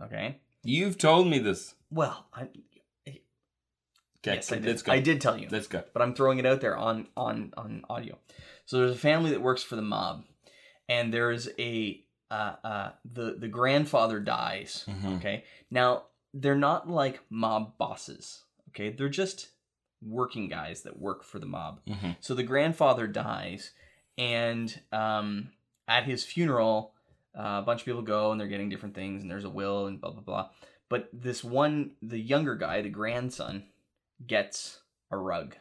[SPEAKER 2] Okay?
[SPEAKER 1] You've told me this.
[SPEAKER 2] Well, I,
[SPEAKER 1] Okay,
[SPEAKER 2] yes, I did.
[SPEAKER 1] let's go.
[SPEAKER 2] I did tell you,
[SPEAKER 1] Let's go.
[SPEAKER 2] but I'm throwing it out there on, on, on audio. So there's a family that works for the mob, and there is a. Uh, uh, the, the grandfather dies.
[SPEAKER 1] Mhm.
[SPEAKER 2] Okay. Now, they're not like mob bosses. Okay. They're just working guys that work for the mob.
[SPEAKER 1] Mhm.
[SPEAKER 2] So the grandfather dies, and um, at his funeral, uh, a bunch of people go and they're getting different things, and there's a will and blah blah blah. But this one, the younger guy, the grandson, gets a rug,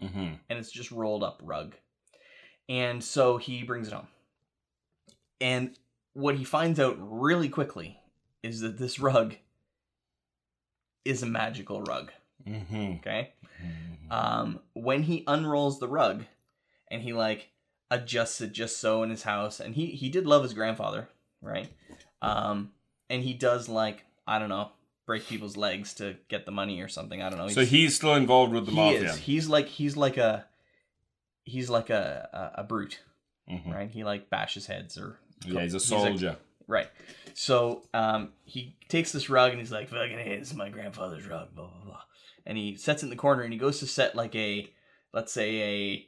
[SPEAKER 1] Mhm.
[SPEAKER 2] and it's just rolled up rug, and so he brings it home. And what he finds out really quickly is that this rug is a magical rug.
[SPEAKER 1] Mhm.
[SPEAKER 2] Okay
[SPEAKER 1] Mhm.
[SPEAKER 2] um, when he unrolls the rug and he like adjusts it just so in his house and he he did love his grandfather right um and he does like i don't know break people's legs to get the money or something i don't know
[SPEAKER 1] So he's still involved with the
[SPEAKER 2] he
[SPEAKER 1] mafia.
[SPEAKER 2] is he's like he's like a he's like a a, a brute
[SPEAKER 1] Mhm.
[SPEAKER 2] right he like bashes heads or
[SPEAKER 1] Yeah, he's a
[SPEAKER 2] he's a-
[SPEAKER 1] soldier.
[SPEAKER 2] Right. So um, he takes this rug and he's like, fucking hey, this is my grandfather's rug, blah, blah, blah. And he sets it in the corner and he goes to set like a, let's say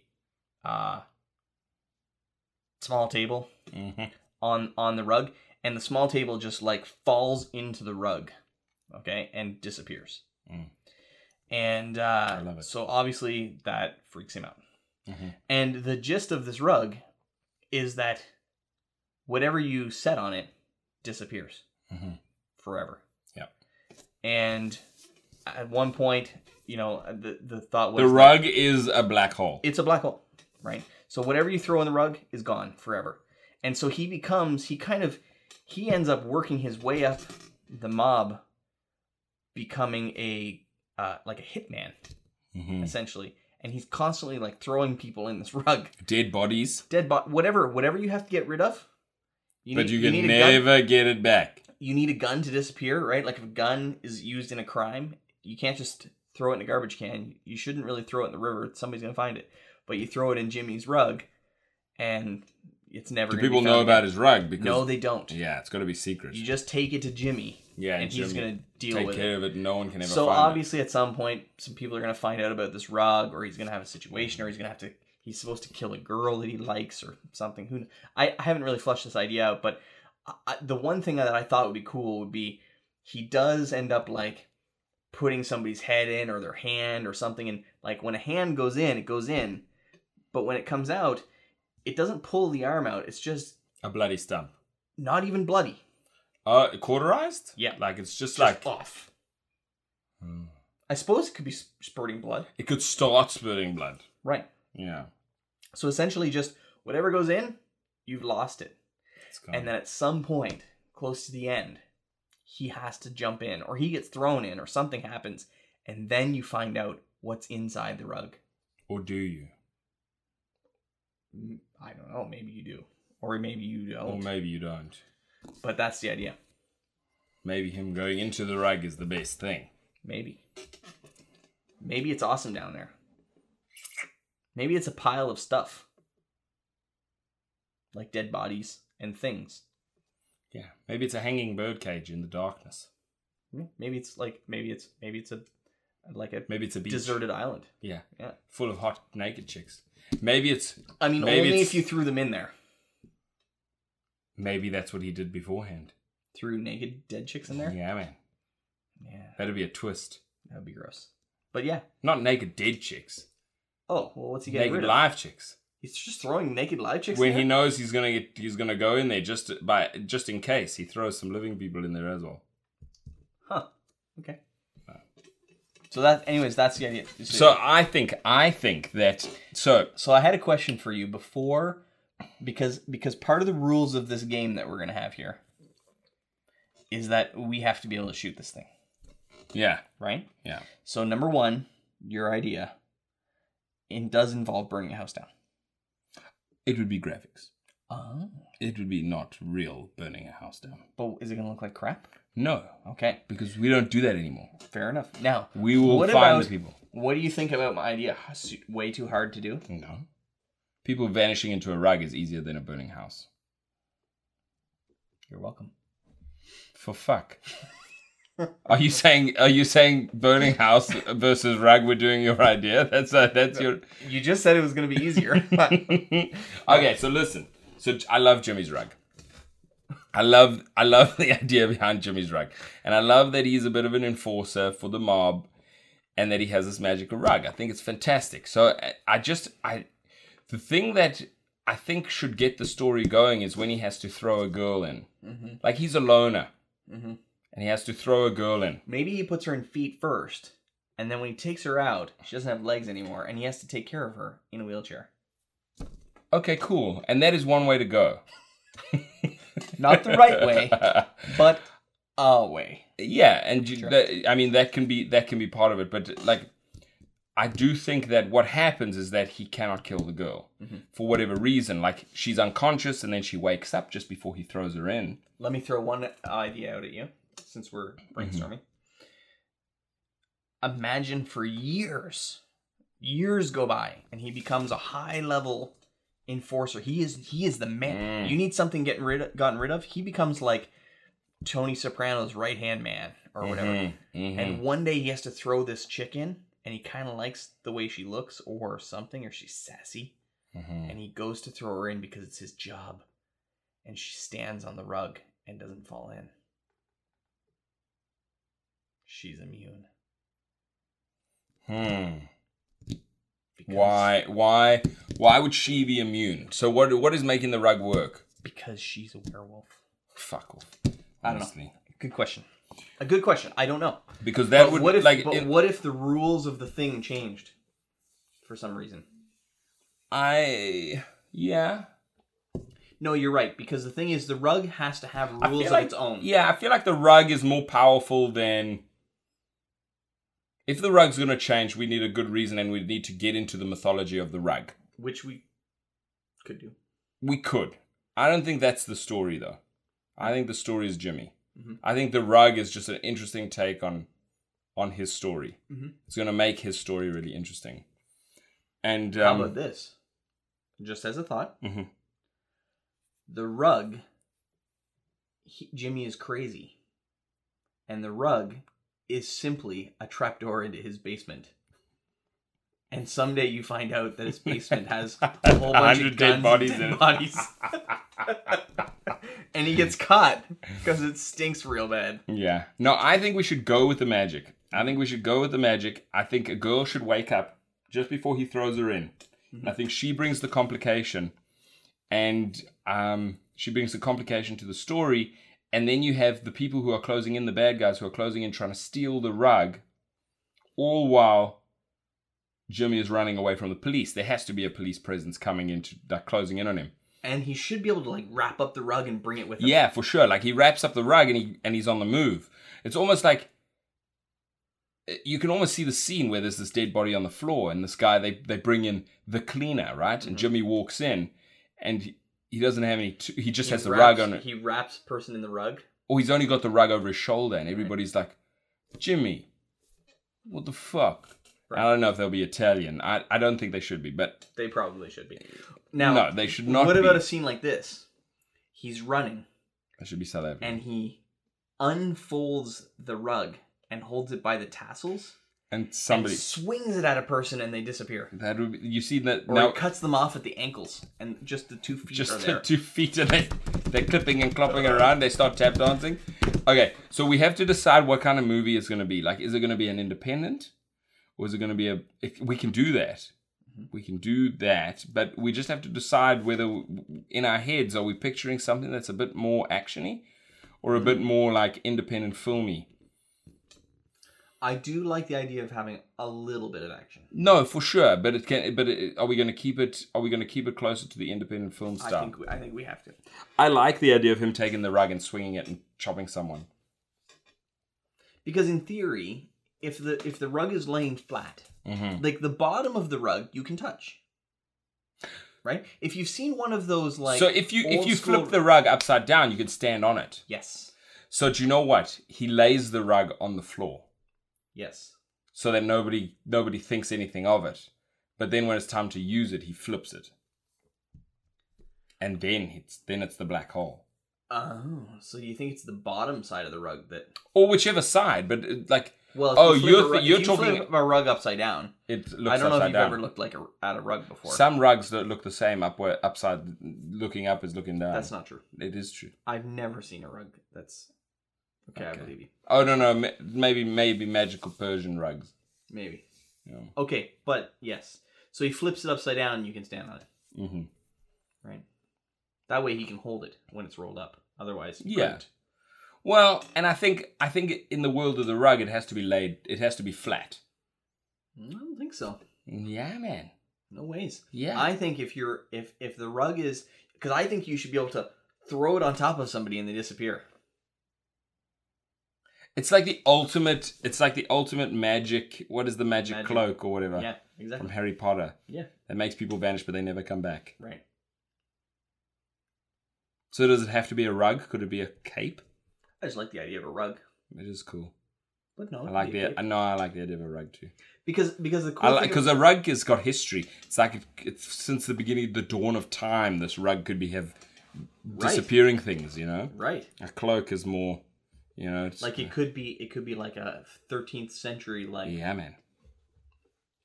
[SPEAKER 2] a uh, small table
[SPEAKER 1] Mhm.
[SPEAKER 2] on, on the rug. And the small table just like falls into the rug, okay, and disappears.
[SPEAKER 1] Mm.
[SPEAKER 2] And uh,
[SPEAKER 1] I love it.
[SPEAKER 2] so obviously that freaks him out.
[SPEAKER 1] Mhm.
[SPEAKER 2] And the gist of this rug is that whatever you set on it disappears
[SPEAKER 1] Mhm.
[SPEAKER 2] forever.
[SPEAKER 1] Yep.
[SPEAKER 2] And at one point, you know, the the thought was
[SPEAKER 1] The
[SPEAKER 2] that
[SPEAKER 1] rug is a black hole.
[SPEAKER 2] it's a black hole, right? So whatever you throw in the rug is gone forever. And so he becomes he kind of he ends up working his way up the mob, becoming a uh, like a hitman
[SPEAKER 1] Mhm.
[SPEAKER 2] essentially, and he's constantly like throwing people in this [laughs] rug,
[SPEAKER 1] Dead bodies,
[SPEAKER 2] dead body, whatever, whatever you have to get rid of. You
[SPEAKER 1] but you can
[SPEAKER 2] need a gun-
[SPEAKER 1] never get it back.
[SPEAKER 2] you need a gun to disappear, right? Like if a gun is used in a crime, you can't just throw it in a garbage can. You shouldn't really throw it in the river. Somebody's gonna find it. But you throw it in Jimmy's rug, and it's never.
[SPEAKER 1] Do
[SPEAKER 2] gonna be
[SPEAKER 1] people
[SPEAKER 2] found
[SPEAKER 1] know about
[SPEAKER 2] again.
[SPEAKER 1] his rug? Because
[SPEAKER 2] No, they don't.
[SPEAKER 1] yeah, it's got to be secret.
[SPEAKER 2] You just take it to Jimmy,
[SPEAKER 1] yeah,
[SPEAKER 2] and he's
[SPEAKER 1] Jimmy,
[SPEAKER 2] gonna deal
[SPEAKER 1] take
[SPEAKER 2] with
[SPEAKER 1] care
[SPEAKER 2] it.
[SPEAKER 1] of it. No one can ever.
[SPEAKER 2] So
[SPEAKER 1] find it.
[SPEAKER 2] obviously, at some point, some people are gonna find out about this rug, or he's gonna have a situation, or he's gonna have to. He's supposed to kill a girl that he likes, or something. Who kn- I, I haven't really flushed this idea out, but I, I- the one thing that I thought would be cool would be he does end up like putting somebody's head in or their hand or something, and like when a hand goes in, it goes in, but when it comes out, it doesn't pull the arm out. It's just
[SPEAKER 1] a bloody stump.
[SPEAKER 2] not even bloody.
[SPEAKER 1] Uh, quarterized.
[SPEAKER 2] Yeah.
[SPEAKER 1] like it's just
[SPEAKER 2] It's
[SPEAKER 1] like
[SPEAKER 2] just off.
[SPEAKER 1] Hmm.
[SPEAKER 2] I suppose it could be sp- spurting blood,
[SPEAKER 1] it could start spurting blood.
[SPEAKER 2] right?
[SPEAKER 1] Yeah,
[SPEAKER 2] So essentially, just whatever goes in, you've lost it.
[SPEAKER 1] it's gone.
[SPEAKER 2] And then at some point, close to the end, he has to jump in, or he gets thrown in, or something happens, and then you find out what's inside the rug.
[SPEAKER 1] or do you?
[SPEAKER 2] Mm, I don't know. Maybe you do, or maybe you
[SPEAKER 1] Or
[SPEAKER 2] don't.
[SPEAKER 1] maybe you don't.
[SPEAKER 2] But that's the idea.
[SPEAKER 1] Maybe him going into the rug is the best thing.
[SPEAKER 2] Maybe. Maybe it's awesome down there. Maybe it's a pile of stuff, like dead bodies and things.
[SPEAKER 1] Yeah, maybe it's a hanging bird cage in the darkness.
[SPEAKER 2] Yeah, Maybe it's like maybe it's maybe it's a like a
[SPEAKER 1] Maybe it's a beach
[SPEAKER 2] deserted island.
[SPEAKER 1] Yeah,
[SPEAKER 2] Yeah.
[SPEAKER 1] full of hot naked chicks. Maybe it's
[SPEAKER 2] I mean,
[SPEAKER 1] Maybe
[SPEAKER 2] only
[SPEAKER 1] it's-
[SPEAKER 2] if you threw them in there.
[SPEAKER 1] maybe that's what he did beforehand.
[SPEAKER 2] Threw naked dead chicks in there. Yeah,
[SPEAKER 1] Yeah, man, that'd be a twist.
[SPEAKER 2] that would be gross. But yeah.
[SPEAKER 1] Not naked dead chicks.
[SPEAKER 2] Oh well, what's he getting
[SPEAKER 1] Naked
[SPEAKER 2] rid of?
[SPEAKER 1] live chicks.
[SPEAKER 2] He's just throwing naked live chicks.
[SPEAKER 1] when
[SPEAKER 2] in
[SPEAKER 1] he
[SPEAKER 2] there?
[SPEAKER 1] knows he's gonna get, he's gonna go in there just to, by just in case he throws some living people in there as well.
[SPEAKER 2] huh? Okay. So that, anyways, that's the idea.
[SPEAKER 1] So I think I think that so
[SPEAKER 2] so I had a question for you before, because because part of the rules of this game that we're gonna have here is that we have to be able to shoot this thing,
[SPEAKER 1] yeah
[SPEAKER 2] right?
[SPEAKER 1] yeah
[SPEAKER 2] So number one, your idea, it does involve burning a house down.
[SPEAKER 1] it would be graphics.
[SPEAKER 2] Oh.
[SPEAKER 1] It would be not real burning a house down.
[SPEAKER 2] But is it gonna look like crap?
[SPEAKER 1] No,
[SPEAKER 2] Okay,
[SPEAKER 1] because we don't do that anymore.
[SPEAKER 2] fair enough. Now,
[SPEAKER 1] We will
[SPEAKER 2] What
[SPEAKER 1] find
[SPEAKER 2] about-
[SPEAKER 1] the people.
[SPEAKER 2] what do you think about my idea? Su- Way too hard to do.
[SPEAKER 1] No, people vanishing into a rug is easier than a burning house.
[SPEAKER 2] You're welcome.
[SPEAKER 1] For
[SPEAKER 2] [laughs]
[SPEAKER 1] fuck. Are you saying are you saying burning house versus rug? We're doing your idea. That's uh that's your
[SPEAKER 2] You just said it was gonna be
[SPEAKER 1] [laughs]
[SPEAKER 2] easier. [laughs] Mm-hmm,
[SPEAKER 1] okay, so listen. So I love Jimmy's rug. I love I love [laughs] the idea behind Jimmy's rug. And I love that he's a bit of an enforcer for the mob and that he has this magical rug. I think it's fantastic. So I, I just I the thing that I think should get the story going is when he has to throw a girl in. Like he's a loner.
[SPEAKER 2] Mhm.
[SPEAKER 1] And he has to throw a girl in.
[SPEAKER 2] Maybe he puts her in feet first, and then when he takes her out, she doesn't have legs anymore, and he has to take care of her in a wheelchair.
[SPEAKER 1] Okay, cool. And that is one way to go.
[SPEAKER 2] Not the right
[SPEAKER 1] [laughs]
[SPEAKER 2] way, but a way.
[SPEAKER 1] Yeah, and you,
[SPEAKER 2] Sure.
[SPEAKER 1] that, I mean that can be that can be part of it, but like I do think that what happens is that he cannot kill the girl
[SPEAKER 2] Mm-hmm.
[SPEAKER 1] for whatever reason. Like she's unconscious and then she wakes up just before he throws her in.
[SPEAKER 2] Let me throw one idea out at you, since we're brainstorming. Imagine for years, years go by, and he becomes a high level enforcer. He is he is the man.
[SPEAKER 1] Mm.
[SPEAKER 2] You need something getting rid of, gotten rid of. He becomes like Tony Soprano's right hand man or whatever.
[SPEAKER 1] Mhm, mhm.
[SPEAKER 2] And one day he has to throw this chick in, and he kind of likes the way she looks or something, or she's sassy,
[SPEAKER 1] Mhm.
[SPEAKER 2] and he goes to throw her in because it's his job. And she stands on the rug and doesn't fall in. She's immune.
[SPEAKER 1] Hmm.
[SPEAKER 2] Because,
[SPEAKER 1] Why? Why? Why would she be immune? So what? What is making the rug work?
[SPEAKER 2] Because she's a werewolf.
[SPEAKER 1] Fuck off.
[SPEAKER 2] I don't know.
[SPEAKER 1] Honestly.
[SPEAKER 2] Good question. A good question. I don't know.
[SPEAKER 1] because that
[SPEAKER 2] But
[SPEAKER 1] would
[SPEAKER 2] what if,
[SPEAKER 1] like
[SPEAKER 2] but
[SPEAKER 1] it-
[SPEAKER 2] what if the rules of the thing changed for some reason?
[SPEAKER 1] I yeah.
[SPEAKER 2] No, you're right because the thing is the rug has to have
[SPEAKER 1] I
[SPEAKER 2] rules
[SPEAKER 1] feel
[SPEAKER 2] of
[SPEAKER 1] like-
[SPEAKER 2] its own.
[SPEAKER 1] Yeah, I feel like the rug is more powerful than. If the rug's going to change, we need a good reason and we need to get into the mythology of the rug.
[SPEAKER 2] which we could do.
[SPEAKER 1] We could. I don't think that's the story, though. I think the story is Jimmy.
[SPEAKER 2] Mhm.
[SPEAKER 1] I think the rug is just an interesting take on on his story.
[SPEAKER 2] Mhm.
[SPEAKER 1] It's going to make his story really interesting. And
[SPEAKER 2] How about
[SPEAKER 1] um,
[SPEAKER 2] this? Just as a thought,
[SPEAKER 1] Mhm.
[SPEAKER 2] the rug. He, Jimmy is crazy, and the rug is simply a trapdoor into his basement. And someday you find out that his
[SPEAKER 1] [laughs]
[SPEAKER 2] basement has a whole
[SPEAKER 1] A
[SPEAKER 2] bunch
[SPEAKER 1] hundred
[SPEAKER 2] of
[SPEAKER 1] dead
[SPEAKER 2] guns
[SPEAKER 1] bodies
[SPEAKER 2] and
[SPEAKER 1] in it. [laughs]
[SPEAKER 2] bodies. and he gets caught because it stinks real bad.
[SPEAKER 1] yeah, no, I think we should go with the magic. I think we should go with the magic. I think a girl should wake up just before he throws her in.
[SPEAKER 2] Mhm.
[SPEAKER 1] I think she brings the complication, and um, she brings the complication to the story. And then you have the people who are closing in, the bad guys who are closing in, trying to steal the rug, all while Jimmy is running away from the police. There has to be a police presence coming in to like closing in on him.
[SPEAKER 2] And he should be able to like wrap up the rug and bring it with him.
[SPEAKER 1] Yeah, for sure. Like he wraps up the rug and he and he's on the move. It's almost like eh, you can almost see the scene where there's this dead body on the floor and this guy they they bring in the cleaner, right? And
[SPEAKER 2] Mhm.
[SPEAKER 1] Jimmy walks in and he, he doesn't have any t- he just
[SPEAKER 2] He
[SPEAKER 1] has the
[SPEAKER 2] wraps-
[SPEAKER 1] rug on it.
[SPEAKER 2] He wraps person in the rug.
[SPEAKER 1] Or he's only got the rug over his shoulder and everybody's like, "Jimmy, what the fuck?"
[SPEAKER 2] Right.
[SPEAKER 1] I don't know if they'll be Italian. I, I don't think they should be, but
[SPEAKER 2] They probably should be. Now,
[SPEAKER 1] no, they should not
[SPEAKER 2] what
[SPEAKER 1] be.
[SPEAKER 2] about a scene like this? He's running
[SPEAKER 1] they should be South African.
[SPEAKER 2] and he unfolds the rug and holds it by the tassels
[SPEAKER 1] And, somebody
[SPEAKER 2] and swings it at a person and they disappear.
[SPEAKER 1] that would be, you see that
[SPEAKER 2] Or
[SPEAKER 1] now
[SPEAKER 2] he cuts them off at the ankles and just the two feet are
[SPEAKER 1] just the
[SPEAKER 2] there. Uh-huh.
[SPEAKER 1] two feet and they, they're clipping and clopping around they start tap dancing okay so we have to decide what kind of movie it's going to be like is it going to be an independent or is it going to be a if we can do that
[SPEAKER 2] Mm-hmm.
[SPEAKER 1] we can do that but we just have to decide whether w- in our heads are we picturing something that's a bit more actiony or a
[SPEAKER 2] Mm-hmm.
[SPEAKER 1] bit more like independent filmy
[SPEAKER 2] I do like the idea of having a little bit of action.
[SPEAKER 1] no for sure but it can but it, are we going to keep it are we going to keep it closer to the independent film
[SPEAKER 2] I
[SPEAKER 1] style
[SPEAKER 2] think we, I think we have to.
[SPEAKER 1] I like the idea of him taking the rug and swinging it and chopping someone
[SPEAKER 2] Because in theory, if the if the rug is laying flat,
[SPEAKER 1] mm-hmm.
[SPEAKER 2] like the bottom of the rug you can touch right if you've seen one of those like
[SPEAKER 1] so if you if
[SPEAKER 2] old
[SPEAKER 1] you
[SPEAKER 2] school-
[SPEAKER 1] flip the rug upside down, you can stand on it.
[SPEAKER 2] yes
[SPEAKER 1] So do you know what? He lays the rug on the floor
[SPEAKER 2] yes
[SPEAKER 1] so that nobody nobody thinks anything of it. But then when it's time to use it, he flips it, and then it's then it's the black hole
[SPEAKER 2] oh so you think it's the bottom side of the rug that
[SPEAKER 1] or whichever side. But uh, like
[SPEAKER 2] well if
[SPEAKER 1] Oh,
[SPEAKER 2] you flip
[SPEAKER 1] you're
[SPEAKER 2] a rug,
[SPEAKER 1] th- you're
[SPEAKER 2] if you flip
[SPEAKER 1] talking-
[SPEAKER 2] a rug upside down
[SPEAKER 1] it looks
[SPEAKER 2] i don't know if
[SPEAKER 1] upside
[SPEAKER 2] you've
[SPEAKER 1] down.
[SPEAKER 2] ever looked like a, at a rug before
[SPEAKER 1] Some rugs that look the same up where upside looking up is looking down.
[SPEAKER 2] that's not true
[SPEAKER 1] It is true.
[SPEAKER 2] i've never seen a rug that's okay, i
[SPEAKER 1] Okay.
[SPEAKER 2] believe you
[SPEAKER 1] Oh no no ma- maybe maybe magical Persian rugs.
[SPEAKER 2] maybe
[SPEAKER 1] Yeah.
[SPEAKER 2] okay but yes so he flips it upside down and you can stand on it
[SPEAKER 1] hmm
[SPEAKER 2] right that way he can hold it when it's rolled up otherwise you
[SPEAKER 1] Yeah.
[SPEAKER 2] couldn't.
[SPEAKER 1] Well, and I think I think in the world of the rug, it has to be laid. It has to be flat.
[SPEAKER 2] i don't think so
[SPEAKER 1] Yeah, man.
[SPEAKER 2] no ways
[SPEAKER 1] Yeah.
[SPEAKER 2] I think if you're if if the rug is because I think you should be able to throw it on top of somebody and they disappear.
[SPEAKER 1] it's like the ultimate. It's like the ultimate magic. What is the magic,
[SPEAKER 2] Magic.
[SPEAKER 1] cloak or whatever
[SPEAKER 2] Yeah,
[SPEAKER 1] from
[SPEAKER 2] exactly.
[SPEAKER 1] Harry Potter?
[SPEAKER 2] Yeah.
[SPEAKER 1] that makes people vanish, but they never come back.
[SPEAKER 2] Right.
[SPEAKER 1] So does it have to be a rug? Could it be a cape?
[SPEAKER 2] I just like the idea of a rug,
[SPEAKER 1] It is cool.
[SPEAKER 2] but no, it
[SPEAKER 1] I
[SPEAKER 2] could
[SPEAKER 1] like
[SPEAKER 2] be a
[SPEAKER 1] the.
[SPEAKER 2] cape.
[SPEAKER 1] I know I like the idea of a rug too.
[SPEAKER 2] because because the cool
[SPEAKER 1] I like
[SPEAKER 2] thing
[SPEAKER 1] because a rug has got history. It's like it, it's since the beginning, the dawn of time. This rug could be have
[SPEAKER 2] Right.
[SPEAKER 1] disappearing things. You know,
[SPEAKER 2] right
[SPEAKER 1] a cloak is more. You know, it's
[SPEAKER 2] like it could be it could be like a 13th century like
[SPEAKER 1] Yeah, man.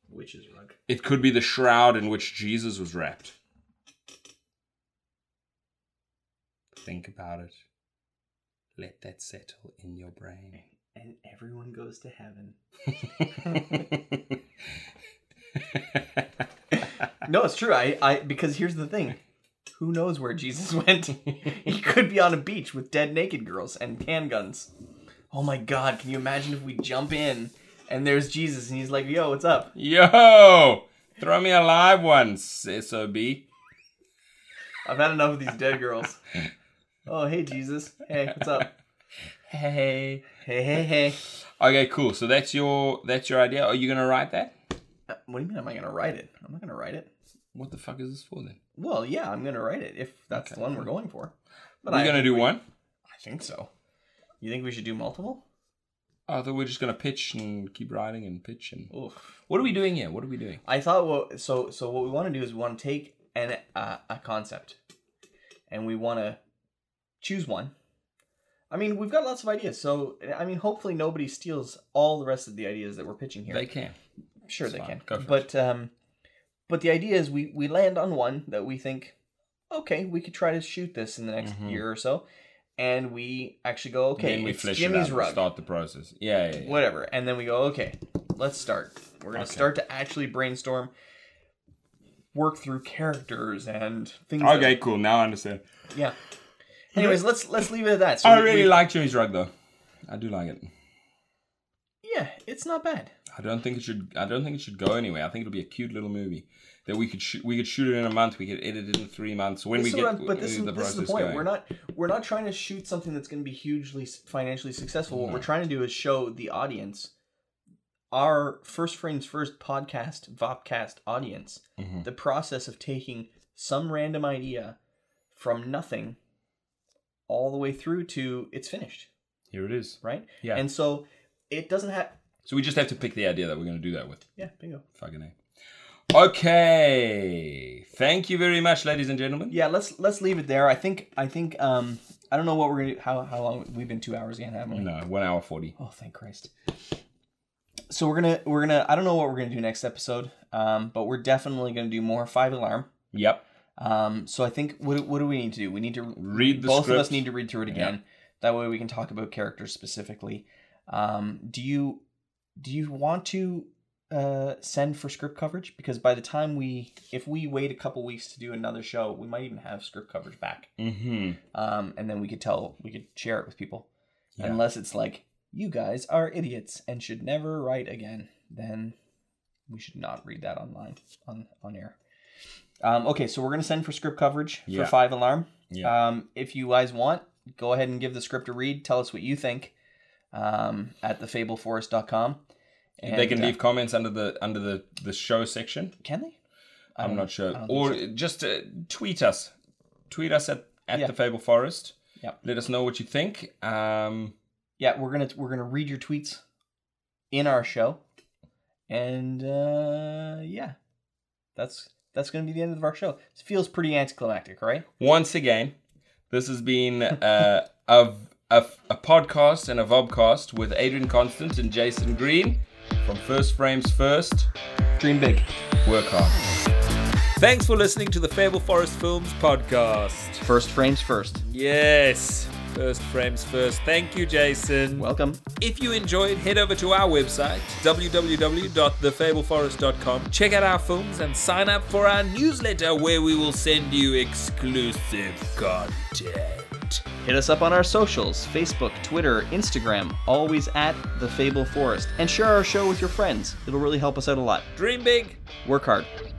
[SPEAKER 2] witch's rug.
[SPEAKER 1] It could be the shroud in which Jesus was wrapped. Think about it. Let that settle in your brain. [laughs]
[SPEAKER 2] And everyone goes to heaven. No, it's true. I, I because here's the thing. Who [laughs] knows where Jesus went? he could be on a beach with dead naked girls and handguns. oh my god, can you imagine if we jump in and there's Jesus and he's like, yo, what's up?
[SPEAKER 1] Yo, throw me a live one, sob.
[SPEAKER 2] I've had enough of these dead girls. Oh, hey, Jesus. Hey, what's up? Hey, hey, hey, hey.
[SPEAKER 1] Okay, cool. So that's your that's your idea. Are you gonna write that?
[SPEAKER 2] Uh, What do you mean, am I going to write it? I'm not going to write it.
[SPEAKER 1] What the fuck is this for then?
[SPEAKER 2] Well, yeah, I'm going to write it if that's the one we're going for. But
[SPEAKER 1] we're
[SPEAKER 2] I-
[SPEAKER 1] gonna do
[SPEAKER 2] we-
[SPEAKER 1] one.
[SPEAKER 2] I think so. You think we should do multiple?
[SPEAKER 1] Oh, I thought we are just gonna pitch and keep writing and pitch and.
[SPEAKER 2] Oof.
[SPEAKER 1] What are we doing here? What are we doing?
[SPEAKER 2] I thought what so so what we want to do is we want to take an uh, a concept, and we want to choose one. I mean, we've got lots of ideas, so I mean, hopefully nobody steals all the rest of the ideas that we're pitching here.
[SPEAKER 1] They can.
[SPEAKER 2] sure,
[SPEAKER 1] it's
[SPEAKER 2] they
[SPEAKER 1] fine.
[SPEAKER 2] can.
[SPEAKER 1] Go for it.
[SPEAKER 2] but um, but the idea is we we land on one that we think, okay, we could try to shoot this in the next
[SPEAKER 1] Mhm.
[SPEAKER 2] year or so, and we actually go, okay,
[SPEAKER 1] Then we
[SPEAKER 2] it's
[SPEAKER 1] flesh it out
[SPEAKER 2] Jimmy's
[SPEAKER 1] and
[SPEAKER 2] rug.
[SPEAKER 1] Start the process. Yeah, yeah, yeah.
[SPEAKER 2] whatever and then we go okay let's start we're gonna
[SPEAKER 1] Okay.
[SPEAKER 2] start to actually brainstorm work through characters and things that-
[SPEAKER 1] Okay, cool. Now I understand.
[SPEAKER 2] yeah anyways let's let's leave it at that so
[SPEAKER 1] I
[SPEAKER 2] we-
[SPEAKER 1] really
[SPEAKER 2] we-
[SPEAKER 1] like Jimmy's rug though. I do like it.
[SPEAKER 2] yeah it's not bad
[SPEAKER 1] I don't think it should. I don't think it should go anywhere. I think it'll be a cute little movie that we could shoot. We could shoot it in a month. We could edit it in three months when
[SPEAKER 2] This
[SPEAKER 1] we
[SPEAKER 2] is
[SPEAKER 1] get
[SPEAKER 2] what I'm- but this,
[SPEAKER 1] uh,
[SPEAKER 2] is,
[SPEAKER 1] the
[SPEAKER 2] this is
[SPEAKER 1] process
[SPEAKER 2] the point
[SPEAKER 1] going.
[SPEAKER 2] we're not we're not trying to shoot something that's going to be hugely s- financially successful what we're
[SPEAKER 1] No.
[SPEAKER 2] trying to do is show the audience our first frames first podcast vopcast audience
[SPEAKER 1] Mhm.
[SPEAKER 2] the process of taking some random idea from nothing all the way through to it's finished,
[SPEAKER 1] Here it is.
[SPEAKER 2] right?
[SPEAKER 1] Yeah.
[SPEAKER 2] And so it doesn't have
[SPEAKER 1] so we just have to pick the idea that we're going to do that with.
[SPEAKER 2] yeah, bingo.
[SPEAKER 1] Fucking a. Okay. Thank you very much, ladies and gentlemen.
[SPEAKER 2] Yeah, let's let's leave it there. I think I think um I don't know what we're gonna how how long we've been two hours again, haven't we?
[SPEAKER 1] No, one hour forty.
[SPEAKER 2] Oh thank Christ. So we're gonna we're gonna I don't know what we're gonna do next episode, um, but we're definitely gonna do more five alarm.
[SPEAKER 1] Yep.
[SPEAKER 2] Um, so I think what what do we need to do? We need to
[SPEAKER 1] Read the
[SPEAKER 2] both of us
[SPEAKER 1] script.
[SPEAKER 2] need to read through it again. That way we can talk about characters specifically. Um, do you do you want to uh, send for script coverage? Because by the time we if we wait a couple weeks to do another show, we might even have script coverage back.
[SPEAKER 1] Mm-hmm.
[SPEAKER 2] Um, and then we could tell we could share it with people.
[SPEAKER 1] Yeah.
[SPEAKER 2] Unless it's like you guys are idiots and should never write again, then we should not read that online on on air. Um, okay, so we're gonna send for script coverage
[SPEAKER 1] Yeah.
[SPEAKER 2] for Five Alarm.
[SPEAKER 1] Yeah.
[SPEAKER 2] Um, if you guys want, go ahead and give the script a read. Tell us what you think um, at thefableforest.com. And,
[SPEAKER 1] they can
[SPEAKER 2] uh,
[SPEAKER 1] leave comments under the under the the show section.
[SPEAKER 2] Can they? I
[SPEAKER 1] I'm
[SPEAKER 2] don't-
[SPEAKER 1] not sure.
[SPEAKER 2] Um, I don't
[SPEAKER 1] Or
[SPEAKER 2] think
[SPEAKER 1] just uh, tweet us. Tweet us at, at
[SPEAKER 2] Yeah.
[SPEAKER 1] the Fable Forest.
[SPEAKER 2] Yep.
[SPEAKER 1] Let us know what you think. Um,
[SPEAKER 2] Yeah, we're gonna we're gonna read your tweets in our show, and uh, yeah, that's that's gonna be the end of our show. It feels pretty anticlimactic, right?
[SPEAKER 1] once again, this has been uh, [laughs] a, a, a podcast and a vobcast with Adrian Constant and Jason Green from First Frames First.
[SPEAKER 2] Dream big.
[SPEAKER 1] Work hard. Thanks for listening to the Fable Forest Films podcast.
[SPEAKER 2] First frames first.
[SPEAKER 1] Yes, First Frames First. Thank you, Jason.
[SPEAKER 2] Welcome.
[SPEAKER 1] If you enjoyed, head over to our website, www.thefableforest.com. Check out our films and sign up for our newsletter where we will send you exclusive content.
[SPEAKER 2] Hit us up on our socials Facebook, Twitter, Instagram, always at The Fable Forest. And share our show with your friends. It'll really help us out a lot.
[SPEAKER 1] Dream big.
[SPEAKER 2] Work hard.